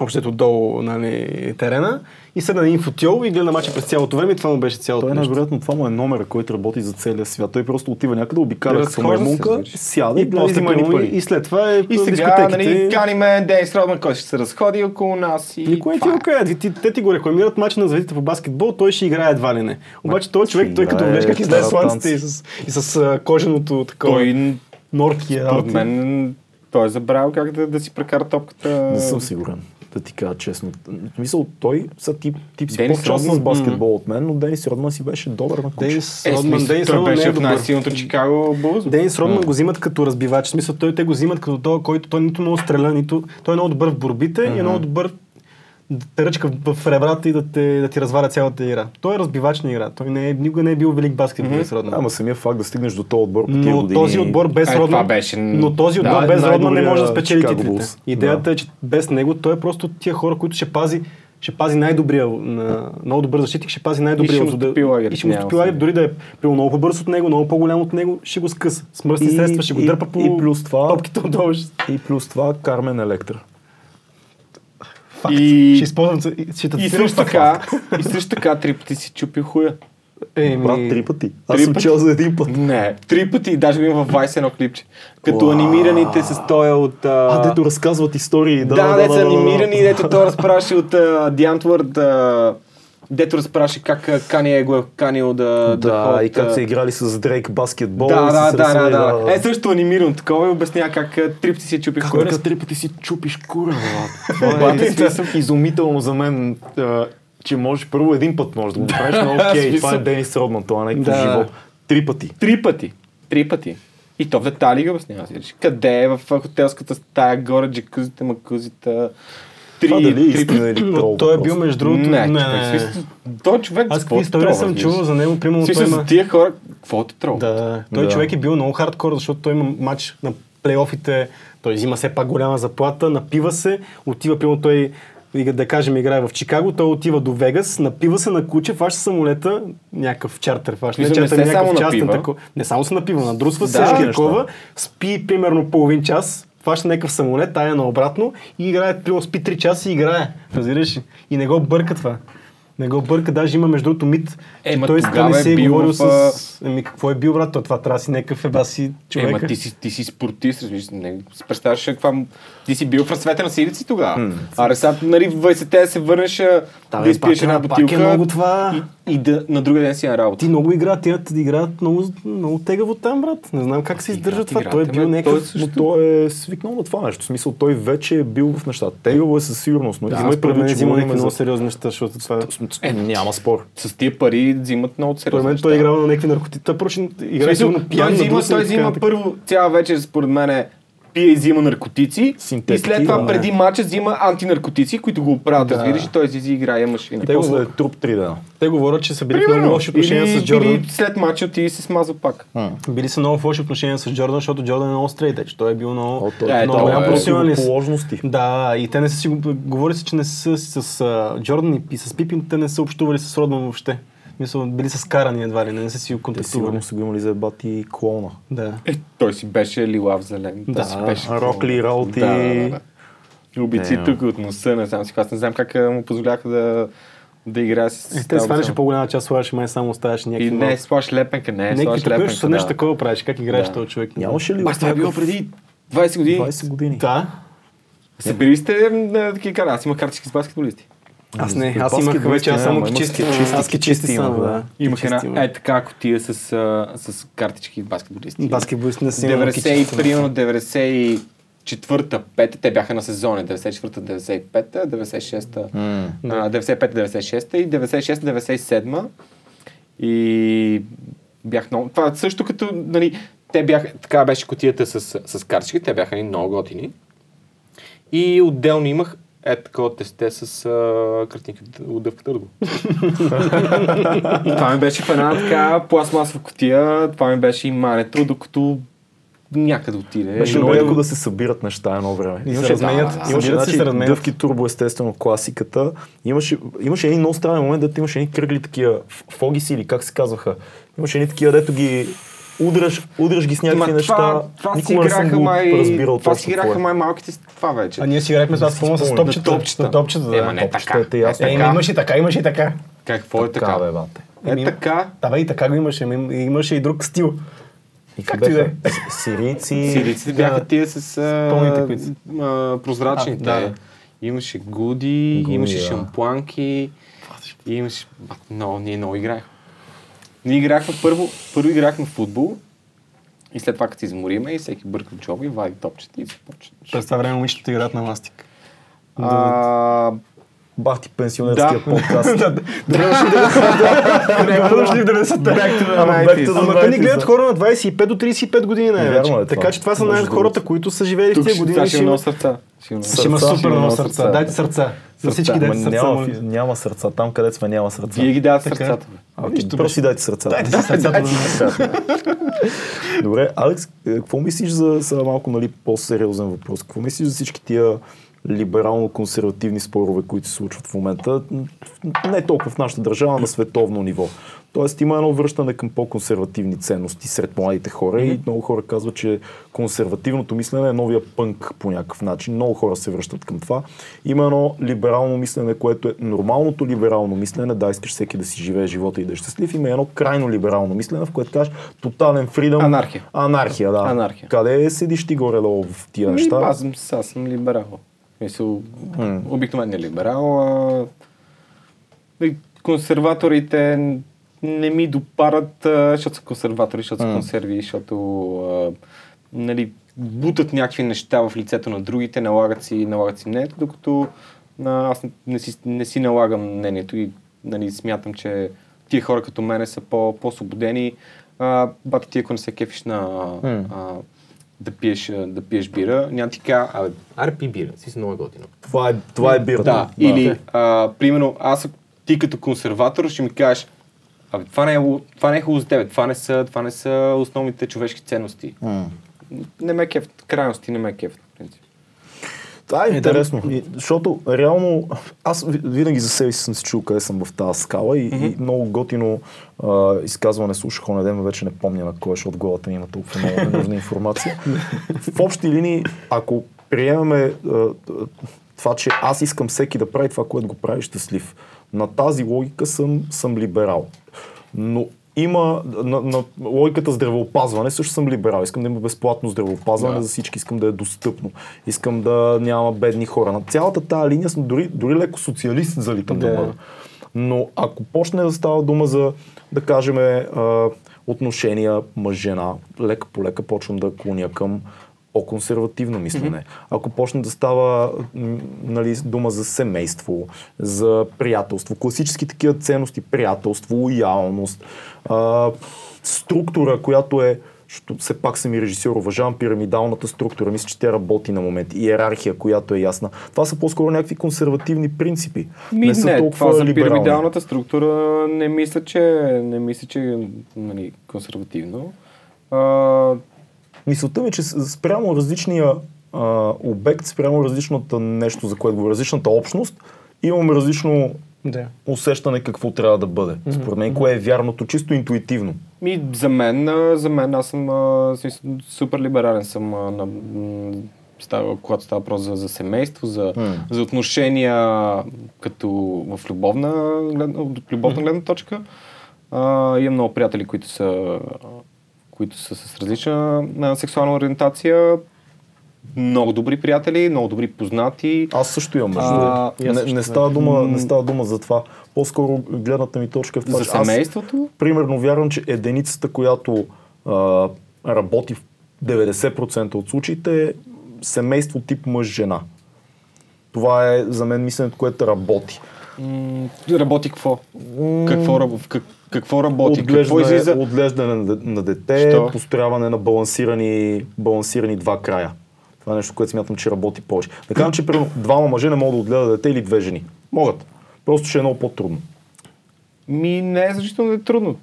S2: общото долу нали, терена и седна на един футиол и гледа мача през цялото време и това му беше
S3: Той
S2: цялото
S3: е
S2: нещо.
S3: невероятно. Това му е номера, който работи за целия свят. Той просто отива някъде, обикаля като
S4: Разхожда се,
S3: маймунка,
S4: значи.
S3: сяда
S2: И
S3: и после
S2: после
S3: взима
S2: пилно
S3: пари.
S2: и, и след това е
S4: И сега, нали, каниме Денис Родман, който ще се разходи около нас и...
S2: Никой не ти
S4: това
S2: го
S4: е.
S2: кажа. Те, те ти го рекламират мача на звездите по баскетбол, той ще играе едва ли не. Обаче този човек, той като
S3: играе
S2: влезеш как излезе с ланците и
S3: таратанци.
S2: с, и с а, коженото такова.
S4: Той,
S2: норки.
S4: според мен, той е забрал как да, да си прекара топката.
S3: Не съм сигурен. Да ти кажа честно. Мисъл, той са тип, тип си
S4: Денис
S3: по-честен с
S4: Родман?
S3: баскетбол от мен, но Денис Родман си беше добър на куче.
S2: Денис
S4: Е,
S2: Родман,
S4: смисъл,
S2: Денис
S4: той
S2: Родман не
S4: беше
S2: е
S4: от
S2: добър.
S4: най-силното Чикаго Булз.
S2: Денис Родман го взимат като разбивач. В Смисъл, той, те го взимат като то, който той нито много стреля, нито... Той е много добър в борбите и е много добър да те ръчка в- в ребрата и да, те, да ти разваля цялата игра. Той е разбивач на игра. Той не е, никога не е бил велик баскетболист Родман.
S3: Ама самия факт да стигнеш до този отбор по тия
S2: Но
S3: години...
S2: този отбор без
S4: Е, това
S2: Родман,
S4: беше-
S2: но този
S4: Да,
S2: отбор без Родман не
S3: най-добрия
S2: може да спечели
S3: Чикаго
S2: титлите.
S3: Булс.
S2: Идеята
S3: Да.
S2: е, че без него той е просто от тия хора, които ще пази ще пази най-добрия, на, много добър защитник, ще пази най-добрия.
S4: И ще му
S2: от-
S4: стопи лагер,
S2: И ще му
S4: няма
S2: стопи лагер,
S4: съмнение.
S2: дори да е бил много по-бърз от него, много по-голям от него, ще го скъса. С мръсни
S3: И-
S2: средства ще го
S3: и-
S2: дърпа по
S3: и плюс това-
S2: топките отдолу. Ще-
S3: И плюс това Кармен Електра.
S2: Ще
S4: И,
S2: използвам, ц- и- ще
S4: и,
S2: тацирам
S4: също така, и също така три пъти си чупи хуя.
S2: Еми,
S3: Брат, три пъти. Аз
S4: Три
S3: съм
S4: пъти?
S3: чел за един път.
S4: Не, три пъти, даже го има в Vice едно клипче. Като
S3: Уау.
S4: анимираните с той е от... а,
S3: А, дето разказват истории.
S4: Да, да, да, са анимирани, дето той разпраши от uh, The Antwoord, а, Дето разпраше как а, Кани е го е канил да, да,
S3: Да,
S4: ходят,
S3: и как
S4: а,
S2: е
S3: са играли с Дрейк баскетбол.
S4: да,
S3: и са
S4: да,
S3: се
S4: да, да,
S3: рисували,
S4: да. Е, също анимирано такова и обяснява как а, три пъти си е чупих
S3: Как
S4: корен.
S3: вика, три пъти си чупиш кура, брат. Това е измисъл- изумително за мен, а, че можеш първо един път можеш да го правиш, но окей, това е
S4: Смисъл.
S3: Денис Родман, това
S2: нали?
S3: не е някакво
S4: Да.
S3: живо. Три пъти.
S4: Три пъти. Три пъти. И то в детали ги обяснява. си речи. Къде е в а, хотелската стая, горе, джакузите, макузите. Три,
S3: Това дали е
S4: три
S3: истина или
S2: Но
S3: трол
S2: той е
S3: въпрос?
S2: бил между другото...
S4: Не, човек, смисъл, Той човек
S2: Аз
S4: за
S2: какви
S4: какво
S2: истории
S4: трова,
S2: съм
S4: разбираш?
S2: чувал за него, примерно той
S4: Смисъл,
S2: има...
S4: за тия хора, какво те трол?
S2: Да, той
S3: Да.
S2: човек е бил много хардкор, защото той има матч на плейофите, той взима все пак голяма заплата, напива се, отива, примерно той ига- да кажем, играе в Чикаго, той отива до Вегас, напива се на куче, фаща самолета, някакъв чартер, фаща не
S4: Мисля, не
S2: чартер,
S4: се
S2: някакъв
S4: само
S2: частен,
S4: напива.
S2: тако, не само се напива, надрусва се,
S4: Да,
S2: всички
S4: неща.
S2: такова, спи примерно половин час, фаща някакъв самолет, тая наобратно и играе, примерно спи 3 часа и играе, разбираш ли? И не го бърка това. Не го бърка, даже има между другото мит,
S4: Е,
S2: че
S4: ма
S2: той с
S4: тогава
S2: Кани
S4: е
S2: си е
S4: бил
S2: говорил
S4: в, а,
S2: с Еми, какво е бил, брат? То това трябва да си някакъв еба си човек.
S4: Ема Е, ти си, ти си спортист, разбираш, не си представяш каква... м- Ти си бил в разцвета на силици тогава. Аре сега, нали, в 20-те се върнеш а, да
S2: бе,
S4: изпиеш
S2: пак
S4: една
S2: е- пак е
S4: бутилка
S2: много това.
S4: и, и да, на другия ден си на работа.
S2: Ти много игра, тя ти играят много, много тегаво там, брат. Не знам как се издържа
S4: Играят,
S2: това.
S4: играят,
S2: Той е бил
S4: ама той
S2: някакъв...
S4: също-
S3: Но той е свикнал на това нещо. В смисъл, той вече е бил в нещата. Тегъл е със сигурност, но
S2: Да,
S3: има и
S2: според мен
S3: предвид, че
S2: взима някакви
S3: говорим
S2: много
S3: за...
S2: сериозни неща, защото това е...
S3: Е, няма спор.
S4: С тия пари взимат много
S2: Според
S4: сериозно.
S2: мен той е играл на някакви наркотици. Той прочи играе сигурно пиян,
S4: той взима,
S2: надрусен
S4: той
S2: и така
S4: взима
S2: нататък.
S4: първо цяла вечер, според мен, пие и взима наркотици и
S3: Синтетики,
S4: след това
S3: да.
S4: преди мача взима антинаркотици, които го оправят, разбираш, и той излиза и играе машина.
S3: И после е труп три дена.
S2: Те говорят, че са били в много лоши отношения
S4: или,
S2: с Джордан.
S4: Или след мача ти се смазва пак.
S2: Били са много в лоши отношения с Джордан, защото Джордан е много стрейт, че той е бил много...
S3: О, той
S4: Е,
S2: много
S4: той е
S2: голям професионалист.
S3: противоположности.
S2: Да, и те не са си... го- Говори се, че не са с, с а, Джордан и, и с Пипин, те не са общували с Родман въобще. Мисля, били са скарани едва ли, не са си го
S3: Те
S2: контактували.
S3: сигурно са го имали за бати клона.
S2: Да.
S4: Е, той си беше лилав зелен.
S2: Да,
S4: Да, си беше...
S3: Рокли, Ралти.
S4: Да, да, да. И Обици
S2: Е,
S3: Не,
S4: тук от носа, не знам си, аз не знам как а, му позволяха да, да играе с...
S2: Е,
S4: с
S2: те
S4: тази
S2: сваляше
S4: обица.
S2: по-голяма част, слагаше май само оставяш някакви.
S4: И не, слаш лепенка, не,
S2: Някакви
S4: слаш
S2: такива, защото
S4: лепенка.
S2: нещо
S4: Да.
S2: такова правиш, как играеш
S4: Да.
S2: този човек. не
S3: Нямаше ли
S4: Баш, това е било преди 20 години.
S3: 20 години?
S2: Да.
S4: Се били сте на такива кара. Аз имах картички с баскетболисти.
S2: Аз не, аз
S3: баскет
S2: имах вече, аз
S3: не,
S2: само
S3: ама
S2: ги
S3: има
S2: чисти.
S3: скетчисти,
S2: Аз ги чисти
S3: скетчисти има,
S2: само,
S3: да.
S2: да.
S4: Имах
S2: Чисти имам.
S4: една, е така котия с, а, с картички с баскетболисти.
S2: Баскетболист не си имам
S4: 90 и
S2: кичисти.
S4: примерно 94-та, 5-та, те бяха на сезони. 94-та, 95-та, 96-та, а, 95-та, 96-та и 96-та, 97-та. И бях много... Това също като, нали,
S5: Те бяха, така беше котията с, с картички, те бяха и много готини. И отделно имах е такова тесте с а, картинки от- от дъвката Рудо.
S4: [LAUGHS] това ми беше в една така пластмасова котия, това ми беше и мането, докато някъде отиде. е-
S3: Беше
S4: Много
S3: много яко да се събират неща едно време.
S2: И се разменят,
S3: да, имаше
S2: събират се и
S3: значи,
S2: се разменят.
S3: дъвки турбо, естествено, класиката. Имаше, имаше един много странен момент, дето имаше едни кръгли такива ф- фогиси или как се казваха. Имаше едни такива, дето ги удръж, удръж ги с
S4: Ма,
S3: някакви неща.
S4: Това, това си
S3: Никога не съм
S4: играха
S3: го
S4: май,
S3: разбирал
S4: това си
S3: точно какво
S4: играха
S3: е.
S4: май малките с това вече.
S2: А ние си играхме, аз помня с
S3: спомням.
S2: топчета. На топчета, да.
S4: Ема не така.
S3: Топчетата, ясно.
S2: Е,
S4: Е,
S2: има-
S4: така.
S2: имаше и така, имаше и така.
S4: Какво е така?
S3: Така, бе, бате.
S4: Е
S2: Еми,
S4: така.
S2: Да, бе, и така го имаше. ами Имаше и друг стил.
S3: И
S2: Как
S3: бяха?
S2: ти да е?
S3: С- Сирийци.
S4: Сириците
S2: да.
S4: бяха тия с а,
S2: Помните, които са.
S4: а, прозрачните.
S2: А, да.
S4: Имаше гуди,
S3: Гуди,
S4: имаше
S3: да.
S4: шампуанки, имаше... Бат, много, ние много играехме. Ние играхме първо, първо играхме в футбол и след това като се измориме и всеки бърка в джоба и вади топчета и се почне.
S2: През това време момичетата играят на мастик.
S4: А,
S3: Бах ти пенсионерския
S2: [LAUGHS]
S4: Да.
S3: подкаст.
S4: Е,
S2: Добре дошли в 90-те.
S3: Ама back to the
S2: Ама те ни
S3: 90s,
S2: гледат
S3: да.
S2: хора на 25 до 35 години най-вече.
S3: Вярно е това.
S2: Така че това са
S3: Може
S2: най-
S3: да
S2: хората, които са живели в
S4: тук
S2: тези
S4: ще, сега
S2: години. Ще
S4: ще има
S2: има,
S4: много сърца. Ще има много
S2: ще има
S3: Сърца,
S2: супер много сърца.
S3: сърца.
S2: Дайте сърца. За всички
S3: Ама
S2: дайте сърца.
S3: няма,
S2: моля.
S3: няма сърца. Там, където сме, няма сърца.
S4: Вие ги дават сърцата. бе.
S3: А, ти просто си дайте сърца.
S2: Дайте си сърцата. да-
S3: Добре, Алекс, е, какво мислиш за, за малко нали, по-сериозен въпрос? Какво мислиш за всички тия либерално-консервативни спорове, които се случват в момента? Не толкова в нашата държава, а на световно ниво. Тоест има едно връщане към по-консервативни ценности сред младите хора и много хора казват, че консервативното мислене е новия пънк по някакъв начин. Много хора се връщат към това. Има едно либерално мислене, което е нормалното либерално мислене, да, искаш всеки да си живее живота и да е щастлив. Има едно крайно либерално мислене, в което кажеш тотален фридъм.
S4: Анархия.
S3: Анархия, да.
S4: Анархия.
S3: Къде седиш ти горе-долу в тия
S4: Ми,
S3: неща?
S4: Ами, Аз, съм- аз съм е либерал. Мисъл, обикновен либерал. А... и консерваторите не ми допарат, а, защото са консерватори, защото са консерви, защото а, нали, бутат някакви неща в лицето на другите, налагат си, налагат си мнението, докато а, аз не- не си, не си налагам мнението и нали, смятам, че тия хора като мене са по, по-свободени. А, бати ти, ако не се кефиш на а, да, пиеш, а, да пиеш бира, няма ти кажа, абе,
S5: RP бира, си си много готино.
S3: Това е, това е бирата.
S4: да, или, а, примерно, аз, ти като консерватор ще ми кажеш, абе, това не е, лу- това не е хубаво за тебе, това не са, това не са основните човешки ценности. Не ме е кеф, крайности не ме е кеф, в принцип.
S3: Това е интересно. И, защото реално аз ви- винаги за себе си съм се чул къде съм в тази скала и, mm-hmm. и много готино а, изказване слушах на ден, вече не помня на кой, защото главата ми има толкова много ненужна информация. в общи линии, ако приемаме а, а, това, че аз искам всеки да прави това, което го прави щастлив, на тази логика съм, съм либерал. Но има на, на логиката здравеопазване, също съм либерал. Искам да има безплатно здравеопазване да. за всички, искам да е достъпно. Искам да няма бедни хора. На цялата тази линия съм дори, дори леко социалист залитам да. да бъда. Но ако почне да става дума за, да кажем, а, отношения мъж-жена, лека по лека почвам да клоня към по-консервативно мислене. Ако почне да става м, нали, дума за семейство, за приятелство, класически такива ценности, приятелство, лоялност, а, структура, която е защото все пак съм и режисьор, уважавам пирамидалната структура, мисля, че тя работи на момент, иерархия, която е ясна. Това са по-скоро някакви консервативни принципи.
S4: Ми,
S3: не са толкова
S4: това за
S3: либерални.
S4: пирамидалната структура не мисля, че, не мисля, че нали, консервативно. А,
S3: Мисълта ми е, че с- спрямо различния а, обект, спрямо различната нещо, за което говоря, различната общност, имаме различно
S2: Да.
S3: усещане какво трябва да бъде. Според мен, кое е вярното, чисто интуитивно.
S4: Ми, за мен, а, за мен аз съм а, в смисъл, супер либерален съм, а, на, м, става, когато става въпрос за, за семейство, за, за отношения като в любовна, гледна- от любовна гледна точка. А, имам много приятели, които са, които са с различна а, сексуална ориентация, много добри приятели, много добри познати.
S3: Аз също имам между
S4: А,
S3: другото.
S4: и
S3: не,
S4: аз също,
S3: не,
S4: да.
S3: става дума, не
S4: М.
S3: става дума за това. По-скоро гледната ми точка е в това,
S4: За
S3: че аз-
S4: семейството?
S3: примерно вярвам, че единицата, която а, работи в 90% от случаите е семейство тип мъж-жена. Това е за мен мисленето, което работи.
S4: М, Работи какво? Какво, раб- как, какво работи? Какво
S3: Отглеждане,
S4: излиза?
S3: отглеждане на, де- на дете,
S4: Що?
S3: построяване на балансирани, балансирани два края. Това е нещо, което смятам, че работи повече. Да кажем, че примерно двама мъже не могат да отгледат дете или две жени. Могат. Просто ще е много по-трудно.
S4: Ми не е защото е трудно.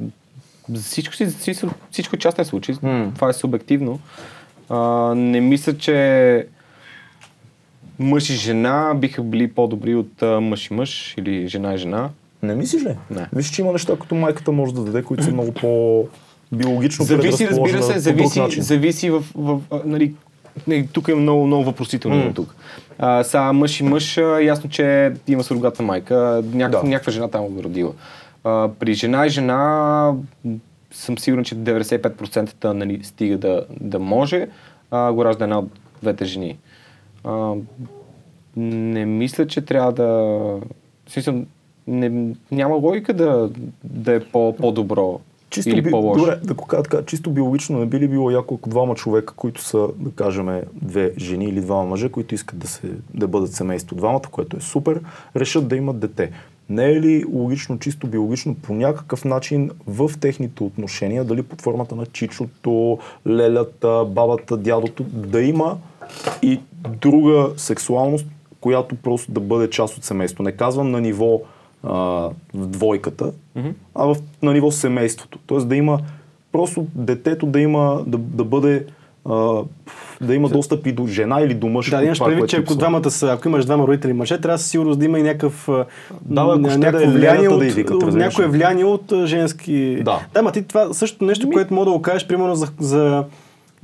S4: Всичко, си, всичко, всичко частен случай. Mm. Това е субективно. А, не мисля, че мъж и жена биха били по-добри от а, мъж и мъж или жена и жена.
S3: Не мислиш ли?
S4: Не.
S3: Виж, че има неща, като майката може да даде, които са много по биологично
S4: Зависи, разбира се, зависи,
S3: Начин.
S4: зависи в, в, а, нали, нали, тук е много, много въпросително mm. тук. А, са мъж и мъж, а, ясно, че има сурогатна майка, някаква, да. някаква жена там го е родила. А, при жена и жена м, съм сигурен, че 95% нали, стига да, да може, а, го ражда една от двете жени. А, не мисля, че трябва да... В смисъл, не, няма логика да, да е по, по-добро
S3: Чисто
S4: или
S3: би...
S4: по-лошо.
S3: Добре, да го кажа така, чисто биологично не би ли било яко, ако двама човека, които са, да кажем, две жени или двама мъже, които искат да, се, да бъдат семейство двамата, което е супер, решат да имат дете. Не е ли логично, чисто биологично, по някакъв начин в техните отношения, дали под формата на чичото, лелята, бабата, дядото, да има и друга сексуалност, която просто да бъде част от семейството. Не казвам на ниво а, в двойката, mm-hmm. а в, на ниво семейството. Тоест да има просто детето да има, да, да бъде а, да има достъп и до жена или до мъж.
S2: Да,
S3: от
S2: имаш
S3: това, е
S2: предвид,
S3: което
S2: че ако
S3: липсва.
S2: двамата са, ако имаш двама родители мъже, трябва със сигурност да има и някакъв, а,
S3: Да, бе, ако
S2: ня-
S3: ще да
S2: някакво
S3: е
S2: влияние
S3: лелята да
S2: от,
S3: й викат,
S2: от
S3: разбираш
S2: някое
S3: ли?
S2: влияние от а, женски...
S3: Да. Ами-
S2: Да, ма ти това също нещо, което мога да го кажеш, примерно за, за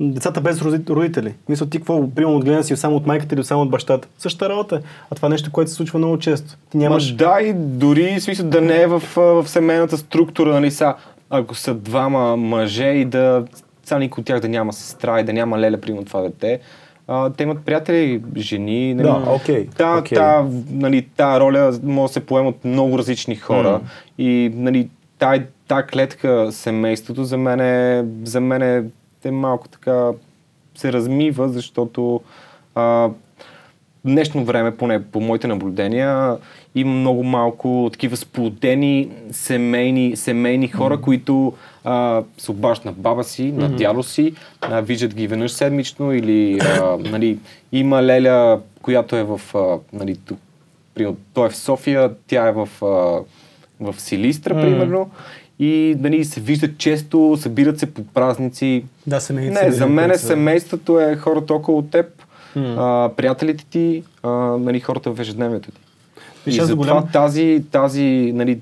S2: децата без роди- родители. Мисля, ти какво, примерно, отгледан си само от майката или само от бащата. Същата работа. е. А това е нещо, което се случва много често. Ти нямаш...
S4: Ма да, и дори в смисъл да не е в, а, в семейната структура, нали са, ако са двама мъже и да са никой от тях да няма сестра и да няма леля, примерно това дете, а, те имат приятели, жени. Нали?
S3: Да, окей,
S4: Та,
S3: окей.
S4: Та, нали, та роля може да се поема от много различни хора. И нали, та, та клетка, семейството, за мен, е, за мен е, е малко така се размива, защото а, днешно време, поне по моите наблюдения, има много малко такива сплутени семейни, семейни хора, които а, се обаждат на баба си, на дядо си, а, виждат ги веднъж седмично или а, нали, има леля, която е в... А, нали, тук, примерно, той е в София, тя е в, а, в Силистра, примерно, и нали, се виждат често, събират се по празници.
S2: Да, семейни
S4: Не, за мен е семейството е хората около теб, а, приятелите ти, а, нали, хората в ежедневието ти.
S2: Виж,
S4: и
S2: аз
S4: затова
S2: голям-
S4: тази, тази, нали,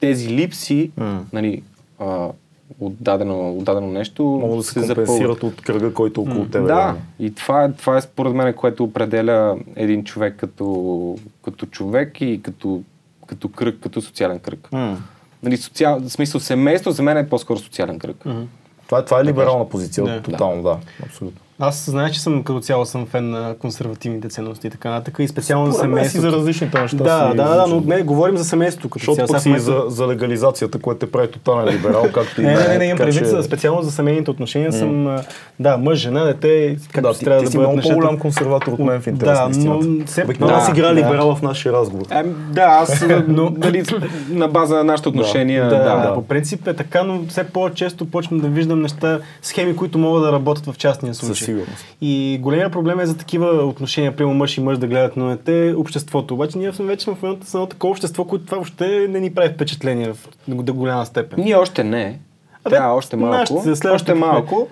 S4: тези липси нали, а, от, дадено, от дадено нещо
S3: Могат да се
S4: запълват.
S3: компенсират от кръга, който около тебе.
S4: Да, и това е, това е според мен, което определя един човек като, като човек и като, като кръг, като социален кръг. Mm. Нали, социал, в смисъл семейство за мен е по-скоро социален кръг. Mm-hmm.
S3: Това, е- това е либерална позиция,
S2: Да.
S3: тотално, да. Абсолютно.
S2: Аз знаеш, че съм като цяло съм фен на консервативните ценности и така нататък и специално за
S3: Според мен си
S2: семейството.
S3: за различните неща
S2: Да,
S3: си
S2: да, да, но
S3: звучат.
S2: не, говорим за семейството като
S3: Защото
S2: цяло. Сега
S3: пък
S2: в
S3: си
S2: момента-
S3: за, за легализацията, която те прави тотален либерал, както и
S2: Не,
S3: да е,
S2: не, не, не, имам
S3: така
S2: предвид
S3: че-
S2: за- специално за семейните отношения съм, а, да, мъж, жена, дете, както
S3: Да,
S2: си
S3: ти,
S2: трябва
S3: ти
S2: да
S3: си
S2: бъдат
S3: много
S2: нещата.
S3: по-голям консерватор от мен в интерес
S2: Да,
S3: на истината.
S2: но все пак-
S3: Обикновено
S4: Да,
S3: си
S2: да.
S3: играе либерал в нашия разговор.
S4: Е,
S2: [LAUGHS]
S4: да, аз но, нали, на база на нашите отношения.
S2: да,
S4: да,
S2: да, по принцип е така, но все по-често почвам да виждам неща, схеми, които могат да работят в частния случай.
S3: сигурност.
S2: И големия проблем е за такива отношения, прямо мъж и мъж да гледат на дете, обществото. Обаче ние сме вече в момента с едно такова общество, което това въобще не ни прави впечатление в до голяма степен.
S4: Ние още не.
S2: Абе,
S4: да, още малко.
S2: нашите, следващото
S4: още
S2: какво е?
S4: малко.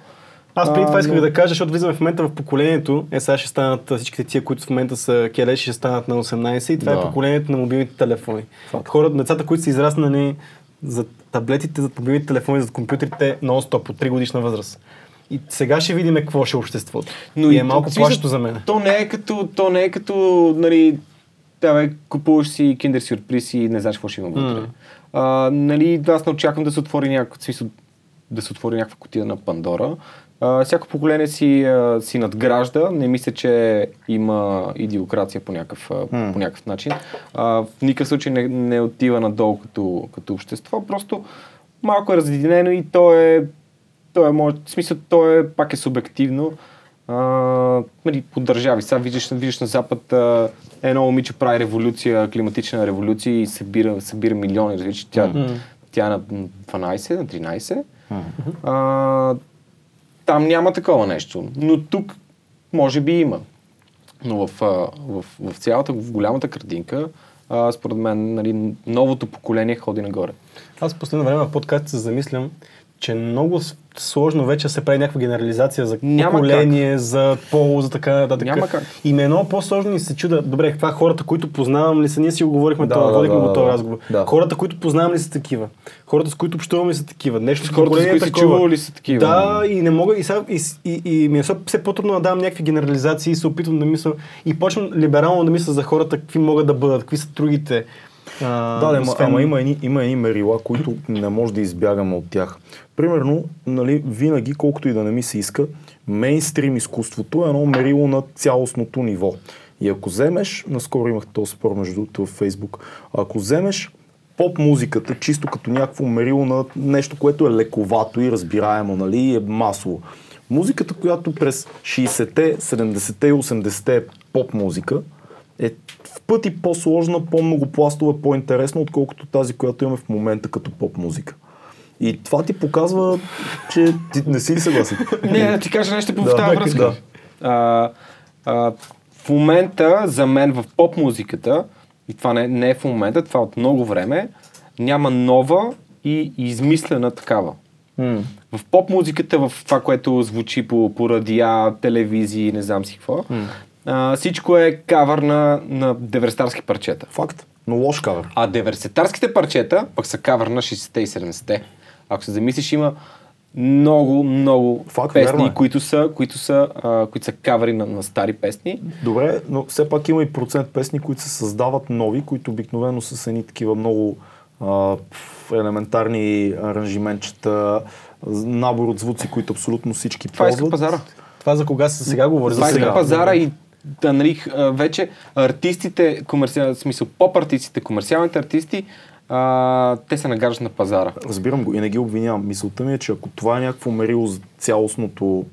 S2: Аз преди
S4: А,
S2: това исках
S4: но-
S2: да кажа, защото влизаме в момента в поколението. Е, сега ще станат а, всичките тия, които в момента са келеши, ще станат на 18 и това е
S3: Да.
S2: поколението на мобилните телефони. Хората, децата, които са израснали за таблетите, за мобилните телефони, за компютрите, нон-стоп, от 3 годишна възраст. И сега ще видим какво ще е обществото. Но и е
S4: т-
S2: малко
S4: в смисъл,
S2: плашещо за мен.
S4: То не е като, то не е като нали, да, бе, купуваш си киндер сюрприз и не знаеш какво ще има вътре. А, нали, аз не очаквам да се отвори някакъв, в смисъл, да се отвори някаква котия на Пандора. А, всяко поколение си, а, си надгражда. Не мисля, че има идиокрация по някакъв, mm. по някакъв начин. А, в никакъв случай не, не отива надолу като, като общество. Просто малко е разединено и то е то е, може, в смисъл, то е, пак е субективно. А, нали, по държави. Сега виждаш, виждаш на Запад а, едно момиче прави революция, климатична революция и събира, събира милиони различни. Тя, тя е на 12, на 13. А, там няма такова нещо. Но тук може би има. Но в, а, в, в цялата, в голямата картинка, а, според мен, нали, новото поколение ходи нагоре.
S2: Аз в последно време на подкаст се замислям, че много с- сложно вече се прави някаква генерализация за
S4: Няма
S2: поколение, за пол, за така нататък.
S4: Няма как.
S2: И ми е много по-сложно и се чуда. Добре, това хората, които познавам ли са, ние си го говорихме, да,
S3: Да,
S2: това,
S3: да,
S2: водихме
S3: да,
S2: го
S3: да,
S2: този
S3: да.
S2: разговор.
S3: Да.
S2: Хората, които познавам ли са такива. Хората, с които общувам ли са такива. Нещо
S4: Хората, с
S2: поколение
S4: които си
S2: такова.
S4: чувал ли са такива?
S2: Да, и не мога. И, сега, и, с- и, и ми е все- все по-трудно да давам някакви генерализации и се опитвам да мисля. И почвам либерално да мисля за хората, какви могат да бъдат, какви са другите. А,
S3: Да, да, ама,
S2: освен-
S3: ама има, едни, има едни мерила, които не може да избягаме от тях. Примерно, нали, винаги, колкото и да не ми се иска, мейнстрим изкуството е едно мерило на цялостното ниво. И ако вземеш, наскоро имах този спор между другото във Фейсбук, ако вземеш поп музиката чисто като някакво мерило на нещо, което е лековато и разбираемо, нали, и е масово. Музиката, която през 60-те, 70-те и 80-те е поп музика, е в пъти по-сложна, по-многопластова, по-интересна, отколкото тази, която имаме в момента като поп музика. И това ти показва, че ти не си ли
S4: [LAUGHS]
S3: съгласен?
S4: Не, да ти кажа нещо по
S3: Нали? Да,
S4: тази
S3: нека,
S4: връзка.
S3: да.
S4: А, а, в момента, за мен в поп музиката, и това не, не е в момента, това е от много време, няма нова и измислена такава. В поп музиката, в това, което звучи по, по радиа, телевизии, не знам си какво, а, всичко е кавър на, на деверстарски парчета.
S3: Факт. Но лош кавър.
S4: А диверситарските парчета пък са кавър на 60-те и 70-те. Ако се замислиш, има много, много
S3: Факт, верно
S4: песни,
S3: е.
S4: които са, които, са, а, които са кавери на, на стари песни.
S3: Добре, но все пак има и процент песни, които се създават нови, които обикновено са с едни такива много а, пф, елементарни аранжиментчета, з- набор от звуци, които абсолютно всички
S4: Това иска
S3: ползват.
S4: пазара.
S2: Това за кога се сега говори?
S4: Това е за пазара и да, нали, а, вече артистите, комерциал, в смисъл поп-артистите, комерциалните артисти, а, те се нагаждат на пазара.
S3: Разбирам го и не ги обвинявам. Мисълта ми е, че ако това е някакво мерило за цялостното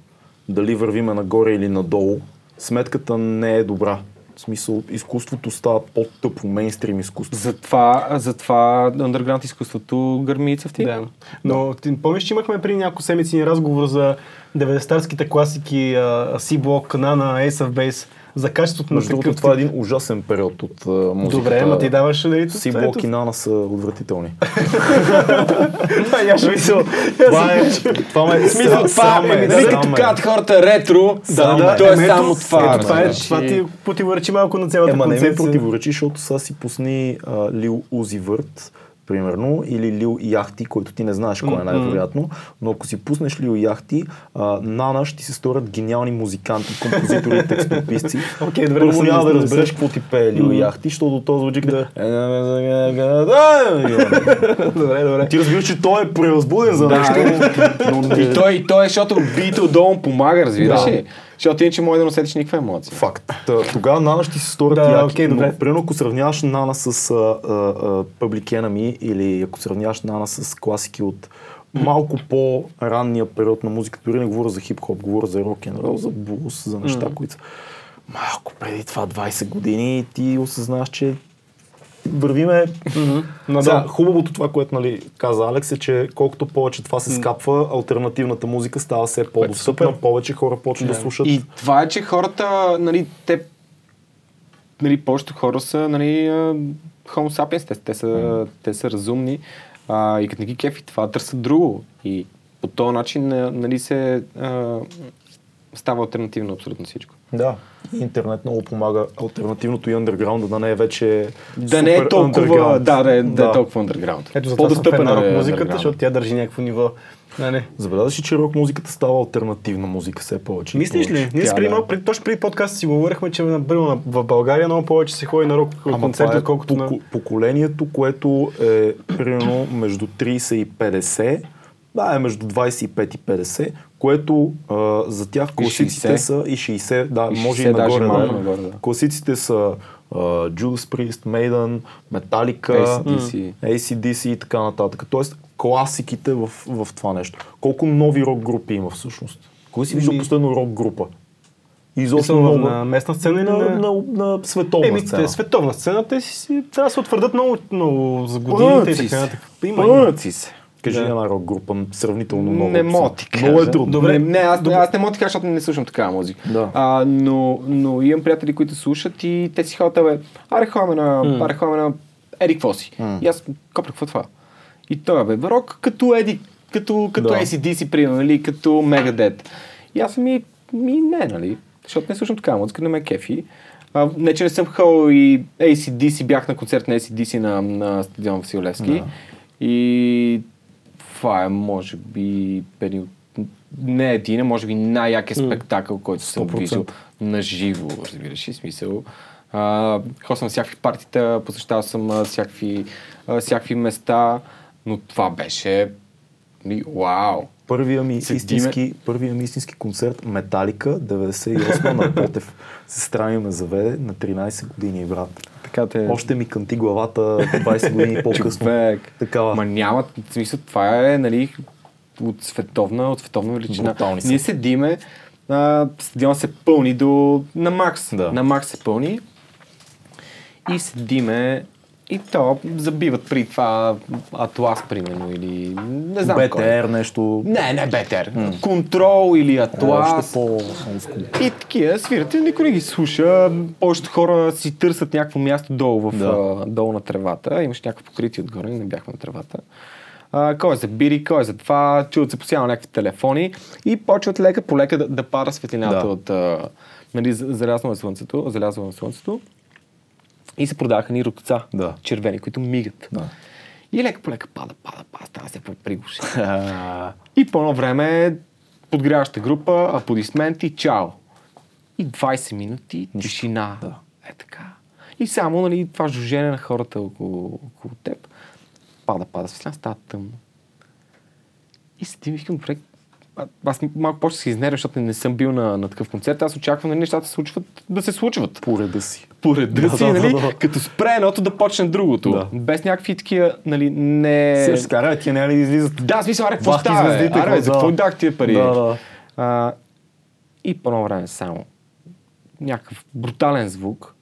S3: дали вървиме нагоре или надолу, сметката не е добра. В смисъл, изкуството става по-тъпо, мейнстрим изкуство.
S4: Затова, затова underground изкуството гърми цъфти.
S2: Да. Но ти помниш, че имахме при няколко седмици ни разговор за 90-тарските класики а, C-Block, Nana, Ace of Base, за качеството на
S3: Между
S2: такъв
S3: другото, това е
S2: тип-
S3: един ужасен период от а, музиката.
S2: Добре, ама ти даваш нали, да и
S3: Си блок и Нана са отвратителни.
S2: [LAUGHS] Това я ще мисъл.
S3: [LAUGHS] това е... Това е...
S4: Мисля, това е, нали, като казват хората ретро, да, да, то е
S2: еми,
S4: само
S2: Ами, ето-
S4: това.
S2: Ето, това, е,
S4: нали.
S2: това ти противоречи малко на цялата
S3: Ема не ми е
S2: концепция.
S3: противоречи, защото сега си пусни а, Лил Узи Върт, примерно, или Лил Яхти, който ти не знаеш кой е най-вероятно, но ако си пуснеш Лил Яхти, а, Нана ще ти се сторят гениални музиканти, композитори, текстописци.
S2: Окей, добре, не
S3: Първо
S2: съм-
S3: няма
S2: не
S3: да
S2: съм-
S3: разбереш какво ти пее Лил
S2: Мгм.
S3: Яхти, защото то звучи като...
S2: Добре, добре.
S3: Ти разбираш, че той е превъзбуден за нещо. но- но
S4: И той, и той, е, защото бита отдолу му помага, разбираш
S3: Да.
S4: ли? Защото иначе може да не усетиш никаква емоция.
S3: Факт. Та, Тогава Нана ще ти се сторят
S2: Да,
S3: яки.
S2: окей,
S3: но,
S2: добре.
S3: Примерно ако сравняваш Нана с а, а, а, Public Enemy или ако сравняваш Нана с класики от малко по-ранния период на музиката, дори не говоря за хип-хоп, говоря за рок н рол, за блус, за неща, които са малко преди това 20 години и ти осъзнаваш, че вървиме
S2: Надолу.
S3: сега, хубавото това, което нали, каза Алекс е, че колкото повече това се скапва, альтернативната музика става все по-достъпна, повече хора почват да слушат.
S4: И това е, че хората, нали, те, нали, повечето хора са, нали, а, homo sapiens, те, те, са, те са разумни а, и като не ги кефи това, търсят друго. И по този начин, а, нали, се а, става альтернативно абсолютно всичко.
S3: Да, интернет много помага альтернативното и андерграунда да не е вече
S4: Да не е
S3: супер
S4: толкова,
S3: underground.
S4: да, да, е- да, е толкова underground.
S2: Ето за това съм
S4: По-достъпен
S2: фен на
S4: е
S2: рок музиката,
S3: нали,
S4: underground.
S2: защото тя държи някакво ниво. нали? Не, не.
S3: Забелязаш ли, че рок музиката става альтернативна музика все повече? и
S2: Мислиш ли?
S3: повече?
S2: Ние
S4: Тя,
S2: спри,
S4: да.
S2: малко, пред, точно преди подкаста си говорихме, че на, примерно, в България много повече се ходи на рок
S3: Ама
S2: концерти,
S3: това е
S2: отколкото на...
S3: поко- поколението, което е примерно между 30 и 50, да, е между 25 и 50, което а, за тях класиците
S4: 60.
S3: са и 60, да,
S4: И
S3: може и
S4: 60
S3: нагоре,
S4: даже,
S3: да.
S4: малко нагоре, да.
S3: Класиците са а, Judas Priest, Maiden, Metallica,
S4: AC/DC.
S3: ACDC и така нататък. Тоест класиките в, в това нещо. Колко нови рок групи има всъщност? Кой си виждал
S2: Ми-
S3: последно рок група? Изобщо
S2: Мисъл,
S3: много...
S2: Ами- на местна сцена и
S3: на,
S2: на...
S3: на, на, на световна
S2: Еми,
S3: сцена.
S2: те, световна сцена, те си, си трябва да се утвърдат много, много за годините и
S4: Пъци
S2: така
S4: се.
S2: нататък. Има, има.
S4: Пъци се.
S3: Кажи
S2: Да.
S3: една рок група, сравнително много.
S4: Не мога ти кажа.
S3: Много е трудно.
S2: Добре.
S4: Не, не, аз, аз не мога да ти кажа, защото не слушам такава музика.
S3: Да.
S4: А, но, но имам приятели, които слушат и те си ходят, бе, аре ходим на, аре ходим на Еди какво си. И аз, копра, какво е това? И той, бе, рок като Еди, като, като
S3: Да.
S4: ACDC, примерно, или като Megadeth. И аз ми, ми не, нали? Защото не слушам такава музика, не ме кефи. А, не, че не съм хал и ACDC, бях на концерт на ACDC на, на стадион Васил Левски. И това е, може би, период. Не е един, а може би най-якият спектакъл, който съм виждал на живо, разбираш ли, смисъл. А, ходил съм на всякакви партита, посещавал съм а, всякакви, а, всякакви места, но това беше ми, вау!
S3: Първия ми,
S4: Седиме.
S3: истински, първия ми истински концерт Металика 98 на Ботев. Сестра ми ме заведе на 13 години, брат.
S4: Така е. те...
S3: Още ми кънти главата 20 години
S4: [LAUGHS]
S3: по-късно.
S4: човек.
S3: Такава.
S4: Ма няма, в смисъл, това е, нали, от световна, от световна величина.
S3: Брутални са.
S4: Ние седиме, а, стадион се пълни до, на макс.
S3: Да.
S4: На макс се пълни. И седиме, и то забиват при това Атлас, примерно, или не
S3: Е,
S4: знам кой.
S3: БТР нещо.
S4: Не, не БТР. Контрол или Атлас.
S3: Още по-олдскул.
S4: И такива свират, и никой не ги слуша. Повечето хора си търсят някакво място долу, в,
S3: Да.
S4: а, долу на тревата. Имаше някакво покритие отгоре, не бяхме на тревата. А, кой е за бири, кой е за това, чуват се постоянно някакви телефони и почват лека по лека да, да пара
S3: Да.
S4: светлината от... А, нали, за- залязва на слънцето, залязва на слънцето. И се продаваха ни рукца,
S3: Да.
S4: червени, които мигат.
S3: Да.
S4: И лека по лека пада, пада, пада, става се по-пригуши.
S3: [LAUGHS]
S4: и по едно време подгряваща група, аплодисменти, чао. И 20 минути тишина. Да. Е така. И само нали, това жужене на хората около, около теб. Пада, пада светлина, става тъмно. И седим и викам, добре, а- аз малко повече се изнервя, защото не съм бил на, на такъв концерт. Аз очаквам нали, нещата се случват да се случват.
S3: по реда си.
S4: Поред да, си,
S3: да,
S4: нали,
S3: да, да.
S4: като спре едното да почне другото.
S3: Да.
S4: Без някакви такива, нали, не...
S3: Е, скара, тия няма ли да излизат?
S4: Да, в смисъл, аре, какво
S3: Бахти
S4: става? бе?
S3: звездите,
S4: Аре,
S3: какво
S4: за какво
S3: става?
S4: дах тия пари?
S3: Да, да.
S4: А, и по едно време само някакъв брутален звук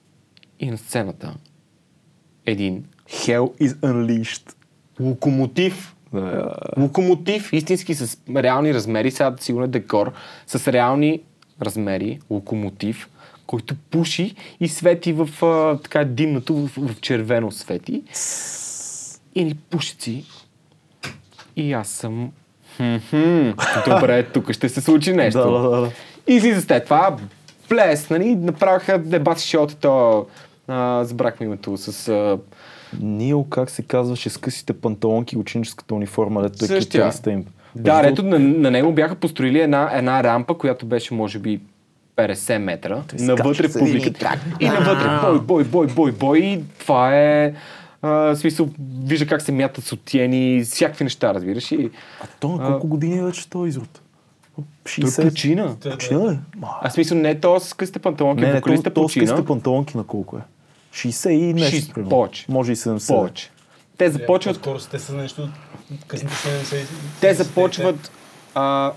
S4: и на сцената един
S3: Hell is unleashed.
S4: локомотив.
S3: Да.
S4: Локомотив, истински с реални размери, сега сигурно е декор, с реални размери, локомотив, който пуши и свети в а, така димното, в, в червено свети. И ни пушици. И аз съм... «Хм-хм,
S3: [LAUGHS]
S4: Добре, тук ще се случи нещо.
S3: Да, да, да, да.
S4: И излиза след това, плес, нали, направиха дебат с шоутата, а, забрахме името с... А,
S3: Нил, как се казваше, с късите панталонки и ученическата униформа, дето е
S4: Същия.
S3: китариста им.
S4: да,
S3: Между
S4: ето на, на него бяха построили една, една рампа, която беше може би 50 метра. навътре публиката. И навътре бой, бой, бой, бой, бой. И това е... А, в смисъл, вижда как се мятат сутиени, всякакви неща, разбираш. И,
S3: А то на колко години е вече този изрод?
S4: той е
S3: 60.
S4: почина.
S3: е Почина ли? Ма,
S4: А в смисъл не е то с късите панталонки,
S3: Не, не, то,
S4: вокалиста
S3: то с късите
S4: почина.
S3: панталонки на колко е? 60 и нещо.
S4: Шест-
S3: примерно.
S4: повече.
S3: Може и 70.
S4: Повече. Те започват
S2: Скоро те са нещо от късните 70.
S4: Те започват... А,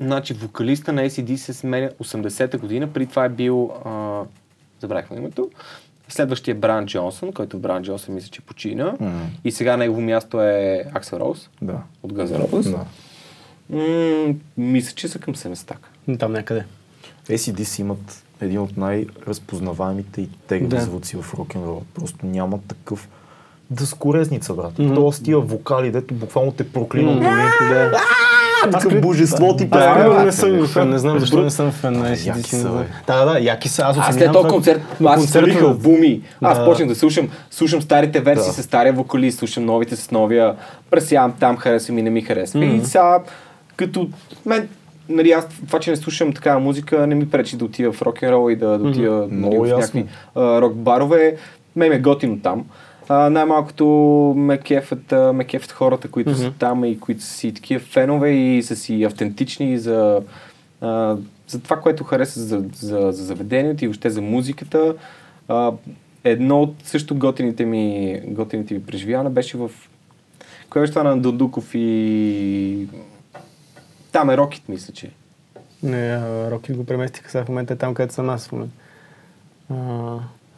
S4: значи, вокалиста на ACD се сменя 80-та година, при това е бил... А, забравихме името. Следващия е Бран Джонсън, който Бран Джонсън мисля, че почина. Mm-hmm. И сега негово място е Аксел Роуз
S3: Да.
S4: от Guns N' Roses.
S3: Да.
S4: М, мисля, че са към 70
S2: Там някъде.
S3: ACDC E имат един от най-разпознаваемите и тегави
S4: Да.
S3: да. звуци в рок н Просто няма такъв дъскорезница, брат. Mm-hmm. То с тия вокали, дето буквално те проклина mm-hmm.
S2: Да.
S4: е-
S3: Такъв божество ти
S2: Аз
S3: прави,
S2: примерно
S3: брат.
S2: не съм фен, не знам защо не съм фен на
S3: Яки
S2: ACDC.
S3: са,
S2: не знам.
S3: бе.
S2: Да, да, яки са. Аз
S4: Аз
S2: оценявам
S4: след този
S2: това-
S4: концерт, аз
S2: концерта
S4: слушах
S2: на-
S4: албуми. Аз
S2: Да.
S4: почнах да слушам, слушам старите версии
S3: Да.
S4: с стария вокалист, слушам новите с новия, пресявам там, харесва ми, не ми харесва. И сега, като мен, нали, аз това, че не слушам такава музика, не ми пречи да отива в рок н рол и да, да отива нали,
S3: Много
S4: в
S3: ясно.
S4: някакви а, рок барове. Мен ме е готино там. А, най-малкото ме кефят, а, ме кефят хората, които са там и които са си такива фенове и са си автентични за, а, за това, което харесва за, за, за заведението и въобще за музиката. А, едно от също готините ми, готините ми преживяване беше в... Кое беше това на Дондуков и... Там е Рокет, мисля, че.
S2: Не, Роки го преместиха сега в момента е там, където съм аз в момента. А,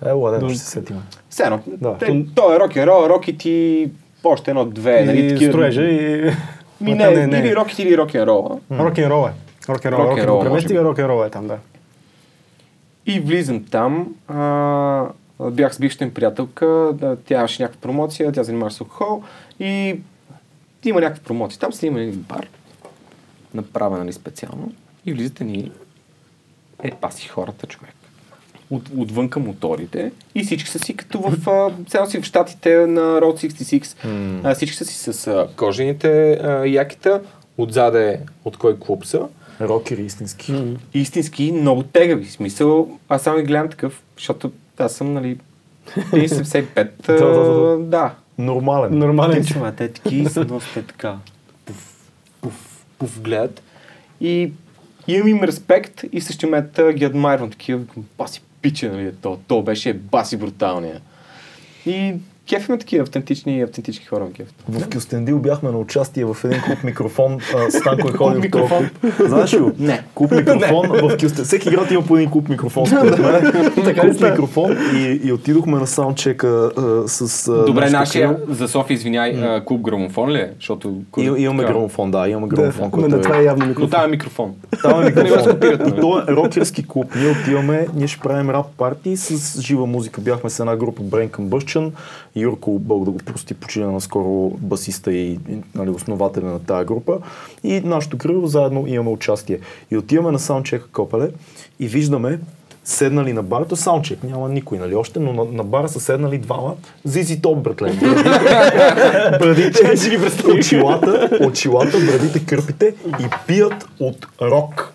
S3: Е, ладе,
S2: Дум-
S3: ще се сетим.
S4: Все едно.
S3: Да.
S4: Те, то е рок н рол, Рокет и още едно-две. нали,
S2: и
S4: такива-
S2: строежа и...
S4: Ми
S2: Ма
S4: не,
S2: там е.
S4: или рокет, или рок н рол
S2: Рок н рол е. Рок н рол.
S4: Rock and
S2: Рок н
S4: roll,
S2: рол.
S4: може
S2: Преместиха
S4: би.
S2: рок н рол е там, да.
S4: И влизам там. А, бях с бившата ми приятелка, да, тя имаше някаква промоция, тя занимаваше с алкохол и има някаква промоция. Там снима един бар, направен нали, специално и влизат ни е паси хората, човек. От, отвънка моторите и всички са си като в, а, сега си в щатите на Road 66, а, всички са си с а, кожените а, якита, отзаде от кой клуб са
S3: Рокери истински.
S4: истински много тегави. В смисъл, аз само ги гледам такъв, защото аз съм, нали, 75. а,
S3: Да, да, да, да.
S4: [LAUGHS] Да.
S3: Нормален.
S2: Нормален
S4: Те
S2: човек.
S4: чува, те таки и са доста те така. Пуф, пуф, пуф гледат. И имам им респект и в същия момент а, ги адмайрвам. Такива, викам, баси пиче, нали, е то, то беше баси бруталния. И кеф има такива автентични, автентични хора ме кеф.
S3: В Кюстендил бяхме на участие в един клуб микрофон. а, Станко е ходил в този
S4: микрофон.
S3: клуб. Знаеш ли го?
S4: [LAUGHS] Не.
S3: Клуб микрофон в Кюстендил. Всеки град има по един клуб микрофон. според мен. Клуб микрофон и, и отидохме на саундчека а, с... а,
S4: Добре,
S3: нашото
S4: нашия
S3: крило.
S4: за София, извиняй, а, клуб грамофон ли? е? Защото...
S3: И, имаме грамофон, да, имаме грамофон,
S2: Ма, да,
S3: който
S2: това е
S3: е...
S2: явно
S4: Но
S2: микрофон.
S4: там е микрофон. [LAUGHS]
S3: Там е
S4: Да нали? не
S3: микрофон.
S4: ме скопират,
S3: И то е рокерски клуб. Ние отиваме, ние ще правим рап парти с жива музика. Бяхме с една група Brain Combustion. Юрко, Бог да го прости, почина наскоро басиста и и, нали, основателя на тази група. И нашото крило заедно имаме участие. И отиваме на саундчека Копеле и виждаме седнали на бар, то саундчек, няма никой, нали, още, но на, на бара са седнали двама, зизи топ, братле. брадите, очилата, очилата, брадите, кърпите и пият от рок.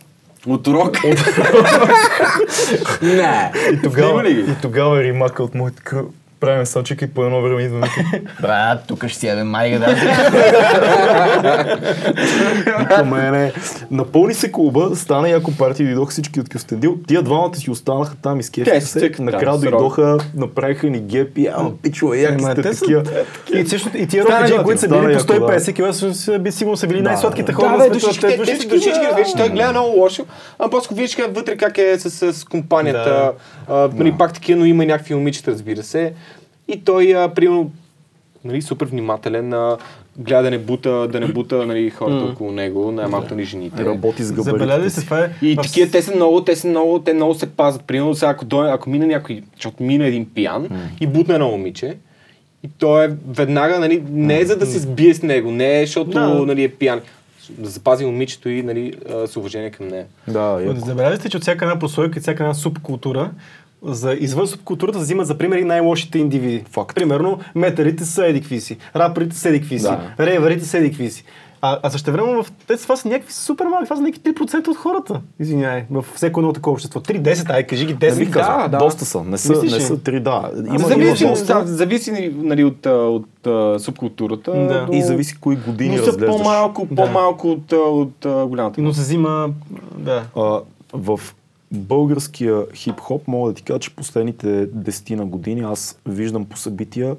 S4: От урок? Не.
S3: И тогава, и тогава е римака от моите кръв. правим салчик и по едно време идваме. [LAUGHS] тук.
S7: Брат, тук ще си ядем майга, да.
S3: Към мене. Напълни се клуба, стана яко партия, дойдоха всички от Кюстендил. Тия двамата си останаха там и скефиха
S4: Те
S3: се.
S4: си цъкат,
S3: Накрая
S4: да,
S3: дойдоха, направиха ни геп и ама пичува, яки сте такива.
S2: И, всъщност, и тия
S3: Стана
S2: рокаджи,
S3: яко,
S2: които са
S3: стана
S2: били по
S3: яко, да.
S2: 150 кг, са- са- би сигурно са били най-сладките хора
S4: Да,
S2: на
S4: бе,
S5: е
S2: света.
S4: душички,
S2: Те
S4: те
S2: душички,
S4: душички, душички, вече той гледа много лошо, а после виж как вътре как е с, с компанията,
S5: а, нали, пак такива, но има и някакви момичета, разбира се. И той, а, примерно, нали, супер внимателен, а, гледа да не бута, да не бута нали, хората около него, най-малко ни
S4: Е,
S5: жените.
S3: Работи с габаритите
S2: Забелязали се
S3: си.
S2: това е.
S4: И
S2: в-
S4: такива, те са много, те са много, те много се пазят. Примерно, сега, ако, дойде, ако мина някой, защото мина един пиян и бутне едно момиче, и той е веднага, нали, не е за да се сбие с него, не е защото
S2: Да.
S4: нали, е пиян. Да запази момичето и нали, а, с уважение към нея.
S3: Да, яко.
S2: Нали, Забелязали сте, че от всяка една прослойка и всяка една субкултура, за извън субкултурата се взимат за примери най-лошите индивиди. Факт. Примерно, метарите са едикви си, рапърите са едикви си, да. рейварите са едикви си. А, а също време в те това са някакви супер малки, това са някакви 3% от хората. Извинявай, във всеки едно такова общество. 3-10, ай, кажи ги 10.
S3: Не би казал. Ами Доста са. Не са,
S2: Мислиш
S3: не
S2: ли?
S3: са три, да. Има, има
S4: Зависи, да,
S3: доста.
S4: зависи нали, от, а, от, а, субкултурата.
S2: Да.
S4: но-
S3: И зависи кои години
S4: но са
S3: разглеждаш.
S4: по-малко, по-малко от, а, от, а, голямата.
S2: Но се взима, да.
S3: А, в българския хип-хоп мога да ти кажа, че последните 10 на години аз виждам по събития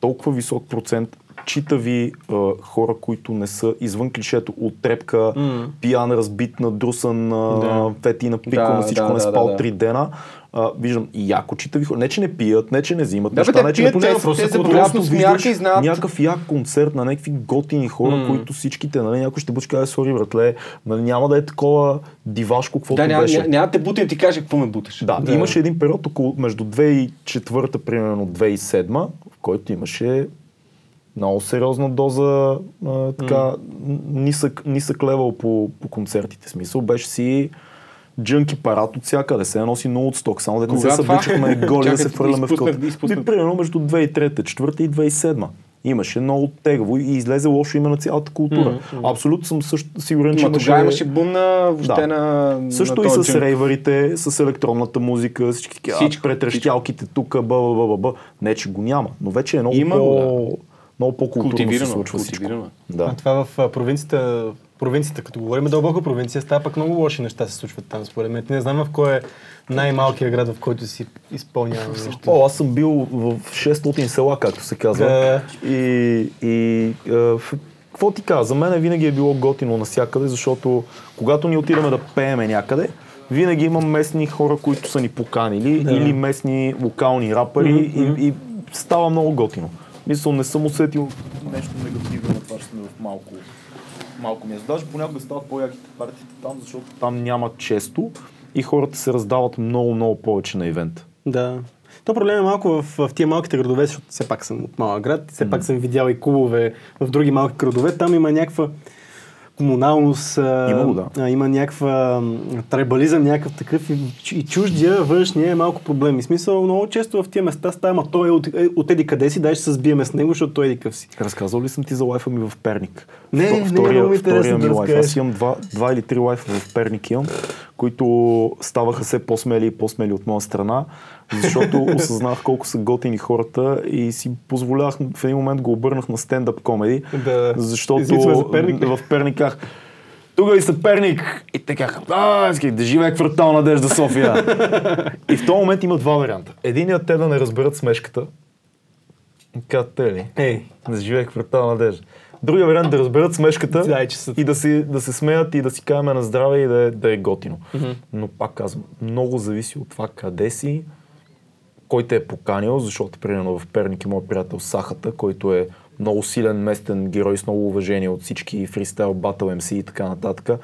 S3: толкова висок процент читави а, хора, които не са извън клишето от трепка, mm. пиян, разбит, надрусан, да. фети, напикан,
S4: Да,
S3: на всичко
S4: да,
S3: не
S4: да,
S3: спал
S4: да, да.
S3: три дена. А, виждам и яко читави хора. Не, че не пият, не, че не взимат
S4: Да, бе,
S3: неща,
S4: те
S3: не, че
S4: пият,
S3: не
S4: те са- те са
S3: просто
S4: вероятно смяка
S3: виждаш
S4: и знаят.
S3: някакъв як концерт на някакви готини хора, mm. които всичките, нали, някой ще бъде каже, сори, братле, нали, няма да е такова дивашко, каквото
S4: Да, няма,
S3: беше.
S4: няма, няма да те бута и ти каже какво ме буташ.
S3: Да, да, имаше един период около между 2004, примерно 2007, в който имаше много сериозна доза а, така, mm. нисък, нисък левел по, по концертите. Смисъл беше си джънки парад от всякъде. Се носи но от сток, само да не се
S4: Кога това?
S3: събличахме
S4: [LAUGHS]
S3: голи, да
S4: Чакай,
S3: се фърляме в
S4: изпуснах-
S3: кот.
S4: изпуснах.
S3: Ми, Примерно между 2003, 2004 и 2007. Имаше много тегаво и излезе лошо име на цялата култура. Абсолютно съм също, сигурен, че
S4: Ма тогава имаше бум на въобще
S3: Да.
S4: на
S3: също
S4: на
S3: и с
S4: този джънк.
S3: рейварите, с електронната музика, всички такива
S4: Всичко,
S3: претрещялките тук, ба, ба, ба, ба, ба. Не, че го няма, но вече е много
S4: Има го,
S3: по...
S4: да.
S3: Много по-културно се
S4: Култивирано,
S3: случва всичко.
S4: култивирано.
S3: Да.
S2: А това в а, провинцията, провинцията, като говорим дълбока провинция, става пък много лоши неща се случват там, според мен. Не знам в кой е най-малкият град, в който си [LAUGHS] изпълнява нещо.
S3: О, аз съм бил в 600 села, както се казва. И, и е, в- какво ти кажа? За мен винаги е било готино навсякъде, защото когато ни отидем да пееме някъде, винаги има местни хора, които са ни поканили, или местни локални рапъри, и, и става много готино. Мисля, не съм усетил нещо негативно на това, че сме в малко, малко място. Даже понякога стават по-яките партиите там, защото там няма често и хората се раздават много, много повече на ивент.
S2: Да. То проблем е малко в, в тия малките градове, защото все пак съм от малък град, все пак съм видял и клубове в други малки градове. Там има някаква комуналност, а,
S3: Има го, да.
S2: а, има някаква м, трайбализъм, някакъв такъв и, чу- и чуждия външния е малко проблем. И смисъл, много често в тия места става, ама той е от, е от еди къде си, дай ще се сбиеме с него, защото той е еди къв си.
S3: Разказал ли съм ти за лайфа ми в Перник?
S2: Не,
S3: Вто-
S2: не, много ми е интересно да
S3: лайф.
S2: разкажеш.
S3: Аз имам два, два или три лайфа в Перник имам, които ставаха все по-смели и по-смели от моя страна,
S2: [LAUGHS]
S3: защото осъзнах колко са готини хората и си позволях, в един момент го обърнах на стендъп комеди,
S2: Да.
S3: защото
S2: Излизаме за Перник.
S3: в Перник казах, тук ли са Перник? И те казаха, а, исках да живее квартал Надежда
S2: [LAUGHS]
S3: София. и в този момент има два варианта. Единият
S2: е
S3: те да не разберат смешката. Така, те ли?
S2: Ей,
S3: Да живее квартал надежда. Другия вариант е да разберат смешката
S2: Дай, че са-
S3: и да се, да се смеят и да си каме на здраве и да, е- да е готино. Но пак казвам, много зависи от това къде си, кой те е поканил, защото примерно в Перник е моят приятел Сахата, който е много силен местен герой с много уважение от всички фристайл, батъл, MC и така нататък.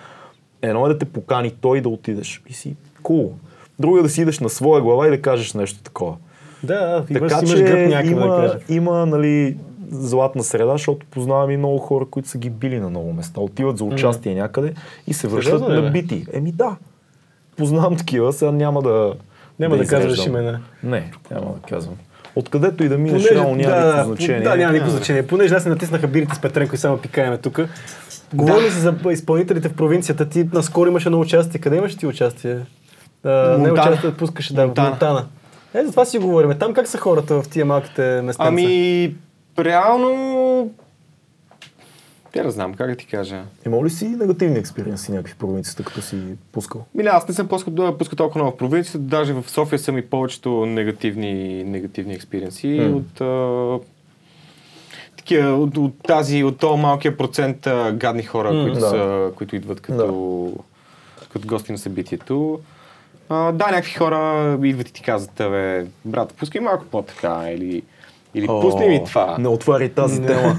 S3: Едно е да те покани той да отидеш и си кул. Cool. Друго е да си идеш на своя глава и да кажеш нещо такова.
S2: да, имаш,
S3: Така
S2: имаш
S3: че
S2: гръб някъде,
S3: има,
S2: да кажа.
S3: има нали, златна среда, защото познавам и много хора, които са ги били на много места. Отиват за участие някъде и се връщат
S2: Сериозно ли,
S3: на
S2: бе?
S3: бити. Еми да, познавам такива, сега няма да
S2: Няма да казваш
S3: изреждам.
S2: имена.
S3: Не, няма да казвам. Откъдето и да минеш, реално няма
S2: да,
S3: никакво
S2: да,
S3: значение.
S2: Да, няма никакво значение. Понеже аз се натиснаха бирите с Петренко и само пикаеме тук. Говори се за изпълнителите в провинцията. Ти наскоро имаше едно участие. Къде имаш ти участие? А, не
S5: Монтана.
S2: участие, пускаше да, в Монтана. Е, за това си говорим. Там как са хората в тия малките места?
S4: Ами, реално... Те не знам, как да ти кажа.
S3: Имал ли си негативни експириенси някакви в провинцията, като си пускал?
S4: Миле, аз не съм пускал, да, пускал толкова много в провинцията. Даже в София са ми повечето негативни, негативни експириенси от, а, такива, от, от, тази, от този малкия процент а, гадни хора, които,
S3: да.
S4: са, които идват като, като гости на събитието. А, да, някакви хора идват и ти казват, бе, брат, пускай малко по-така, или, или пусни ми това.
S3: Не отваряй тази [LAUGHS] тема.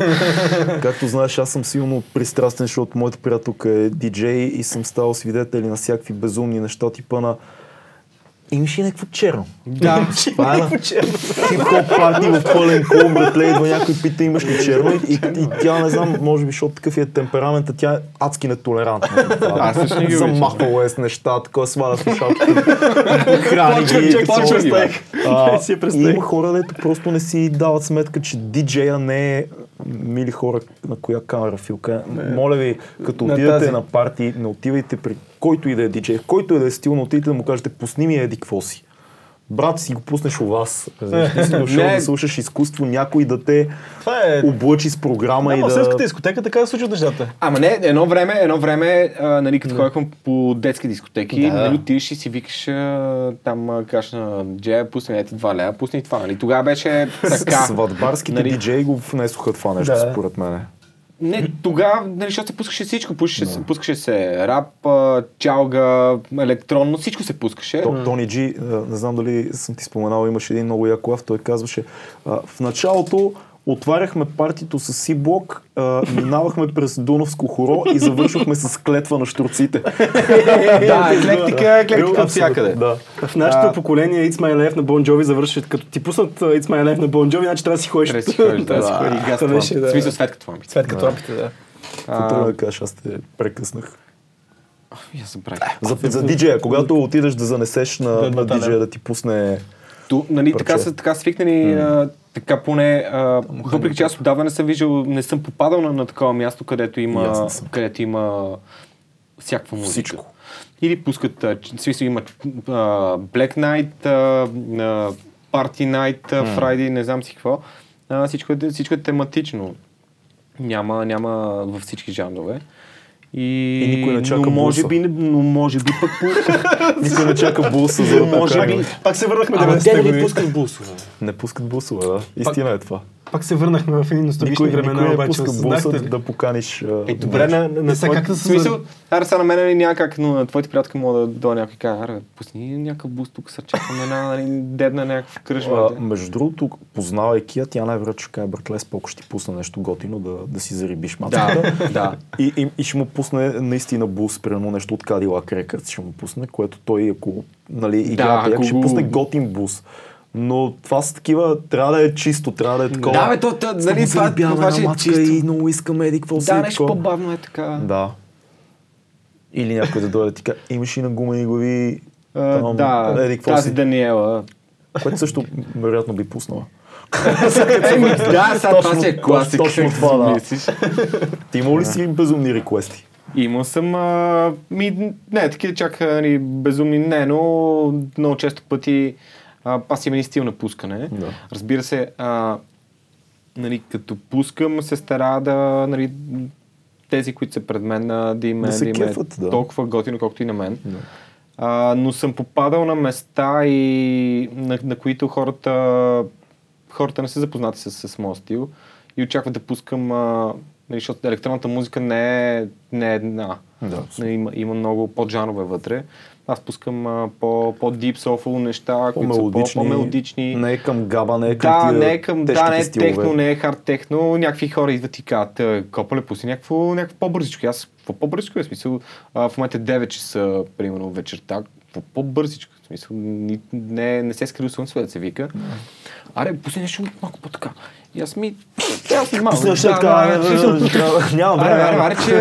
S3: Както знаеш, аз съм силно пристрастен, защото моята приятелка е диджей и съм ставал свидетели на всякакви безумни неща, типа на Имаш ли някакво [LAUGHS] черно?
S4: [LAUGHS] Да,
S3: Това е на хип-хоп парти в пълен клуб, братле, идва някой и пита имаш ли черно и, и, тя не знам, може би, защото такъв е темперамента, тя е адски нетолерантна. към това.
S4: Аз също не ги обичам.
S3: Замахвала е с неща, такова сваля слушалките, храни ги.
S4: чак,
S3: такова.
S4: почва ги, бе.
S3: А,
S4: си я
S3: и
S4: представих.
S3: Има хора, дето просто не си дават сметка, че диджея не е мили хора на коя камера филка. е. Моля ви, като
S2: На
S3: отидете
S2: тази.
S3: на парти, не отивайте при който и да е диджей, в който и да е стил, но отидете да му кажете, пусни ми еди какво си. Брат, си го пуснеш у вас. Разбираш,
S4: [LAUGHS]
S3: Ти си дошъл
S4: Не.
S3: да слушаш изкуство, някой да те
S2: Това е...
S3: облъчи с програма и
S2: Ама
S3: да...
S2: сръбската дискотека така се случват нещата.
S4: Ама не, едно време, едно време, а, нали, като ходихме по детски дискотеки, да. нали, отиваш и си викаш а, там а, каш на джея, пусни ето два лева, пусни и това, нали. Тогава беше [LAUGHS] така.
S3: Сватбарските
S4: Нали.
S3: диджеи го внесоха това нещо,
S2: Да.
S3: според мене.
S4: Не, тогава, нали, защото се пускаше всичко, пускаше, се, пускаше се рап, а, чалга, електронно, всичко се пускаше.
S3: То- Тони Джи, а, не знам дали съм ти споменал, имаше един много як лав, той казваше а, в началото отваряхме партито с Сиблок, а, минавахме през Дуновско хоро и завършвахме с клетва на штурците.
S4: да, еклектика, еклектика
S2: Абсолютно,
S4: от всякъде.
S3: Да.
S2: В нашето поколение It's My Life на Бон Джови завърши като ти пуснат uh, It's My Life на Бон Джови, значи трябва да си ходиш.
S4: Трябва [LAUGHS] да си ходиш, да, да, си ходиш и газ
S2: Това
S4: това.
S2: беше, да.
S4: В смисъл светка това.
S2: Светка топите, да.
S3: Какво трябва да кажеш, аз те прекъснах.
S4: Я съм правил.
S3: За, за диджея, когато отидеш да занесеш на, на
S2: да,
S3: диджея да ти пусне...
S4: Ту, нали,
S3: Парче.
S4: така, са, така свикнали, а, така поне, а, въпреки че аз отдавна не съм виждал, не съм попадал на, на такова място, където има,
S3: Ясно съм.
S4: където има всякаква музика.
S3: Всичко.
S4: Или пускат, а, ч- в смисъл имат а, Black Night, а, а, Party Night, а, Friday, не знам си какво. А, всичко, е, всичко е тематично. Няма, няма във всички жанрове. И,
S3: И никой не чака
S4: но може
S3: буса.
S4: би, но може би пък
S3: [LAUGHS] Никой не чака булса за да
S4: може би,
S3: покажем.
S2: Пак се върнахме
S5: Ама
S2: 90-те
S5: те не
S2: години.
S5: ли пускат бусове?
S3: Не пускат бусове, да. Истина е това.
S2: Пак се върнахме в едни носталгични
S3: Никой, никой
S2: времена,
S3: не
S2: обаче.
S3: пуска
S2: Знаете
S3: буса
S2: ли?
S3: да поканиш... а,
S4: Е, добре, на, на, на
S2: сега
S4: твой-
S2: как да се
S4: смисъл, аре сега на мен нали, някак, но на твоите приятелки мога да дойде някой и каже, аре, пусни някакъв буст, тук се чакам една нали, дебна някаква кръжба.
S3: А, между другото, познавайки я, тя най-вероятно ще каже, братле, споко ще ти пусна нещо готино да, да си зарибиш мацата.
S4: Да, да.
S3: И, и, и, ще му пусне наистина бус, примерно нещо от Cadillac Records ще му пусне, което той, ако нали, играе, да,
S4: ако
S3: ще
S4: го-
S3: пусне готин бус. Но това са такива, трябва да е чисто, трябва да е такова.
S4: Да, бе, то, то, нали, това, това,
S3: това,
S4: това, ще е чисто.
S3: И много искаме еди какво си,
S4: Да, нещо
S3: такова.
S4: по-бавно е така.
S3: Да. Или някой да дойде и ти каже, имаш и на гумени глави,
S4: А,
S3: там,
S4: Е, да,
S3: Ами, еди какво
S4: тази
S3: си,
S4: Даниела.
S3: което също вероятно би пуснала.
S4: Еми, да,
S3: Е, [LAUGHS]
S4: сега това
S3: Точно-
S4: си е класик.
S3: точно това, да.
S4: Мислиш?
S3: Ти имал ли си безумни реквести?
S4: Имал съм, а, ми, не, такива чак нали, безумни не, но много често пъти а, аз имам един стил на пускане.
S3: Да.
S4: Разбира се, а, нали, като пускам се стара да, нали, тези, които са пред мен, а, да им е,
S3: Да се
S4: да им е
S3: кефат, да.
S4: толкова готино, колкото и на мен. Да. А, но съм попадал на места, и на, на които хората, хората не са запознати с, с моят стил и очакват да пускам, а, нали, защото електронната музика не е, не е една.
S3: Да.
S4: Нали, има, има много поджанове вътре. Аз пускам а, по, по-deep soulful неща, които са по- по-мелодични.
S3: Не е към габа, не е към
S4: Да,
S3: тия
S4: не е към, да,
S3: тежките
S4: не е
S3: стилове.
S4: техно, не е хард техно. Някакви хора идват и казват, «Е, копале, пусти някакво, някакво по-бързичко. И Аз какво по-бързичко е в смисъл? А, в момента е 9 часа, примерно, вечерта. Какво по-бързичко? В смисъл, ни- не, не се е скрил слънцето, да се вика. Аре, пусни нещо малко по-така. И аз ми... Аз ми малко.
S3: Пусна ще
S4: да,
S3: така,
S4: да,
S3: е,
S4: в смисъл,
S3: е, трябва- няма
S4: Аре,
S3: време,
S4: аре,
S3: аре.
S4: аре, че,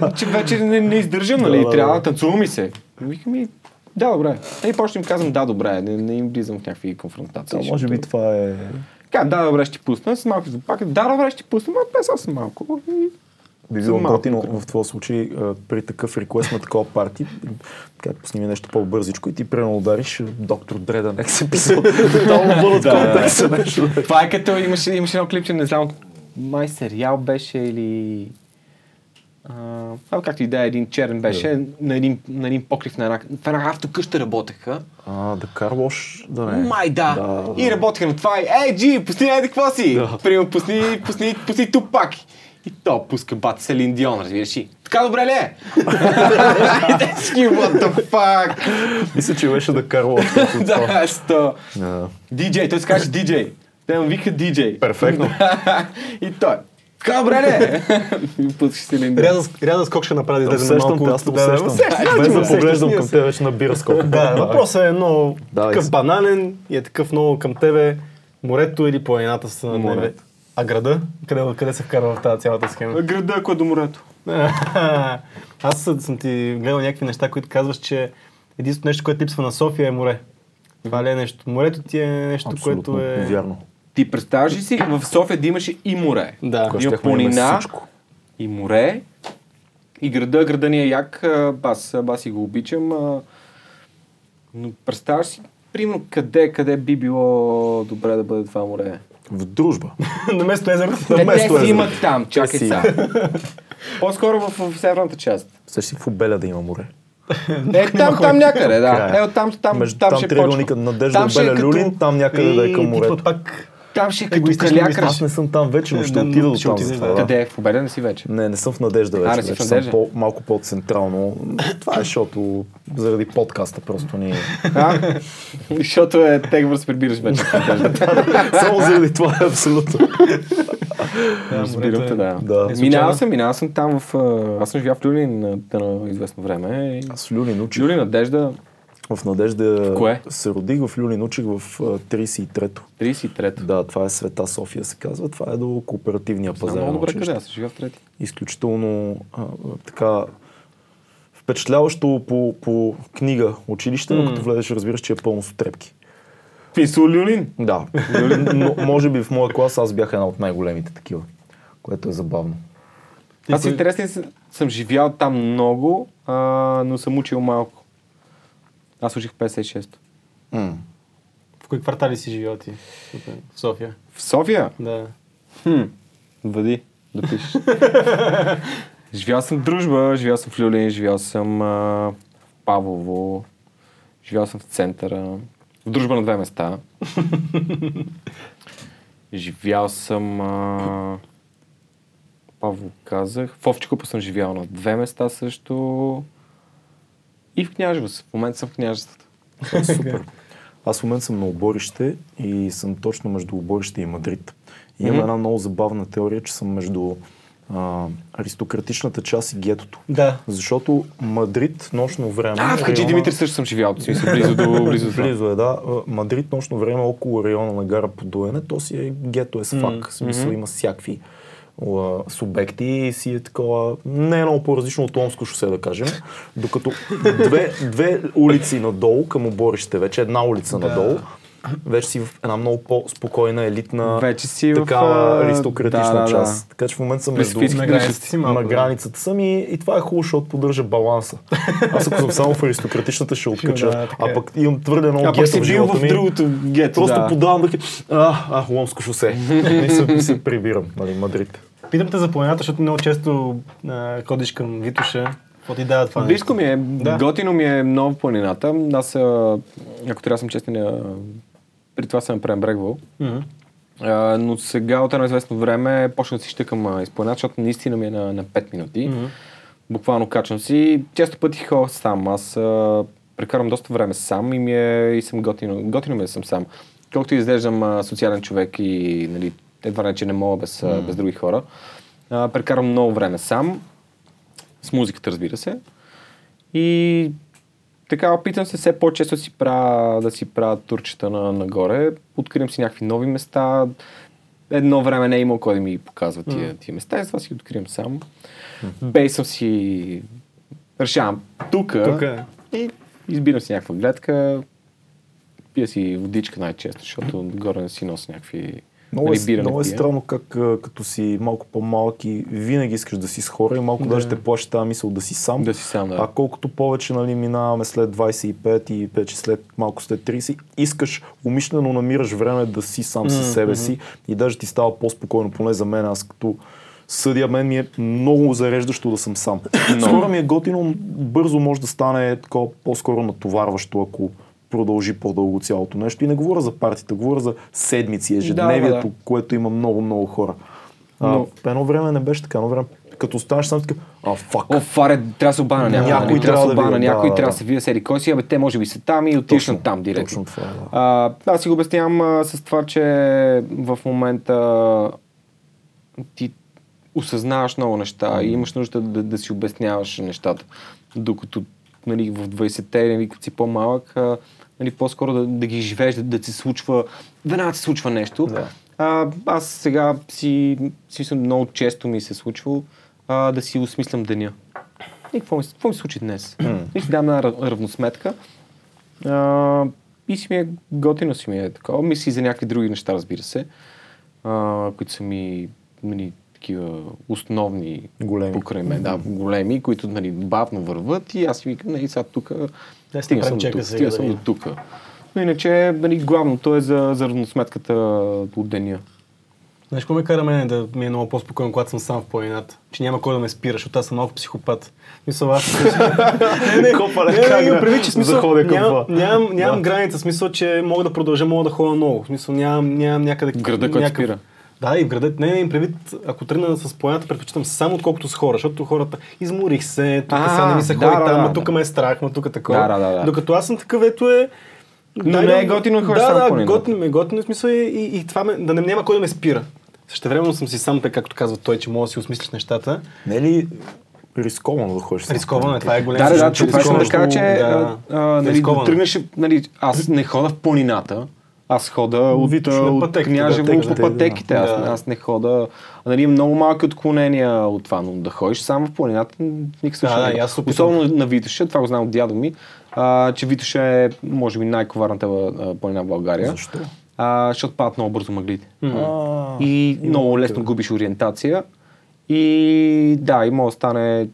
S4: аре, че вече не, не издържам, нали?
S3: да,
S4: Трябва
S3: да.
S4: да танцува ми се. Викам и да, добре. И почвам им казвам, да, добре, не, не им влизам в някакви конфронтации.
S3: Да, може
S4: защото-
S3: би това е...
S4: Така, да, добре, ще ти пусна, с малко запака. Да, добре, ще ти пусна, ма песа съм малко. И
S3: би било
S5: Малко
S3: готино в твоя случай а, при такъв реквест на такова парти, така пусни ми нещо по-бързичко и ти прено удариш а, доктор Дреда, нека се писал
S4: [LAUGHS]
S3: тотално бъдат контекста нещо.
S4: Това е като имаше, имаше едно клипче, не знам, май сериал беше или... А, а, както и да е, един черен беше, на, един, на един покрив на една, в една автокъща работеха.
S3: А, да карлош, да не.
S4: Май Е, да. И работеха на това и, ей, Джи, пусни еди какво си. Примерно, пусни, пусни, пусни тупак. И то пуска бат Селин Дион, разбираш ли. Така добре ли е? [LAUGHS] И те всички, what the fuck?
S3: Мисля, че беше да карлош.
S4: [LAUGHS] Да, сто.
S3: Да.
S4: Диджей, той се каже диджей. Те му вика диджей.
S3: Перфектно.
S4: [LAUGHS] И той. Така
S3: [LAUGHS]
S4: добре ли е? Пускаш Селин Дион.
S2: Ряза, ряза скок ще направи да излезе
S3: Усещам
S2: малко.
S3: те, аз те
S2: от- да, да,
S3: усещам.
S2: усещаш, ти ме
S3: Без да
S2: усещаш,
S3: поглеждам
S2: ние
S3: към
S2: се-
S3: тебе, вече набира скок.
S2: Да, въпросът е много
S3: Давай
S2: такъв
S3: се.
S2: банален и е такъв много към тебе. Морето или планината са на небе.
S3: Морето.
S2: А града? Къде, къде се вкарва в тази цялата схема?
S4: Града, ако е до морето.
S2: [LAUGHS] Аз съ- съм ти гледал някакви неща, които казваш, че единственото нещо, което липсва на София е море. Това ли е нещо? Морето ти е нещо,
S3: Абсолютно,
S2: което е...
S3: вярно.
S4: Ти представяш ли си в София да имаше и море?
S2: Да.
S3: Кога щяхме
S4: Има
S3: да имаме
S4: планина.
S3: всичко.
S4: и море. И града, града ни е як, а, аз, аз си го обичам. а, Но представяш си, примерно, къде, къде би било добре да бъде това море?
S3: В дружба.
S2: [LAUGHS] На место езерото.
S4: Те, те
S3: Вместо
S4: си
S3: езеро.
S4: имат там, чакай
S3: е, нали? си
S4: сега. По-скоро в, в северната част.
S3: Сещаш си в Обеля да има море.
S4: Е, там, там някъде, да.
S3: Края.
S4: Е, от там, там,
S3: Между
S4: там,
S3: там
S4: ще
S3: триъгълника
S4: почва.
S3: Надежда
S4: там ще е
S3: Обеля
S4: като-
S3: Люлин, там някъде да е към морето.
S2: Пак...
S4: Там ще е като
S2: източно,
S4: калякра.
S3: Аз не съм там вече,
S4: Е,
S3: но ще
S2: Не, не,
S3: отида до
S2: ще
S3: там.
S2: отидеш,
S3: за това,
S2: да.
S3: да.
S4: Къде? е? В обеда не
S3: [LAUGHS]
S4: си вече.
S3: Не, не съм в Надежда вече.
S4: А, не си в
S3: вече съм
S4: Надежда.
S3: по, малко по-централно. Това е защото заради подкаста просто ни... е.
S4: А? [LAUGHS] Защото е тегвър се прибираш вече.
S3: [LAUGHS] Само заради това е абсолютно.
S2: е
S4: Разбирам те, да.
S3: Да.
S4: Минавал съм, минавал съм там в... а, Аз съм живял в Люлин а, едно известно време. И...
S3: Аз в Люлин учих.
S4: Люлин, Надежда,
S3: В Надежда
S4: Кое?
S3: се родих, в Люлин учих в а, 33-то.
S4: 33-та.
S3: Да, това е Света София се казва. Това е до кооперативния пазар.
S4: Знам
S3: на
S4: много добре
S3: училище.
S4: къде, е. аз съм живял в трети.
S3: изключително а, така впечатляващо по, по книга училище, но като влезеш разбираш, че е пълно с отрепки.
S4: Писал Люлин.
S3: Да, но може би в моя клас аз бях една от най-големите такива, което е
S4: [LAUGHS]
S3: забавно.
S4: Аз интересен с- съм живял там много, а, но съм учил малко. Аз учих 56
S2: В кои квартали си живял ти? В София.
S4: В София?
S2: Да.
S4: Хм. Вади, да пишеш. [LAUGHS] живял съм в Дружба, живял съм в Люлин, живял съм а, в Павлово, живял съм в центъра, в Дружба на две [LAUGHS] места. живял съм... А, Павло казах. В Овчекупа съм живял на две места също. И в Княжево. съм. В момента съм в Княжеството.
S3: Аз в момента съм на оборище и съм точно между оборище и Мадрид. И имам една много забавна теория, че съм между а, аристократичната част и гетото.
S2: Да.
S3: Защото Мадрид нощно време... е
S4: А, в Хаджи
S3: района-
S4: Димитър също съм живял. В смисъл, близо до...
S3: [LAUGHS]
S4: Близо до това.
S3: Близо е, да. А, Мадрид нощно време около района на гара Подуене, то си е гето е с фак. В смисъл има всякакви а, субекти и си е такова не е много по-различно от Ломско шосе, да кажем. Докато две, две улици надолу към оборище, вече една улица надолу, вече си в една много по-спокойна, елитна,
S4: Вече си в,
S3: такава
S4: а,
S3: аристократична
S4: да, да, да.
S3: част. Така че в момента съм между,
S4: Специфична граница
S2: си малко,
S3: на
S2: да.
S3: границата съм и, и това е хубаво, защото поддържа баланса. Аз ако съм само в аристократичната, ще откача.
S2: Да, така
S3: а
S2: е.
S3: пък имам твърде много
S4: А пък
S3: гето
S4: си
S3: в
S4: бил
S3: живота
S4: в
S3: ми.
S4: другото гето.
S3: Просто
S4: да.
S3: подавам да ки- А, а, Ломско шосе. и се, се прибирам, нали, Мадрид.
S2: Питам те за планината, защото много често а, ходиш към Витоша. Какво ти дава това нещо?
S4: Близко ми е, да. готино ми е много в планината. Аз, а, ако трябва да съм честен, а, при това съм пренебрегвал.
S2: Мгм.
S4: А, но сега от едно известно време почна да си щекам изпълнят, защото наистина ми е на, на 5 минути. Mm-hmm. Буквално качвам си. Често пъти ходя сам. Аз а, прекарам доста време сам и, ми е, и съм готино, готино ми е да съм сам. Колкото и изглеждам а, социален човек и нали, едва не, че не мога без, mm-hmm. без други хора, а, прекарам много време сам. С музиката, разбира се. И така, опитам се все по-често да си правя, да си правя турчета на, нагоре. Откривам си някакви нови места. Едно време не е имал кой да ми показва тия, тия места и затова си ги откривам сам. Бейсъм си... Решавам тука,
S2: Тука.
S3: е.
S4: и избирам си някаква гледка. Пия си водичка най-често, защото горе не си нося някакви
S3: Много, е,
S4: нали, бира не
S3: много е
S4: пия.
S3: странно как а, като си малко по-малък и винаги искаш да си с хора и малко даже те плаши тази мисъл да си сам.
S4: Да си сам, да.
S3: А колкото повече нали, минаваме след 25 и вече след малко след 30, искаш, умишлено намираш време да си сам със себе си и даже ти става по-спокойно, поне за мен. Аз като съдя, мен ми е много зареждащо да съм
S4: [CLEARS THROAT]
S3: сам. С хора ми е готино, м, бързо може да стане такова по-скоро натоварващо, ако продължи по-дълго цялото нещо. И не говоря за партията, говоря за седмици, ежедневието,
S4: да.
S3: което има много-много хора. Но... А, едно време не беше така, едно време като останеш сам така, а, фак,
S4: О, фаре, трябва да се обана някой.
S3: Някой трябва
S4: нали? трябва да се
S3: да
S4: обана
S3: ви-
S4: някой,
S3: да,
S4: трябва
S3: да.
S4: да се вие сери кой си, абе те може би са там и отиваш
S3: Точно,
S4: на там директно.
S3: точно това е, да.
S4: а, аз си го обяснявам а, с това, че в момента ти осъзнаваш много неща и имаш нужда да, да си обясняваш нещата. Докато нали, в 20-те, нали, като си по-малък, а, нали, по-скоро да, да ги живееш, да, да ти се случва, веднага ти се случва нещо. Да. А, аз сега си, си съм много често ми се е случвало а, да си осмислям деня. И какво ми, се- какво ми се случи днес? И си дам една рав- равносметка. А, и си ми е готино си ми е такова. Мисли и за някакви други неща, разбира се, а, които са ми нали, такива основни
S3: Големи.
S4: покрай мен, да, големи, които нали, бавно върват и аз си викам, нали, сега тук
S2: Да,
S4: стига
S2: спрем
S4: съм до
S2: чека
S4: тук,
S2: сега нали.
S4: стига
S2: да
S4: съм до
S2: видим.
S4: тук. Но иначе, нали, главното е за, за равносметката от деня.
S2: Знаеш, какво ме кара мен да ми е много по-спокойно, когато съм сам в планината? Че няма кой да ме спира, защото аз съм малко психопат. Мисъл, аз... не, не,
S3: Копале,
S2: не, не,
S3: как
S2: не,
S3: да
S2: не, преди, че смисъл,
S3: заходя към
S2: ням,
S3: това.
S2: нямам, нямам граница, в смисъл, че мога да продължа, мога да ходя много. В смисъл, нямам, нямам някъде...
S4: В града, който
S2: някакъв-
S4: спира.
S2: Да, и в града. Не, не, им предвид, ако тръгна с планината, предпочитам само отколкото с хора, защото хората изморих се, тук
S4: А,
S2: сега не ми се
S4: да,
S2: ходи
S4: да,
S2: там,
S4: да,
S2: ма
S4: да.
S2: тук ме е страх, ма тук такова.
S4: Да, да, да, да.
S2: Докато аз съм такъв, ето е...
S4: Но
S2: Дай
S4: не
S2: да-
S4: е готино да ходиш сам
S2: Да,
S4: по
S2: да,
S4: небето.
S2: готино ми е, готино в смисъл и, и, и това ме, да не, няма кой да ме спира. Същевременно съм си сам, така както казва той, че мога да си осмислиш нещата.
S3: Не е ли рисковано да ходиш? сам?
S2: Рисковано е, това е голям
S4: Да, да, да,
S2: живот,
S4: това искам да
S2: рисковано.
S4: кажа, че а,
S2: Да.
S4: а, нали, да
S2: Рисковано.
S4: тръгнеш, нали, аз не хода в планината, аз хода от,
S2: Витош,
S4: а,
S2: на
S4: от
S2: пътеките,
S4: Княжево
S2: пътеките,
S4: по
S2: да.
S4: пътеките. Аз,
S2: Да.
S4: аз не хода. Нали, има много малки отклонения от това, но да ходиш само в планината, в никакъв случай.
S2: да,
S4: не.
S2: и аз се опитам.
S4: Особено на Витоша, това го знам от дядо ми, а, че Витоша е, може би, най-коварната а, планина в България.
S3: Защо?
S4: А, защото падат много бързо мъглите.
S3: А,
S4: И много лесно губиш ориентация. И да, и може да стане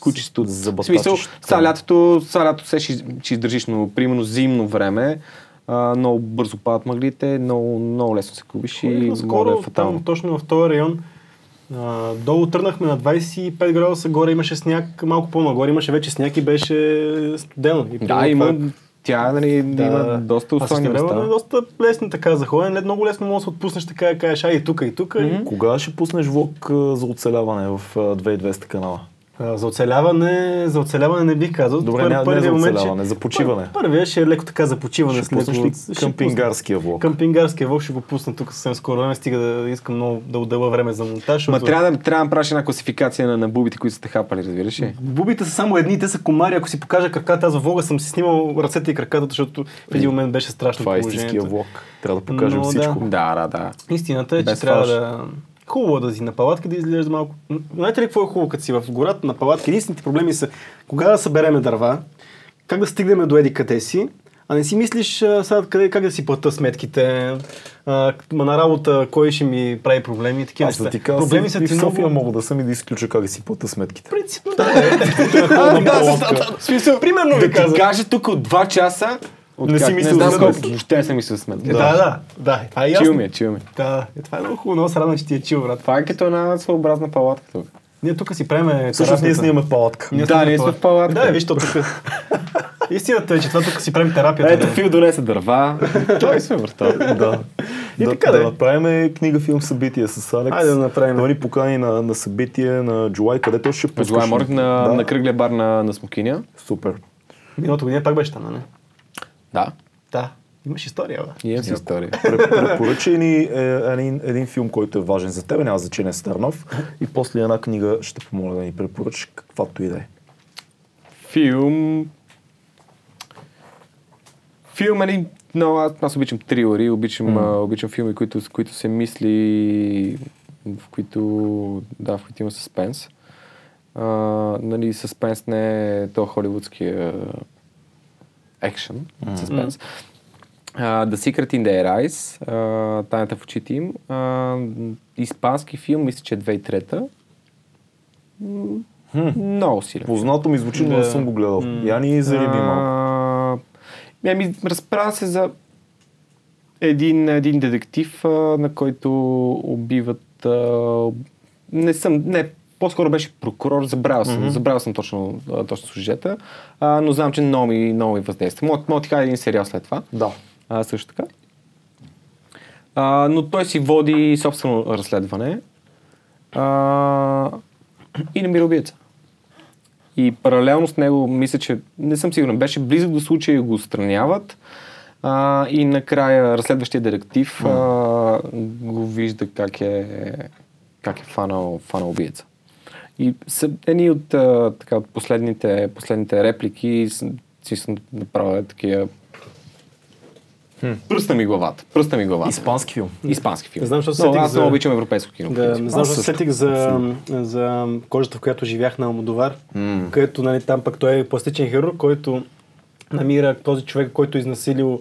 S4: кучето. В
S3: Забатачиш
S4: смисъл,
S3: така.
S4: са лятото, са лятото се ще, ще издържиш, но примерно зимно време, а, много бързо падат мъглите, много, много лесно се губиш
S2: Ходих
S4: и
S2: наскоро
S4: може да е фатално.
S2: там, точно в този район. А, долу тръгнахме на 25 градуса, горе имаше сняг, малко по-нагоре имаше вече сняг и беше студено. И
S4: Да,
S2: примерно
S4: има,
S2: това-
S4: тя нали, да, има доста
S2: а
S4: особени
S2: същевременно
S4: места.
S2: е доста лесно така за ходене, много лесно може да се отпуснеш така и кажеш, ай, и тук, и тук. и
S3: Кога ще пуснеш влог а, за оцеляване в а, 2200 канала?
S2: А, За оцеляване, за оцеляване не бих казал.
S3: Добре, не- не
S2: първият
S3: за
S2: момент, че-
S3: оцеляване, за почиване.
S2: Пър, първият ще е леко така за почиване.
S3: Ще пуснеш ли къмпингарския влог?
S2: Къмпингарския влог ще го пусна тук съвсем скоро време, стига да искам много да отдела време за монтаж.
S4: Ма
S2: защото-
S4: трябва да, трябва да правиш една класификация на, на бубите, които са те хапали, разбираш ли?
S2: Бубите са само едни, те са комари. Ако си покажа краката, аз във влога съм си снимал ръцете и краката, защото в един момент беше страшно
S3: Това е истинския
S2: положението.
S3: влог. Трябва да покажем
S2: Но, да.
S3: всичко.
S4: Да, да, да.
S2: Истината е,
S4: Без
S2: че трябва
S4: фалш.
S2: да... Хубаво е да си на палатка да излезеш малко. М, Знаете ли какво е хубаво, като си в гората на палатка? Единствените проблеми са кога да събереме дърва, как да стигнем до еди къде си, а не си мислиш а, сега къде, как да си плата сметките, а, ма на работа кой ще ми прави проблеми и такива
S3: Аз да ти
S2: неща.
S3: кажа,
S2: проблеми са
S3: и
S2: ти
S3: в София
S2: много...
S3: мога да съм и да изключа как да си плата сметките.
S2: Принципно да е. В смисъл, примерно
S4: Да
S2: ви
S4: ти
S2: казвам.
S4: кажа тук от 2 часа, от
S3: Не
S4: как-
S3: си мислил
S4: не
S3: за
S4: знам колко,
S3: сметки.
S4: въобще не съм мислил за сметки.
S2: Да, да, да. Това е
S4: Чил
S2: ясно.
S4: ми, е, чил ми. е.
S2: Да, е, това е много хубаво, много се радвам, че ти е чил, брат.
S4: Това е като една своеобразна палатка тук.
S2: Ние тук си правиме
S3: Всъщност ние
S2: терапията.
S3: снимаме палатка.
S2: Ние
S4: Да, ние сме в палатка.
S2: е Да, виж, то тук. Истината е, че това тук си правим терапията. нали?
S4: Ето Фил донесе дърва. Той сме върта.
S3: [LAUGHS] Да.
S2: И
S3: да,
S2: така,
S3: да,
S2: да.
S3: направим книга филм събитие с Алекс.
S2: Айде да направим.
S3: Да ни покани на, на събитие на Джулай, където ще пускаш.
S4: Желая морг на,
S3: да.
S4: на кръглия бар на, на Смокиня.
S3: Супер.
S2: Миналата година пак беше там, нали?
S4: Да.
S2: Да. Имаш история, бе.
S4: Ние си история.
S3: Пре- Препоръчай ни е, един, един филм, който е важен за теб, няма значение Старнов. И после една книга ще помоля да ни препоръчаш каквато и да е.
S4: Филм... Филм е един... Но аз, аз обичам трилъри, обичам, а, обичам филми, които, с които се мисли, в които, да, в които има съспенс. А, нали, съспенс не е то холивудския екшен, съспенс. А, The Secret in the Eyes, а, Тайната в очите им. А, испански филм, мисля, че е 2003-та. М, Много силен.
S3: Познато ми звучи, но не съм го гледал. Я ни зариби малко.
S4: А, Ами, разправя се за един, един детектив, а, на който убиват... А, не съм... Не, по-скоро беше прокурор, забравял съм, mm-hmm. забравял съм точно, а, точно сюжета, а, но знам, че много ми, много ми въздейства. Мога, мога да ти кажа един сериал след това. Да. А, също така. А, но той си води собствено разследване а, и намира убиеца. И паралелно с него, мисля, че не съм сигурен, беше близък до случая и го отстраняват. А, и накрая разследващия детектив а, го вижда как е, как е фанал, фанал убиеца. И са едни от, а, така, от последните, последните реплики с- си съм направил е, такива... Пръста ми главата. Пръста ми главата.
S3: Испански филм.
S4: Испански филм.
S2: Не знам, защо се
S4: Но
S2: сетих
S4: аз
S2: за-
S4: много обичам европейско кино.
S2: Да,
S4: Да.
S2: не знам, защото сетих за, за кожата, в която живях на Амодовар, където нали, там пък той е пластичен хирург, който намира този човек, който е изнасилил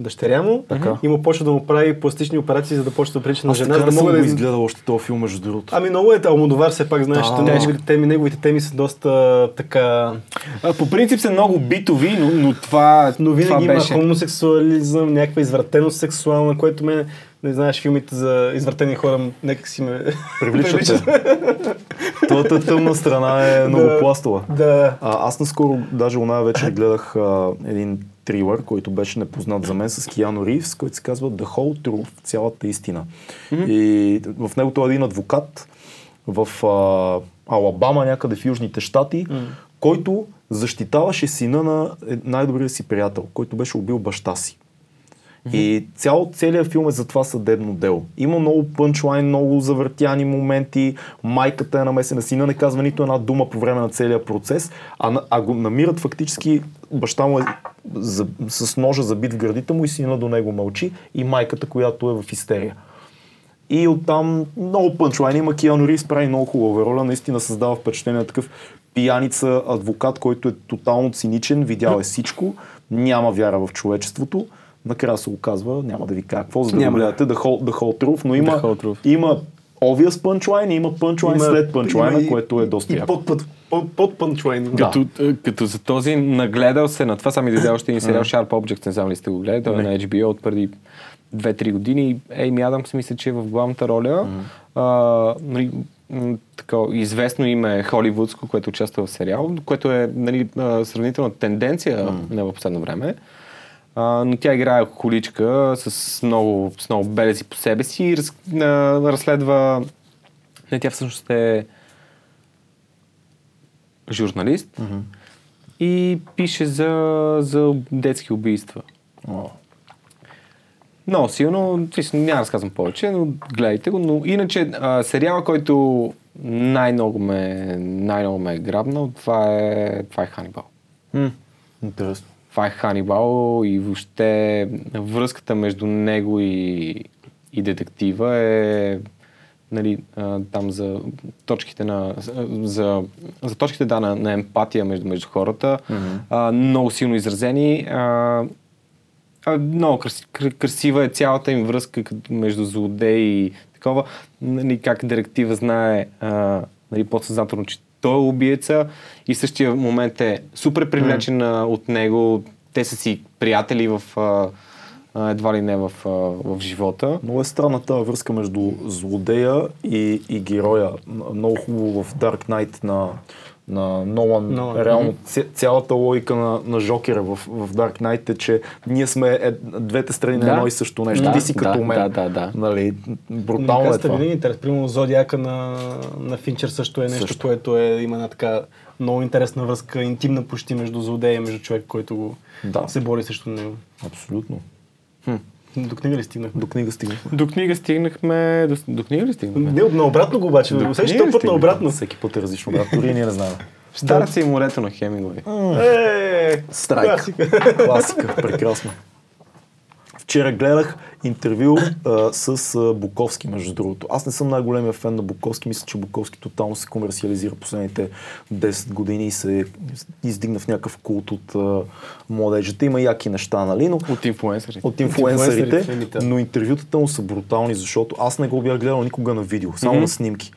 S2: дъщеря му и му почва да му прави пластични операции, за да почне да прилича на
S3: Аз
S2: жена,
S3: така
S2: за
S3: не
S2: да
S3: съм
S2: мога
S3: го
S2: да... из-
S3: изгледал още този филм, между другото.
S2: Ами много е Алмодовар, все пак знаеш, че неговите теми, неговите теми са доста така...
S4: А, по принцип са много битови, но, но това,
S2: Но винаги
S4: това
S2: има
S4: беше...
S2: хомосексуализъм, някаква извратеност сексуална, което ме, не знаеш, филмите за извратени хора някак си ме... [LAUGHS]
S3: Привличате. Твоята тъмна страна е много пластова.
S2: да.
S3: А, аз наскоро, даже оная вечер гледах а, един трилър, който беше непознат за мен, с Киано Ривз, който се казва The Whole Truth, цялата истина. И в него той е един адвокат в а, Алабама, някъде в Южните щати, който защитаваше сина на е- най-добрия си приятел, който беше убил баща си. И цял, целият филм е за това съдебно дело. Има много пънчлайн, много завъртяни моменти, майката е намесена, сина не казва нито една дума по време на целия процес, а, на- а го намират фактически, баща му е за, с ножа забит в гърдите му и сина до него мълчи и майката, която е в истерия. И оттам много пънчлайн има. Киану Ривз прави много хубава роля. Наистина създава впечатление на такъв пияница, адвокат, който е тотално циничен, видял е всичко, няма вяра в човечеството. Накрая се оказва, няма да ви кажа какво, за да няма. гледате The Whole, the whole Truth, но има, има obvious пънчлайн, има пънчлайн след пънчлайна, което е доста
S2: и
S3: яко.
S2: под, под, под, под пънчлайн.
S3: Да.
S4: Като, е, като за този нагледал се на това, сами да още един сериал Sharp Objects, не знам ли сте го гледали, той е на HBO от преди 2-3 години. Ейми Адамс мисля, че е в главната роля. А, нали, м, така, известно име е холивудско, което участва в сериал, което е нали, а, сравнителна тенденция не в последно време. А, но тя играе количка с много, с много белези по себе си и раз, а, разследва... Не, тя всъщност е журналист и пише за, за детски убийства. Много силно, честно, няма да разказвам повече, но гледайте го. Но иначе а, сериала, който най-много ме, най-много ме е грабнал, това е, това е Ханибал.
S3: Интересно.
S4: Това е Ханибал и въобще връзката между него и, и детектива е нали, а, там за точките на, за, за точките да, на, на емпатия между, между хората, mm-hmm. а, много силно изразени. А, а, много крас, кр- красива е цялата им връзка като между злодей и такова. Нали, как директива знае а, нали, подсъзнателно, че той е убиеца и в същия момент е супер привлечен mm. от него. Те са си приятели в, а, а, едва ли не в, а, в живота.
S3: Много е странна тази връзка между злодея и, и героя. М- Много хубаво в Dark Knight на, на Нолан.
S2: Нолан,
S3: Реално ця, цялата логика на, на Жокера в, в Dark Knight е, че ние сме е, двете страни на
S4: Да.
S3: едно и също нещо.
S4: Да,
S3: Ти си
S4: да,
S3: като мен.
S4: да, да, да.
S3: Нали, брутално е
S2: Уникацията
S3: това.
S2: винаги е интерес. Примерно Зодиака на, на Финчер също е нещо,
S3: Също.
S2: което е, има една така много интересна връзка, интимна почти между злодея и между човек, който го
S3: Да.
S2: се бори срещу него.
S3: Абсолютно.
S2: До книга ли стигнахме?
S3: До книга стигнахме.
S4: До книга стигнахме... До, до книга ли стигнахме?
S2: Не, от наобратно го обаче.
S4: До
S2: Усещаш
S4: книга ли
S2: този път
S4: стигнахме?
S2: наобратно.
S3: Всеки път е различно. Да, дори и ние не знаем.
S4: Старът си и морето на Хемингуей.
S2: Е,
S3: Страйк.
S2: класика.
S3: Класика. Прекрасно. В Вчера гледах интервю а, с а, Буковски, между другото. Аз не съм най-големия фен на Буковски. Мисля, че Буковски тотално се комерциализира последните 10 години и се издигна в някакъв култ от а, младежите. Има яки неща, нали? Но
S4: От инфлуенсърите.
S3: от инфлуенсърите,
S2: инфлуенсърите, да.
S3: но интервютата му са брутални, защото аз не го бях гледал никога на видео, само на снимки.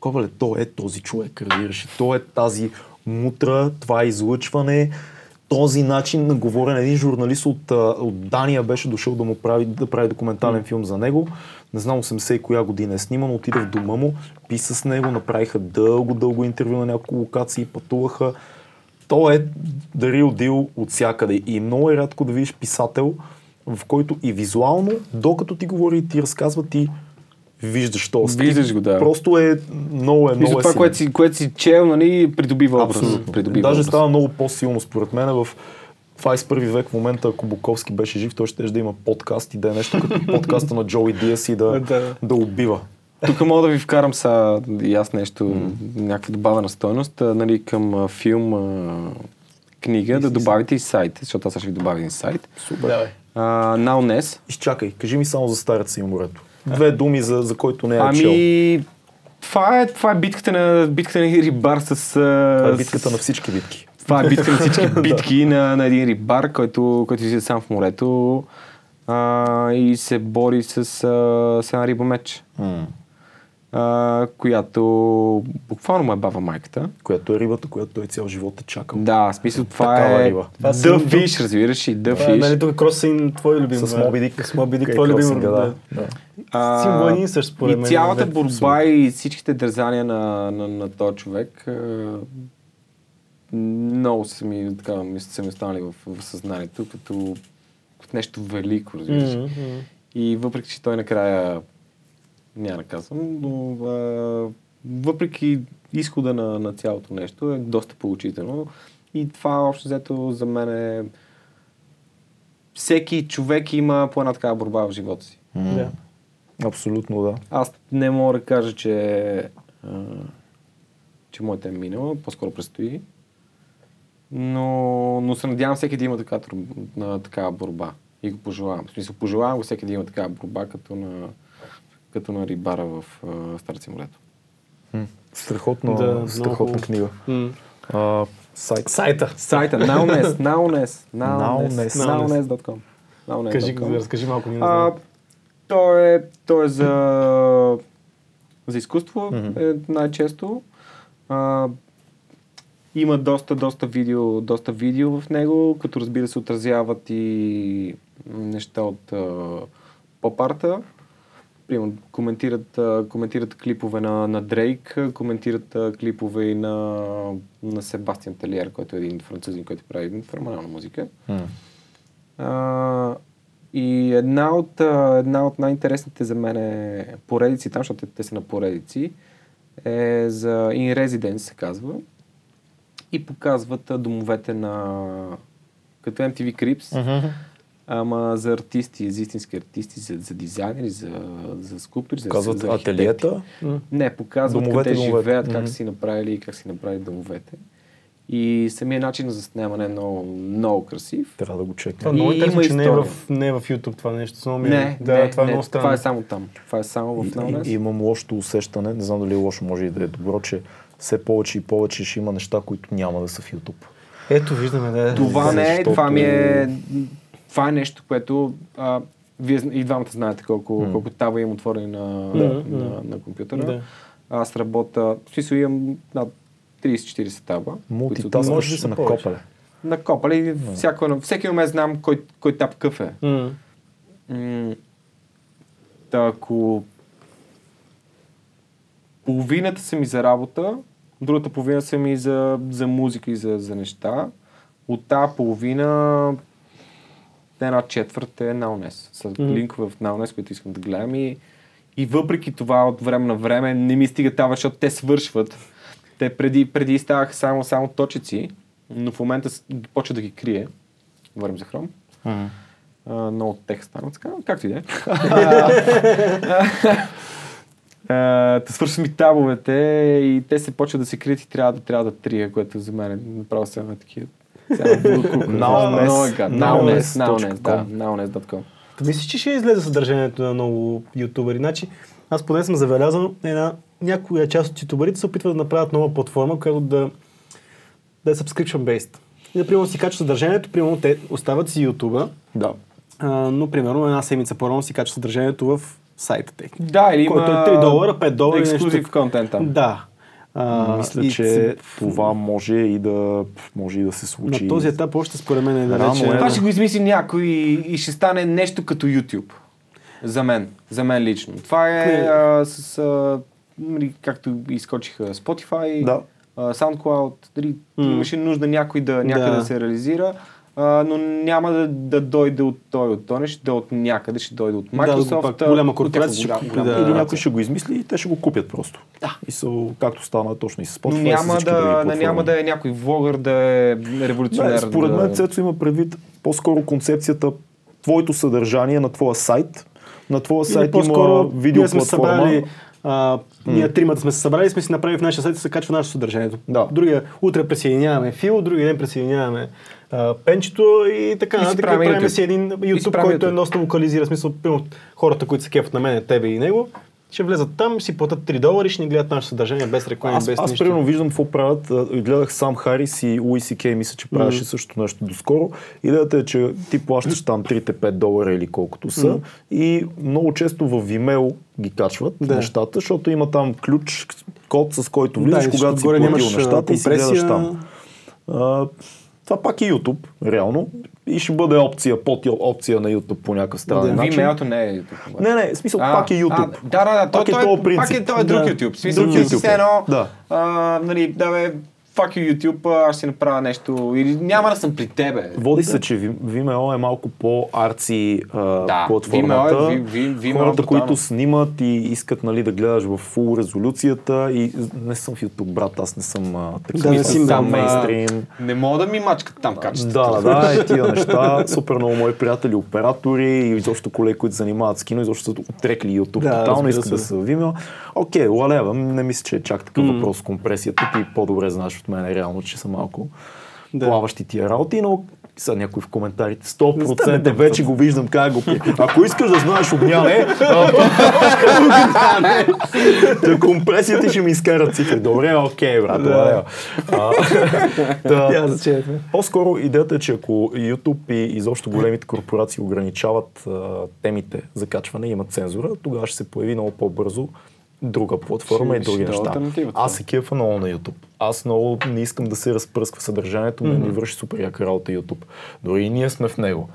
S3: Кобале, то е този човек, разбираш. ли? То е тази мутра, това е излъчване, този начин на говорене. Един журналист от, а, от Дания беше дошъл да му прави, да прави документален филм за него. Не знам 80 и коя година е сниман, отида в дома му, писа с него, направиха дълго-дълго интервю на няколко локации, пътуваха. То е the real deal от всякъде. И много е рядко да видиш писател, в който и визуално, докато ти говори и ти разказва, ти виждаш то.
S4: Виждаш го, да.
S3: Просто е много е,
S4: Мисля,
S3: много е
S4: това,
S3: силен.
S4: което си, което си чел, нали, придобива образ. Придобива
S3: Даже
S4: образ.
S3: става много по-силно според мен в 21 век в момента, ако Буковски беше жив, той ще да има подкаст и да е нещо
S4: [LAUGHS]
S3: като подкаста на Джои Диас и да,
S2: Да.
S3: да убива.
S4: Тук мога да ви вкарам са и аз нещо, някаква добавена стойност, а, нали, към а, филм, а, книга, да добавите и сайт, защото аз сега ще ви добавя един сайт.
S2: Давай.
S4: А, Now Ness.
S3: Изчакай, кажи ми само за стареца и морето. Две думи, за, за който не е чел.
S4: Ами, това е, това е битката на, битката на един рибар с...
S3: Това е
S4: а,
S3: битката
S4: с-
S3: на всички битки.
S4: Това е битка на всички
S3: [LAUGHS]
S4: битки на, на един рибар, който, който излиза сам в морето а, и се бори с, а, с една риба меч, а, която буквално му е баба майката.
S3: Която е рибата, която той цял живот е чакал.
S4: Да, в смисъл това
S3: Такава
S4: е...
S3: риба.
S2: Това си
S4: The
S2: един
S4: Fish, разбираш и The
S2: Това е, нали,
S4: Fish.
S2: тук е кросин, твой любим.
S3: С
S2: а,
S3: Моби Дик.
S2: С Моби Дик,
S3: Кай
S2: твой любим.
S3: кросинга,
S2: Да.
S3: да.
S4: А,
S2: Символ един и същ, според
S4: и
S2: мен,
S4: цялата
S2: е
S4: борба и всичките дързания на, на, на този човек а, много са ми, така, мисля, са ми останали в, в съзнанието, като, като нещо велико, разбираш.
S2: Мгм, мгм.
S4: И въпреки, че той накрая няма да казвам, но а, въпреки изхода на, на цялото нещо е доста поучително. И това общо взето за мен е... Всеки човек има по една такава борба в живота си.
S2: Да.
S3: Абсолютно да.
S4: Аз не мога да кажа, че, а, че моята е минала, по-скоро предстои. Но, но се надявам всеки да има така, тру- на такава борба. И го пожелавам. В смисъл, пожелавам го всеки да има такава борба, като на, като на рибара в а, Старци морето.
S3: Страхотна,
S2: Да, много
S3: страхотна
S2: хубаво.
S3: книга.
S2: М.
S3: А, сайт.
S2: Сайта.
S4: Сайта, naunest, naunest,
S3: Nownes.
S4: naunest, naunest.com. Naunest.com.
S2: Кажи, да разкажи малко ни
S4: А, то, е, то е за, за изкуство е най-често. А, има доста, доста видео, доста видео в него, като разбира се отразяват и неща от а, поп-арта. Примерно, коментират, а, коментират клипове на, на Дрейк, коментират а, клипове и на, на Себастиан Телиер, който е един французин, който прави феноменална музика. А, и една от, а, една от най-интересните за мен е поредици там, защото те, те са на поредици, е за In Residence се казва. И показват а, домовете на като MTV Crips, ама за артисти, за истински артисти, за, за дизайнери, за, за скулптори, за,
S3: Казват
S4: за архитекти.
S3: ателиета.
S4: Не, показват
S3: Домовете,
S4: домовете, къде
S3: домовете.
S4: живеят,
S3: Мгм.
S4: как си направили и как си направили домовете. И самия начин на заснемане е много, много красив.
S3: Трябва да го чекнем.
S2: Това е много
S4: и
S2: интересно,
S4: има
S2: че не е, в,
S4: история.
S2: не е в YouTube това нещо. Само ми е-
S4: Не,
S2: да,
S4: не,
S2: това е
S4: не,
S2: много странно.
S4: Това е само там. Това е само в Наунес.
S3: И, имам лошото усещане, не знам дали е лошо, може и да е добро, че все повече и повече ще има неща, които няма да са в YouTube.
S2: Ето, виждаме, да.
S4: Това не е,
S3: Защото-
S4: това ми е... Това е нещо, което а, вие зна- и двамата знаете колко, колко таба имам отворени на, на, на, на компютъра.
S2: Да.
S4: Аз работя, в смисъл имам над 30-40 таба. които са-
S3: Мултитаскаш на копале.
S4: На копа, и всяко, едно- всеки момент знам кой, кой тап къв е.
S2: М.
S4: М, Та, ако половината са ми за работа, другата половина са ми за, за музика и за, за неща, от тази половина една четвърт е на УНЕС. С линкове в на УНЕС, които искам да гледам и, и въпреки това от време на време не ми стига това, защото те свършват. Те преди, преди ставаха само, само точици, но в момента с- почва да ги крие. Говорим за хром. А, много текст стана така, както и да е. [LAUGHS] А, Та свършват ми табовете и те се почват да се крият и трябва да, трябва да трия, което за мен е направо сега такива. Now
S3: Naunest.
S4: Now
S3: Naunest.com.
S4: Naunest.com.
S2: Мислиш, че ще излезе съдържанието на много ютубери. Значи, аз поне съм забелязал, една, някоя част от ютуберите се опитват да направят нова платформа, която да, да е subscription based. И, да, примерно си качват съдържанието, примерно те остават си ютуба,
S4: Да.
S2: а, но примерно една седмица по-рано си качват съдържанието в сайта техни.
S4: Да, или
S2: Който е
S4: има
S2: 3 долара, 5 долара.
S4: Ексклюзив контент там.
S2: Да. А,
S3: Мисля,
S2: и
S3: че това може и да, може и да се
S2: на
S3: случи.
S2: този етап още според мен е да
S3: Рано е
S4: Това
S3: да.
S4: ще го измисли някой и ще стане нещо като YouTube. За мен. За мен лично. Това е а, с... А, нали, както изкочиха Spotify,
S3: Да.
S4: а, SoundCloud. Дали, Имаше нужда някой да, някъде
S2: Да.
S4: да. се реализира. А, но няма да, да дойде от той, от той, не ще дойде от някъде, ще дойде от
S2: да го
S4: Microsoft.
S2: пак
S4: а,
S2: голяма
S4: от
S2: корпорация
S4: някаква
S2: ще
S4: голяма-
S2: купи,
S4: голяма
S2: да.
S3: Или
S4: корпорация.
S3: някой ще го измисли и те ще го купят просто. Да. И са, както стана точно и с Spotify,
S4: Но
S3: и с
S4: няма
S3: всички
S4: да,
S3: други
S4: не, няма
S3: платформи.
S4: да е някой влогър да е революционер.
S3: Не, според
S4: да...
S3: мен Цецо има предвид по-скоро концепцията твоето съдържание на твоя сайт. На твоя
S2: Или
S3: сайт има
S2: по-скоро ние сме се
S3: видеоплатформа.
S2: събрали, а, ние тримата сме се събрали и сме си направили в нашия сайт и се качва нашето съдържанието.
S3: Да.
S2: Другия утре присъединяваме Фил, другия ден присъединяваме а, Пенчето и така
S4: И си
S2: нататък.
S4: правим
S2: Правим
S4: YouTube.
S2: си един
S4: И си
S2: YouTube,
S4: правим
S2: който е
S4: YouTube.
S2: доста локализира. В Смисъл, примерно, хората, които се кефат на мен, тебе и него, ще влезат там, ще си платят 3 долара и ще ни гледат наше съдържание без
S4: Ами
S2: реклами,
S3: Аз,
S2: без
S3: аз
S2: нищо.
S3: примерно виждам какво правят. а, Гледах сам Харис и Луис и Кей, мисля, че правеше същото нещо доскоро. Идеята е, че ти плащаш там 3-5 долара или колкото са и много често в Vimeo ги качват
S2: Да.
S3: нещата, защото има там ключ, код, с който
S2: Да,
S3: влизаш,
S2: и
S3: когато си
S2: отгоре
S3: платил
S2: нямаш, а,
S3: нещата и си гледаш
S2: компресия.
S3: там. А, това пак е YouTube, реално. И ще бъде опция, под опция на YouTube по някакъв странен
S4: Да,
S3: начин.
S4: Vimeo-то не е...
S3: Не, не, в смисъл, пак е YouTube.
S4: А, да, да, да.
S3: Пак
S4: то,
S3: е
S4: той,
S3: този принцип.
S4: Пак е, той е друг
S3: Да.
S4: YouTube. В смисъл,
S3: Друг
S4: ти
S3: YouTube
S4: си
S3: е.
S4: все едно,
S3: Да.
S4: а, нали, да бе, fuck you YouTube, аз ще направя нещо. Или няма да съм при тебе.
S3: Води се, че Ви- Vimeo е малко по-арци да,
S4: Да,
S3: платформата.
S4: Vimeo е- Ви- Ви- Vimeo е
S3: Хората,
S4: брутално.
S3: които снимат и искат нали, да гледаш в фул резолюцията и не съм в YouTube, брат, аз не съм а, такъв
S2: Да, не
S3: аз
S2: си
S3: съм
S2: бил,
S3: мейнстрим.
S4: Не мога да ми мачкат там качеството.
S3: Да, да,
S2: [LAUGHS]
S3: да, и тия неща. Супер много мои приятели, оператори и изобщо колеги, които се занимават с кино, изобщо са отрекли YouTube
S2: Да,
S3: тотално,
S2: разбира
S3: искат
S2: се.
S3: да са Vimeo. Окей, лалева, не мисля, че е чак такъв въпрос с компресията. Ти по-добре знаеш от мен реално, че са малко
S2: Да.
S3: плаващи тия работи, но са някой в коментарите. 100% вече го виждам как го пи. Ако искаш да знаеш обняне, да компресията ще ми изкарат цифри. Добре, окей, брат. Да.
S2: [LAUGHS]
S3: [LAUGHS]
S2: Я
S3: Да,
S2: за чефе.
S3: по-скоро идеята е, че ако YouTube и изобщо големите корпорации ограничават а, темите за качване и имат цензура, тогава ще се появи много по-бързо друга платформа
S4: Ще-
S3: и други
S4: ще е
S3: неща.
S4: алтернатива това.
S3: Аз се кефа много на YouTube. Аз много не искам да се разпръсква съдържанието, не ми върши супер яка работа YouTube. Дори и ние сме в него.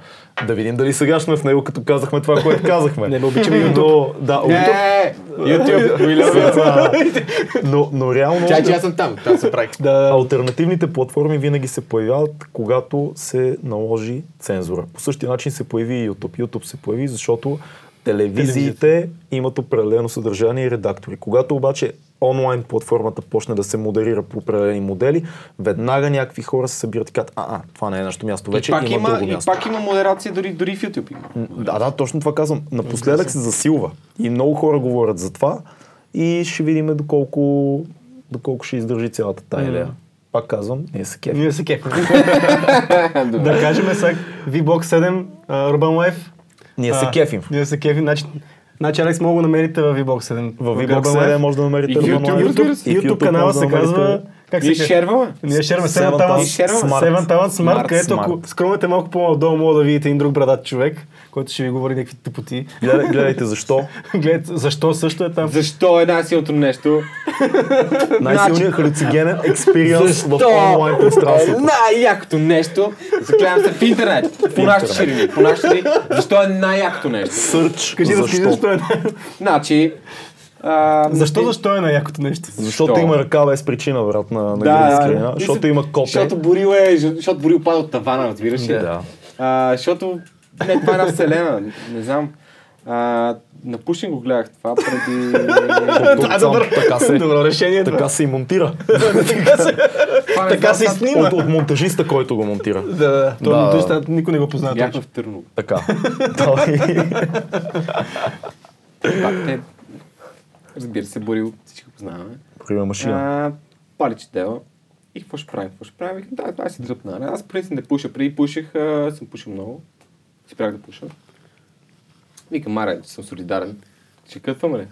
S3: Да видим дали сега сме в него, като казахме това, което казахме. не, обичам YouTube. Да, YouTube.
S4: Е, YouTube, we love you.
S3: [LAUGHS] но, но реално...
S5: Чай, че аз съм там. Там се правих.
S3: Да. Алтернативните платформи винаги се появяват, когато се наложи цензура. По същия начин се появи и YouTube. YouTube се появи, защото телевизиите имат определено съдържание и редактори. Когато обаче онлайн платформата почне да се модерира по определени модели, веднага някакви хора се събират и казват, а, а, това не е нашето място, вече
S4: И пак
S3: има
S4: има,
S3: друго
S4: и
S3: място.
S4: пак има модерация дори, дори в YouTube. Има.
S3: Да, да, точно това казвам. Напоследък се засилва. И много хора говорят за това. И ще видим доколко, доколко ще издържи цялата тая идея. Пак казвам, ние се кефим.
S2: Ние се кефим. [LAUGHS] да кажем сега VBOX 7, а, Urban Life.
S3: Ние се
S2: А,
S3: кефим.
S2: Ние се кефим. Значи, значи Алекс, мога го намерите в VBOX 7.
S3: В VBOX
S2: Urban
S3: 7
S2: Life.
S3: може да намерите
S4: И
S3: Urban
S4: YouTube,
S3: Life.
S4: разбира
S2: YouTube,
S4: се.
S3: И
S2: YouTube, канала
S3: може да
S2: се
S3: намерите-
S2: казва... Как
S4: Ние
S2: се казва?
S4: шерваме.
S2: Ние шерваме
S3: Seven
S2: 7
S3: Talents
S2: Talent
S4: Smart.
S2: Smart, Seven Talent Smart,
S4: Smart,
S2: където ако
S3: Smart.
S2: скромете малко по-надолу, мога да видите един друг брадат човек, който ще ви говори някакви тъпоти.
S3: Гледай- Гледайте защо.
S2: Гледайте, защо също е там.
S4: Защо е най-силното нещо?
S3: Най-силният халюцигенен експириенс в
S4: Защо?
S3: онлайн пространството.
S4: най-якото нещо, заклявам се, в интернет. По нашите
S3: интернет.
S4: ширини. По нашите ширини. Защо е най-якото нещо?
S3: Сърч.
S2: [LAUGHS] Кажи, разкажи
S3: защо?
S2: защо е най-
S4: Значи... А,
S2: Защо, защо е най-якото нещо?
S3: Защото
S4: Защо?
S3: има ръка без причина, брат, на, на
S4: да,
S3: грин
S4: да,
S3: скрина. Защото има копе.
S4: Защото Борил е... Защото Борил пада от тавана, разбираш ли?
S3: Да.
S4: А, защото... Не, това е една вселена. Не знам. А, на Пушин го гледах това преди...
S3: Тук сам
S2: [LAUGHS]
S3: Така се,
S2: Добро решение. това.
S3: така се и монтира.
S4: Това не
S2: Така
S4: знам,
S2: се
S4: това-
S2: е снима.
S3: От, от монтажиста, който го монтира.
S2: Да, да. Той
S3: Да, да.
S2: монтажиста, никой не го познава.
S4: Бях
S2: точно.
S4: в Търново.
S2: [LAUGHS]
S3: Така. Той-
S4: Пак те... Разбира се, Борил, всички го познаваме.
S3: Крима машина.
S4: А, пали дела. И какво ще правим? Какво ще правим? Викам, Да, аз си дръпна. Аз преди не пуша. Преди пушех, а, съм пушил много. Спрях да пуша. Викам, маре, съм солидарен. Ще кътвам ли?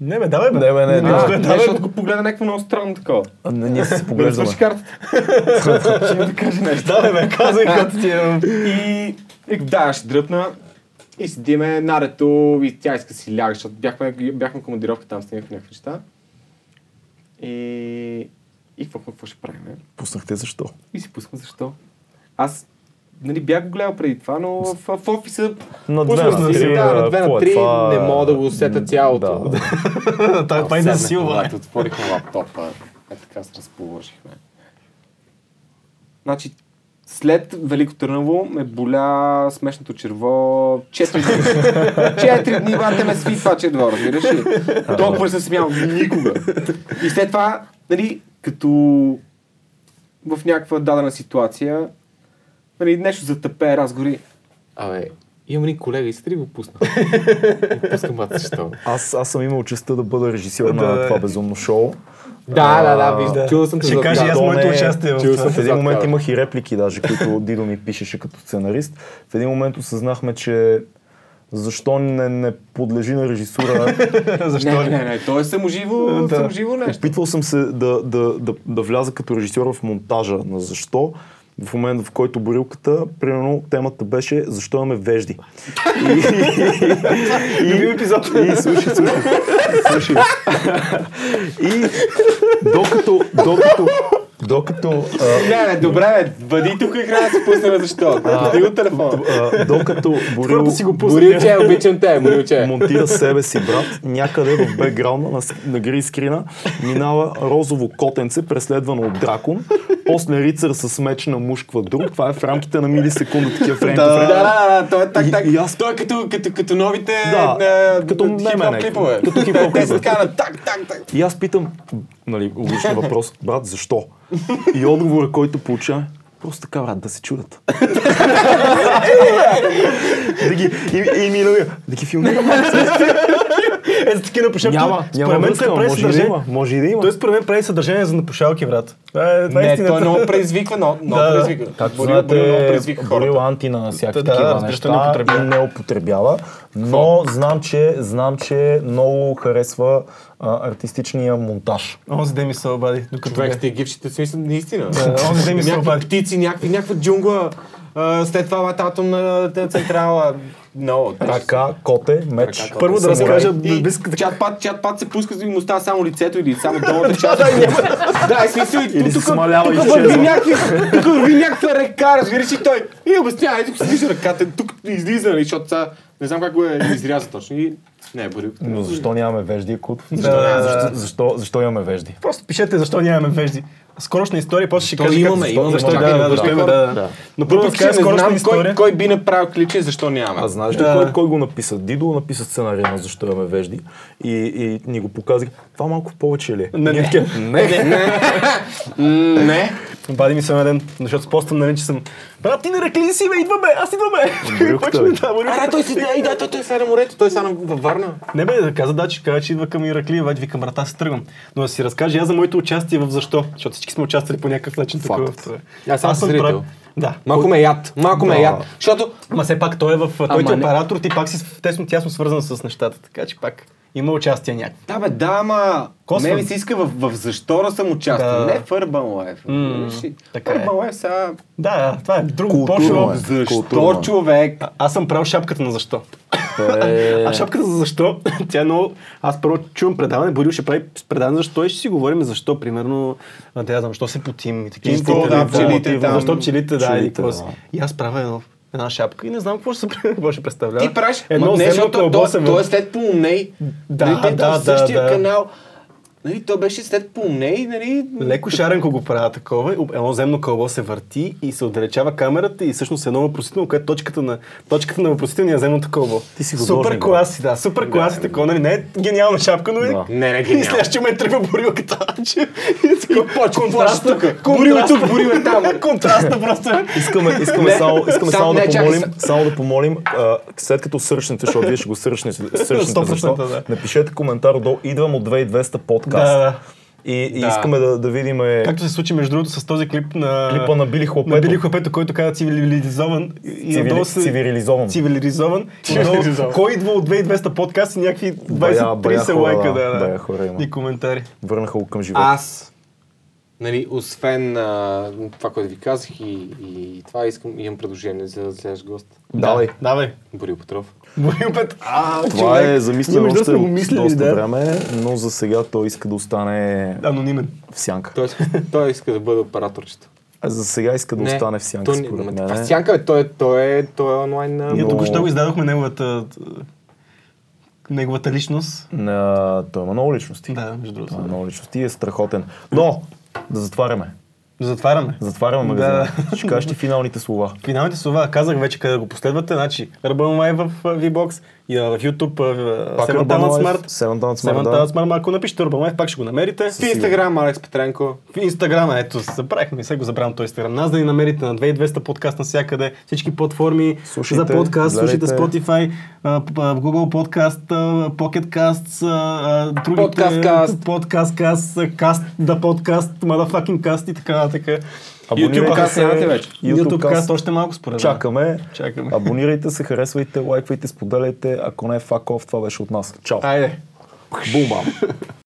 S2: Не, бе, давай, бе.
S3: Не, бе, не, не.
S4: А, не, защото го погледа някакво много странно такова.
S3: А, не, ние се
S4: Да не
S3: поглеждаме.
S4: свърши картата. Ще ми да кажа нещо.
S2: Давай, бе, казвай като ти е.
S4: И, и да, ще дръпна. И седиме нарето и тя иска да си ляга, защото бяхме, бяхме командировка там, снимахме някакви неща. И, и какво, какво ще правим? Е?
S3: Пуснахте защо?
S4: И си пускам защо. Аз нали, бях го гледал преди това, но в, в офиса
S3: На две
S5: Пуснах
S3: на
S5: си
S3: три.
S5: го, да, на две
S3: какво
S5: на
S3: е
S5: три,
S3: това?
S5: не мога да го усета цялото.
S3: Да.
S2: Той пай да силва.
S4: Когато отворихме лаптопа, е така се разположихме. Значи, след Велико Търново ме боля смешното черво
S2: [LAUGHS]
S4: 4 дни. Четири дни, бате, ме сви това черво, разбираш ли? Толкова не съм смял никога. И след това, нали, като в някаква дадена ситуация, нали, нещо затъпе разговори.
S5: Абе, имам един колега и сетри го
S4: [LAUGHS]
S5: пусна. Пускам бата, защо.
S3: Аз, аз съм имал честа да бъда режисьор на
S2: Да.
S3: това безумно шоу.
S5: Да, да, да, виждам. Чувал съм те
S2: Ще
S5: за
S2: кажа
S5: това.
S2: и аз
S3: то
S2: моето
S3: не е-
S2: участие в
S5: чул
S2: това.
S5: съм.
S3: В един
S5: Зад
S3: момент
S5: кадър.
S3: имах и реплики даже, които Дидо ми пишеше като сценарист. В един момент осъзнахме, че защо не, не подлежи на режисура.
S4: Защо? Не, не, не, то е саможиво,
S2: Да.
S4: саможиво нещо.
S3: Опитвал съм се да, да, да, да вляза като режисьор в монтажа на защо. В момента, в който борилката, примерно, темата беше защо имаме вежди. И, и, и, епизод. и слушай, слушай. слушай. И докато, докато, докато а,
S4: Не, не, добре, бе, бъди тук и храна си пуснем, защо? Ти го телефона.
S3: а, докато Борил
S2: Хората си го пуснат.
S5: Борилче, обичам те, Борилче.
S3: монтира себе си, брат, някъде в бекграунда на, с- на грин скрина минава розово котенце, преследвано от дракон, после рицар с меч на мушква друг, това е в рамките на милисекунда такива фрейм по
S4: Да,
S3: фрейм.
S4: да, да, той е так, так.
S3: И- и аз-
S4: Той е като, като, като новите
S3: Да,
S4: е,
S3: като
S4: е,
S3: меме
S4: хип-хоп
S3: някакво.
S4: клипове.
S3: Като хип-хоп
S4: Те са
S3: клипове.
S4: така на так, так, так.
S3: И аз питам, нали, логичен въпрос, брат, защо? И отговора, който получа, просто така, брат, да се чудат. да ги, и, и ми нали, да ги филмирам.
S2: Е, за такива напушалки.
S3: Няма, няма
S2: според мен
S3: връзка,
S2: той прави
S3: може и да
S2: съдържание.
S3: има. Може и да има.
S2: Той според мен прави съдържание за напушалки, брат. Това е, това е
S4: Не, той
S2: [LAUGHS]
S4: е
S2: истината.
S4: [LAUGHS] много преизвиква, но много
S2: Да, да.
S4: преизвиква.
S3: Както
S4: Борил- Борил много
S3: знаете,
S4: преизвиква хората.
S3: Борил Анти на всякакви
S2: Да,
S3: такива
S2: разбира се,
S3: неща
S2: не употребява.
S3: не употребява, но знам, че, знам, че много харесва а, артистичния монтаж.
S2: Онзи ден ми се обади. Докато
S4: Човек,
S2: бях.
S4: сте гифчите, смисъл, наистина.
S2: Онзи ден ми се
S4: Някакви
S2: обади.
S4: птици, някакви, някаква джунгла. а, След това лата атомна те, централа. Но,
S3: Ръка, коте, меч.
S2: Първо да
S3: самурай.
S2: разкажа
S4: И
S2: близката
S4: чат пат, чат пат се пуска и му остава само лицето или само
S2: [LAUGHS]
S4: долната част. Да, и смисъл и
S3: Или
S4: тук
S3: се смалява и
S4: тук върви
S3: изчезва.
S4: някакви, тук върви някаква ръка, разбираш и той. И обяснява, ето си вижда ръката, тук излиза, нали, защото сега не знам как го е изряза точно. И не е борил.
S3: Но защо нямаме вежди, кут?
S2: да,
S3: Защо,
S2: да.
S3: защо, защо, защо имаме вежди?
S2: Просто пишете защо нямаме вежди. Скорошна история, после ще
S4: То
S2: кажа
S4: имаме,
S2: как,
S4: имаме,
S2: защо,
S4: чакай,
S2: да, да,
S4: добре.
S2: защо имаме, да, да. Но първо
S4: Въпреки, че
S2: разкажа
S4: не
S2: скорошна
S4: знам
S2: история.
S4: кой, кой би направил кличе, защо няма.
S3: А знаеш ли
S2: Да.
S3: кой, кой го написа? Дидо написа сценария на Защо имаме вежди и, и ни го показах. Това малко повече ли? е?
S2: Не, не.
S3: Ние- не.
S4: М, Не.
S2: Обади ми се на ден, защото спостам, нали, че съм... Брат, ти не рекли ли си, бе, идва, бе, аз идвам, бе. [LAUGHS]
S3: Брюкта,
S2: Почна
S3: бе.
S2: да, брюкта.
S4: А, да, той си, и да, той, той е сега на морето, той сега на- във Варна.
S2: Не бе, да каза да, че каза, че идва към Ираклия, вече викам, брат, аз се тръгвам. Но да си разкажа и аз за моето участие в защо, защото всички сме участвали по някакъв начин тук в това.
S5: Аз съм зрител.
S2: прав- Да.
S5: Малко ме е яд, малко ме яд. Защото
S2: Ма все пак той е в... Той ти е
S4: не.
S2: оператор, ти пак си с- тесно тясно свързан с нещата, така че пак има участие някакво.
S4: Да, бе, да, ама...
S2: Косвен.
S4: Не ми се иска в, в защо да съм участвал.
S2: Да.
S4: Не в Urban Life. разбираш ли?
S2: така е.
S4: Urban Life сега...
S2: Да, да, това е друго
S3: Културно
S2: по-широко.
S3: е.
S4: Защо
S3: Културно.
S4: човек?
S2: А- Аз съм правил шапката на защо.
S3: Е,
S2: А шапката за защо, [LAUGHS] тя е много... Аз първо чувам предаване, Борил ще прави предаване защо и ще си говорим защо, примерно, а, да, я знам, защо се потим и такива.
S4: Инфо,
S2: инстинкти,
S4: да,
S2: какво,
S4: пчелите
S2: мотиви,
S4: там.
S2: Защо пчелите, да, и,
S3: Пчелите,
S2: какво си.
S3: да.
S2: и аз правя едно, една шапка и не знам какво ще, се- [LAUGHS] какво ще представлява.
S4: Ти правиш...
S2: едно
S4: Ма, не,
S2: земното
S4: защото то,
S2: обосено.
S4: то е след полуней.
S2: Да,
S4: нали,
S5: е
S4: те,
S2: да,
S4: в същия
S2: да, да.
S4: канал. Нали, то беше след полуней, нали...
S2: Леко шаренко го правя такова, и едно земно кълбо се върти и се отдалечава камерата и всъщност е едно въпросително, което е точката на, точката на въпросителния земното кълбо.
S3: Ти си
S2: Супер
S3: художник,
S2: класи, да, супер класи, такова, нали? Не е гениална шапка, но е...
S3: Да.
S4: Не, не е
S2: И [LAUGHS]
S4: гениално.
S2: след ще ме тръгва бурилката. че- и такова,
S4: плаща
S2: контрастно,
S4: тук.
S2: контрастно.
S4: Бурил е тук, бурил е
S2: [LAUGHS]
S4: там.
S2: Контрастно просто. е.
S3: Искаме, искаме, само, искаме
S4: Сам-
S3: само,
S4: не,
S3: да
S4: чакай,
S3: помолим,
S4: са-
S3: само да помолим, а, след като сършнете, защото вие ще го сършнете, сършнете
S2: 100%,
S3: защо,
S2: да.
S3: напишете коментар отдолу, идвам от 2200 подкаст.
S2: Да, да.
S3: И, да. и
S4: Да.
S3: искаме да, да видим е,
S2: Както се случи между другото с този клип на...
S3: клипа на Били Хлопето.
S2: на Били Хлопето, който каза цивилизован. и- и е
S3: Цивили-
S2: надолу се-
S3: цивилизован.
S2: Цивилизован. И надолу, Кой идва от 2200 подкаст и някакви
S3: Бая- бая
S2: 20-30
S3: хора,
S2: лайка.
S3: да.
S2: Да, да.
S3: Бая хора има.
S2: И коментари.
S3: Върнаха го към живота.
S5: Аз, нали, освен а, това, което ви казах и, и това, искам, имам предложение за следващ гост.
S3: Давай.
S2: Давай.
S5: Борил Петров.
S2: Борил Пет. А,
S3: Това
S2: човек.
S3: е
S2: Ние
S3: замислено
S2: между
S3: още
S2: другото сме го
S3: от
S2: мислили,
S3: доста
S2: да.
S3: време, но за сега той иска да остане
S2: Анонимен.
S3: в сянка.
S5: Той, [LAUGHS] той иска да бъде операторчето.
S3: А За сега иска да остане в сянка,
S5: той не-
S3: според
S5: ма,
S3: мен.
S5: това Сянка, бе, той, е- той, е, той е онлайн на...
S2: Ние
S3: Но-
S2: току-що го издадохме неговата неговата личност.
S3: На... Той има много личности.
S2: Да, между другото.
S3: Той има много личности и е страхотен. Но, да затваряме.
S2: Затваряме.
S3: Затваряме магазина. Ще кажеш ти финалните слова.
S2: Финалните слова казах вече къде да го последвате. Значи Urban Live в а, VBOX и а, в YouTube а, в а,
S3: Пак
S2: Seven
S3: Urban
S2: Talent
S3: Life,
S2: Smart.
S3: Seven Talent Smart,
S2: Seven
S3: да.
S2: Talent Smart. Ако напишете Urban Life, пак ще го намерите.
S5: В Инстаграм, Алекс Петренко.
S2: В Инстаграма, ето, забравихме, сега го забравям този Инстаграм. Нас да ни намерите на 2200 подкаст навсякъде, всички платформи
S3: Слушайте,
S2: за подкаст,
S3: гледайте.
S2: слушайте Spotify, а, п- а, Google Podcast, а, Pocket Cast, а, а, другите...
S5: Podcastcast.
S2: Podcast Cast, Cast, да Podcast, Motherfucking Cast и така нататък. е-
S3: Абонирайте
S4: YouTube
S3: се.
S4: Cast нямате вече.
S3: YouTube
S2: YouTube
S3: Cast.
S2: Cast още малко според мен.
S3: Чакаме.
S2: Чакаме.
S3: Абонирайте се, харесвайте, лайквайте, споделяйте. Ако не е факов, това беше от нас. Чао.
S2: Айде.
S3: Бум, бам.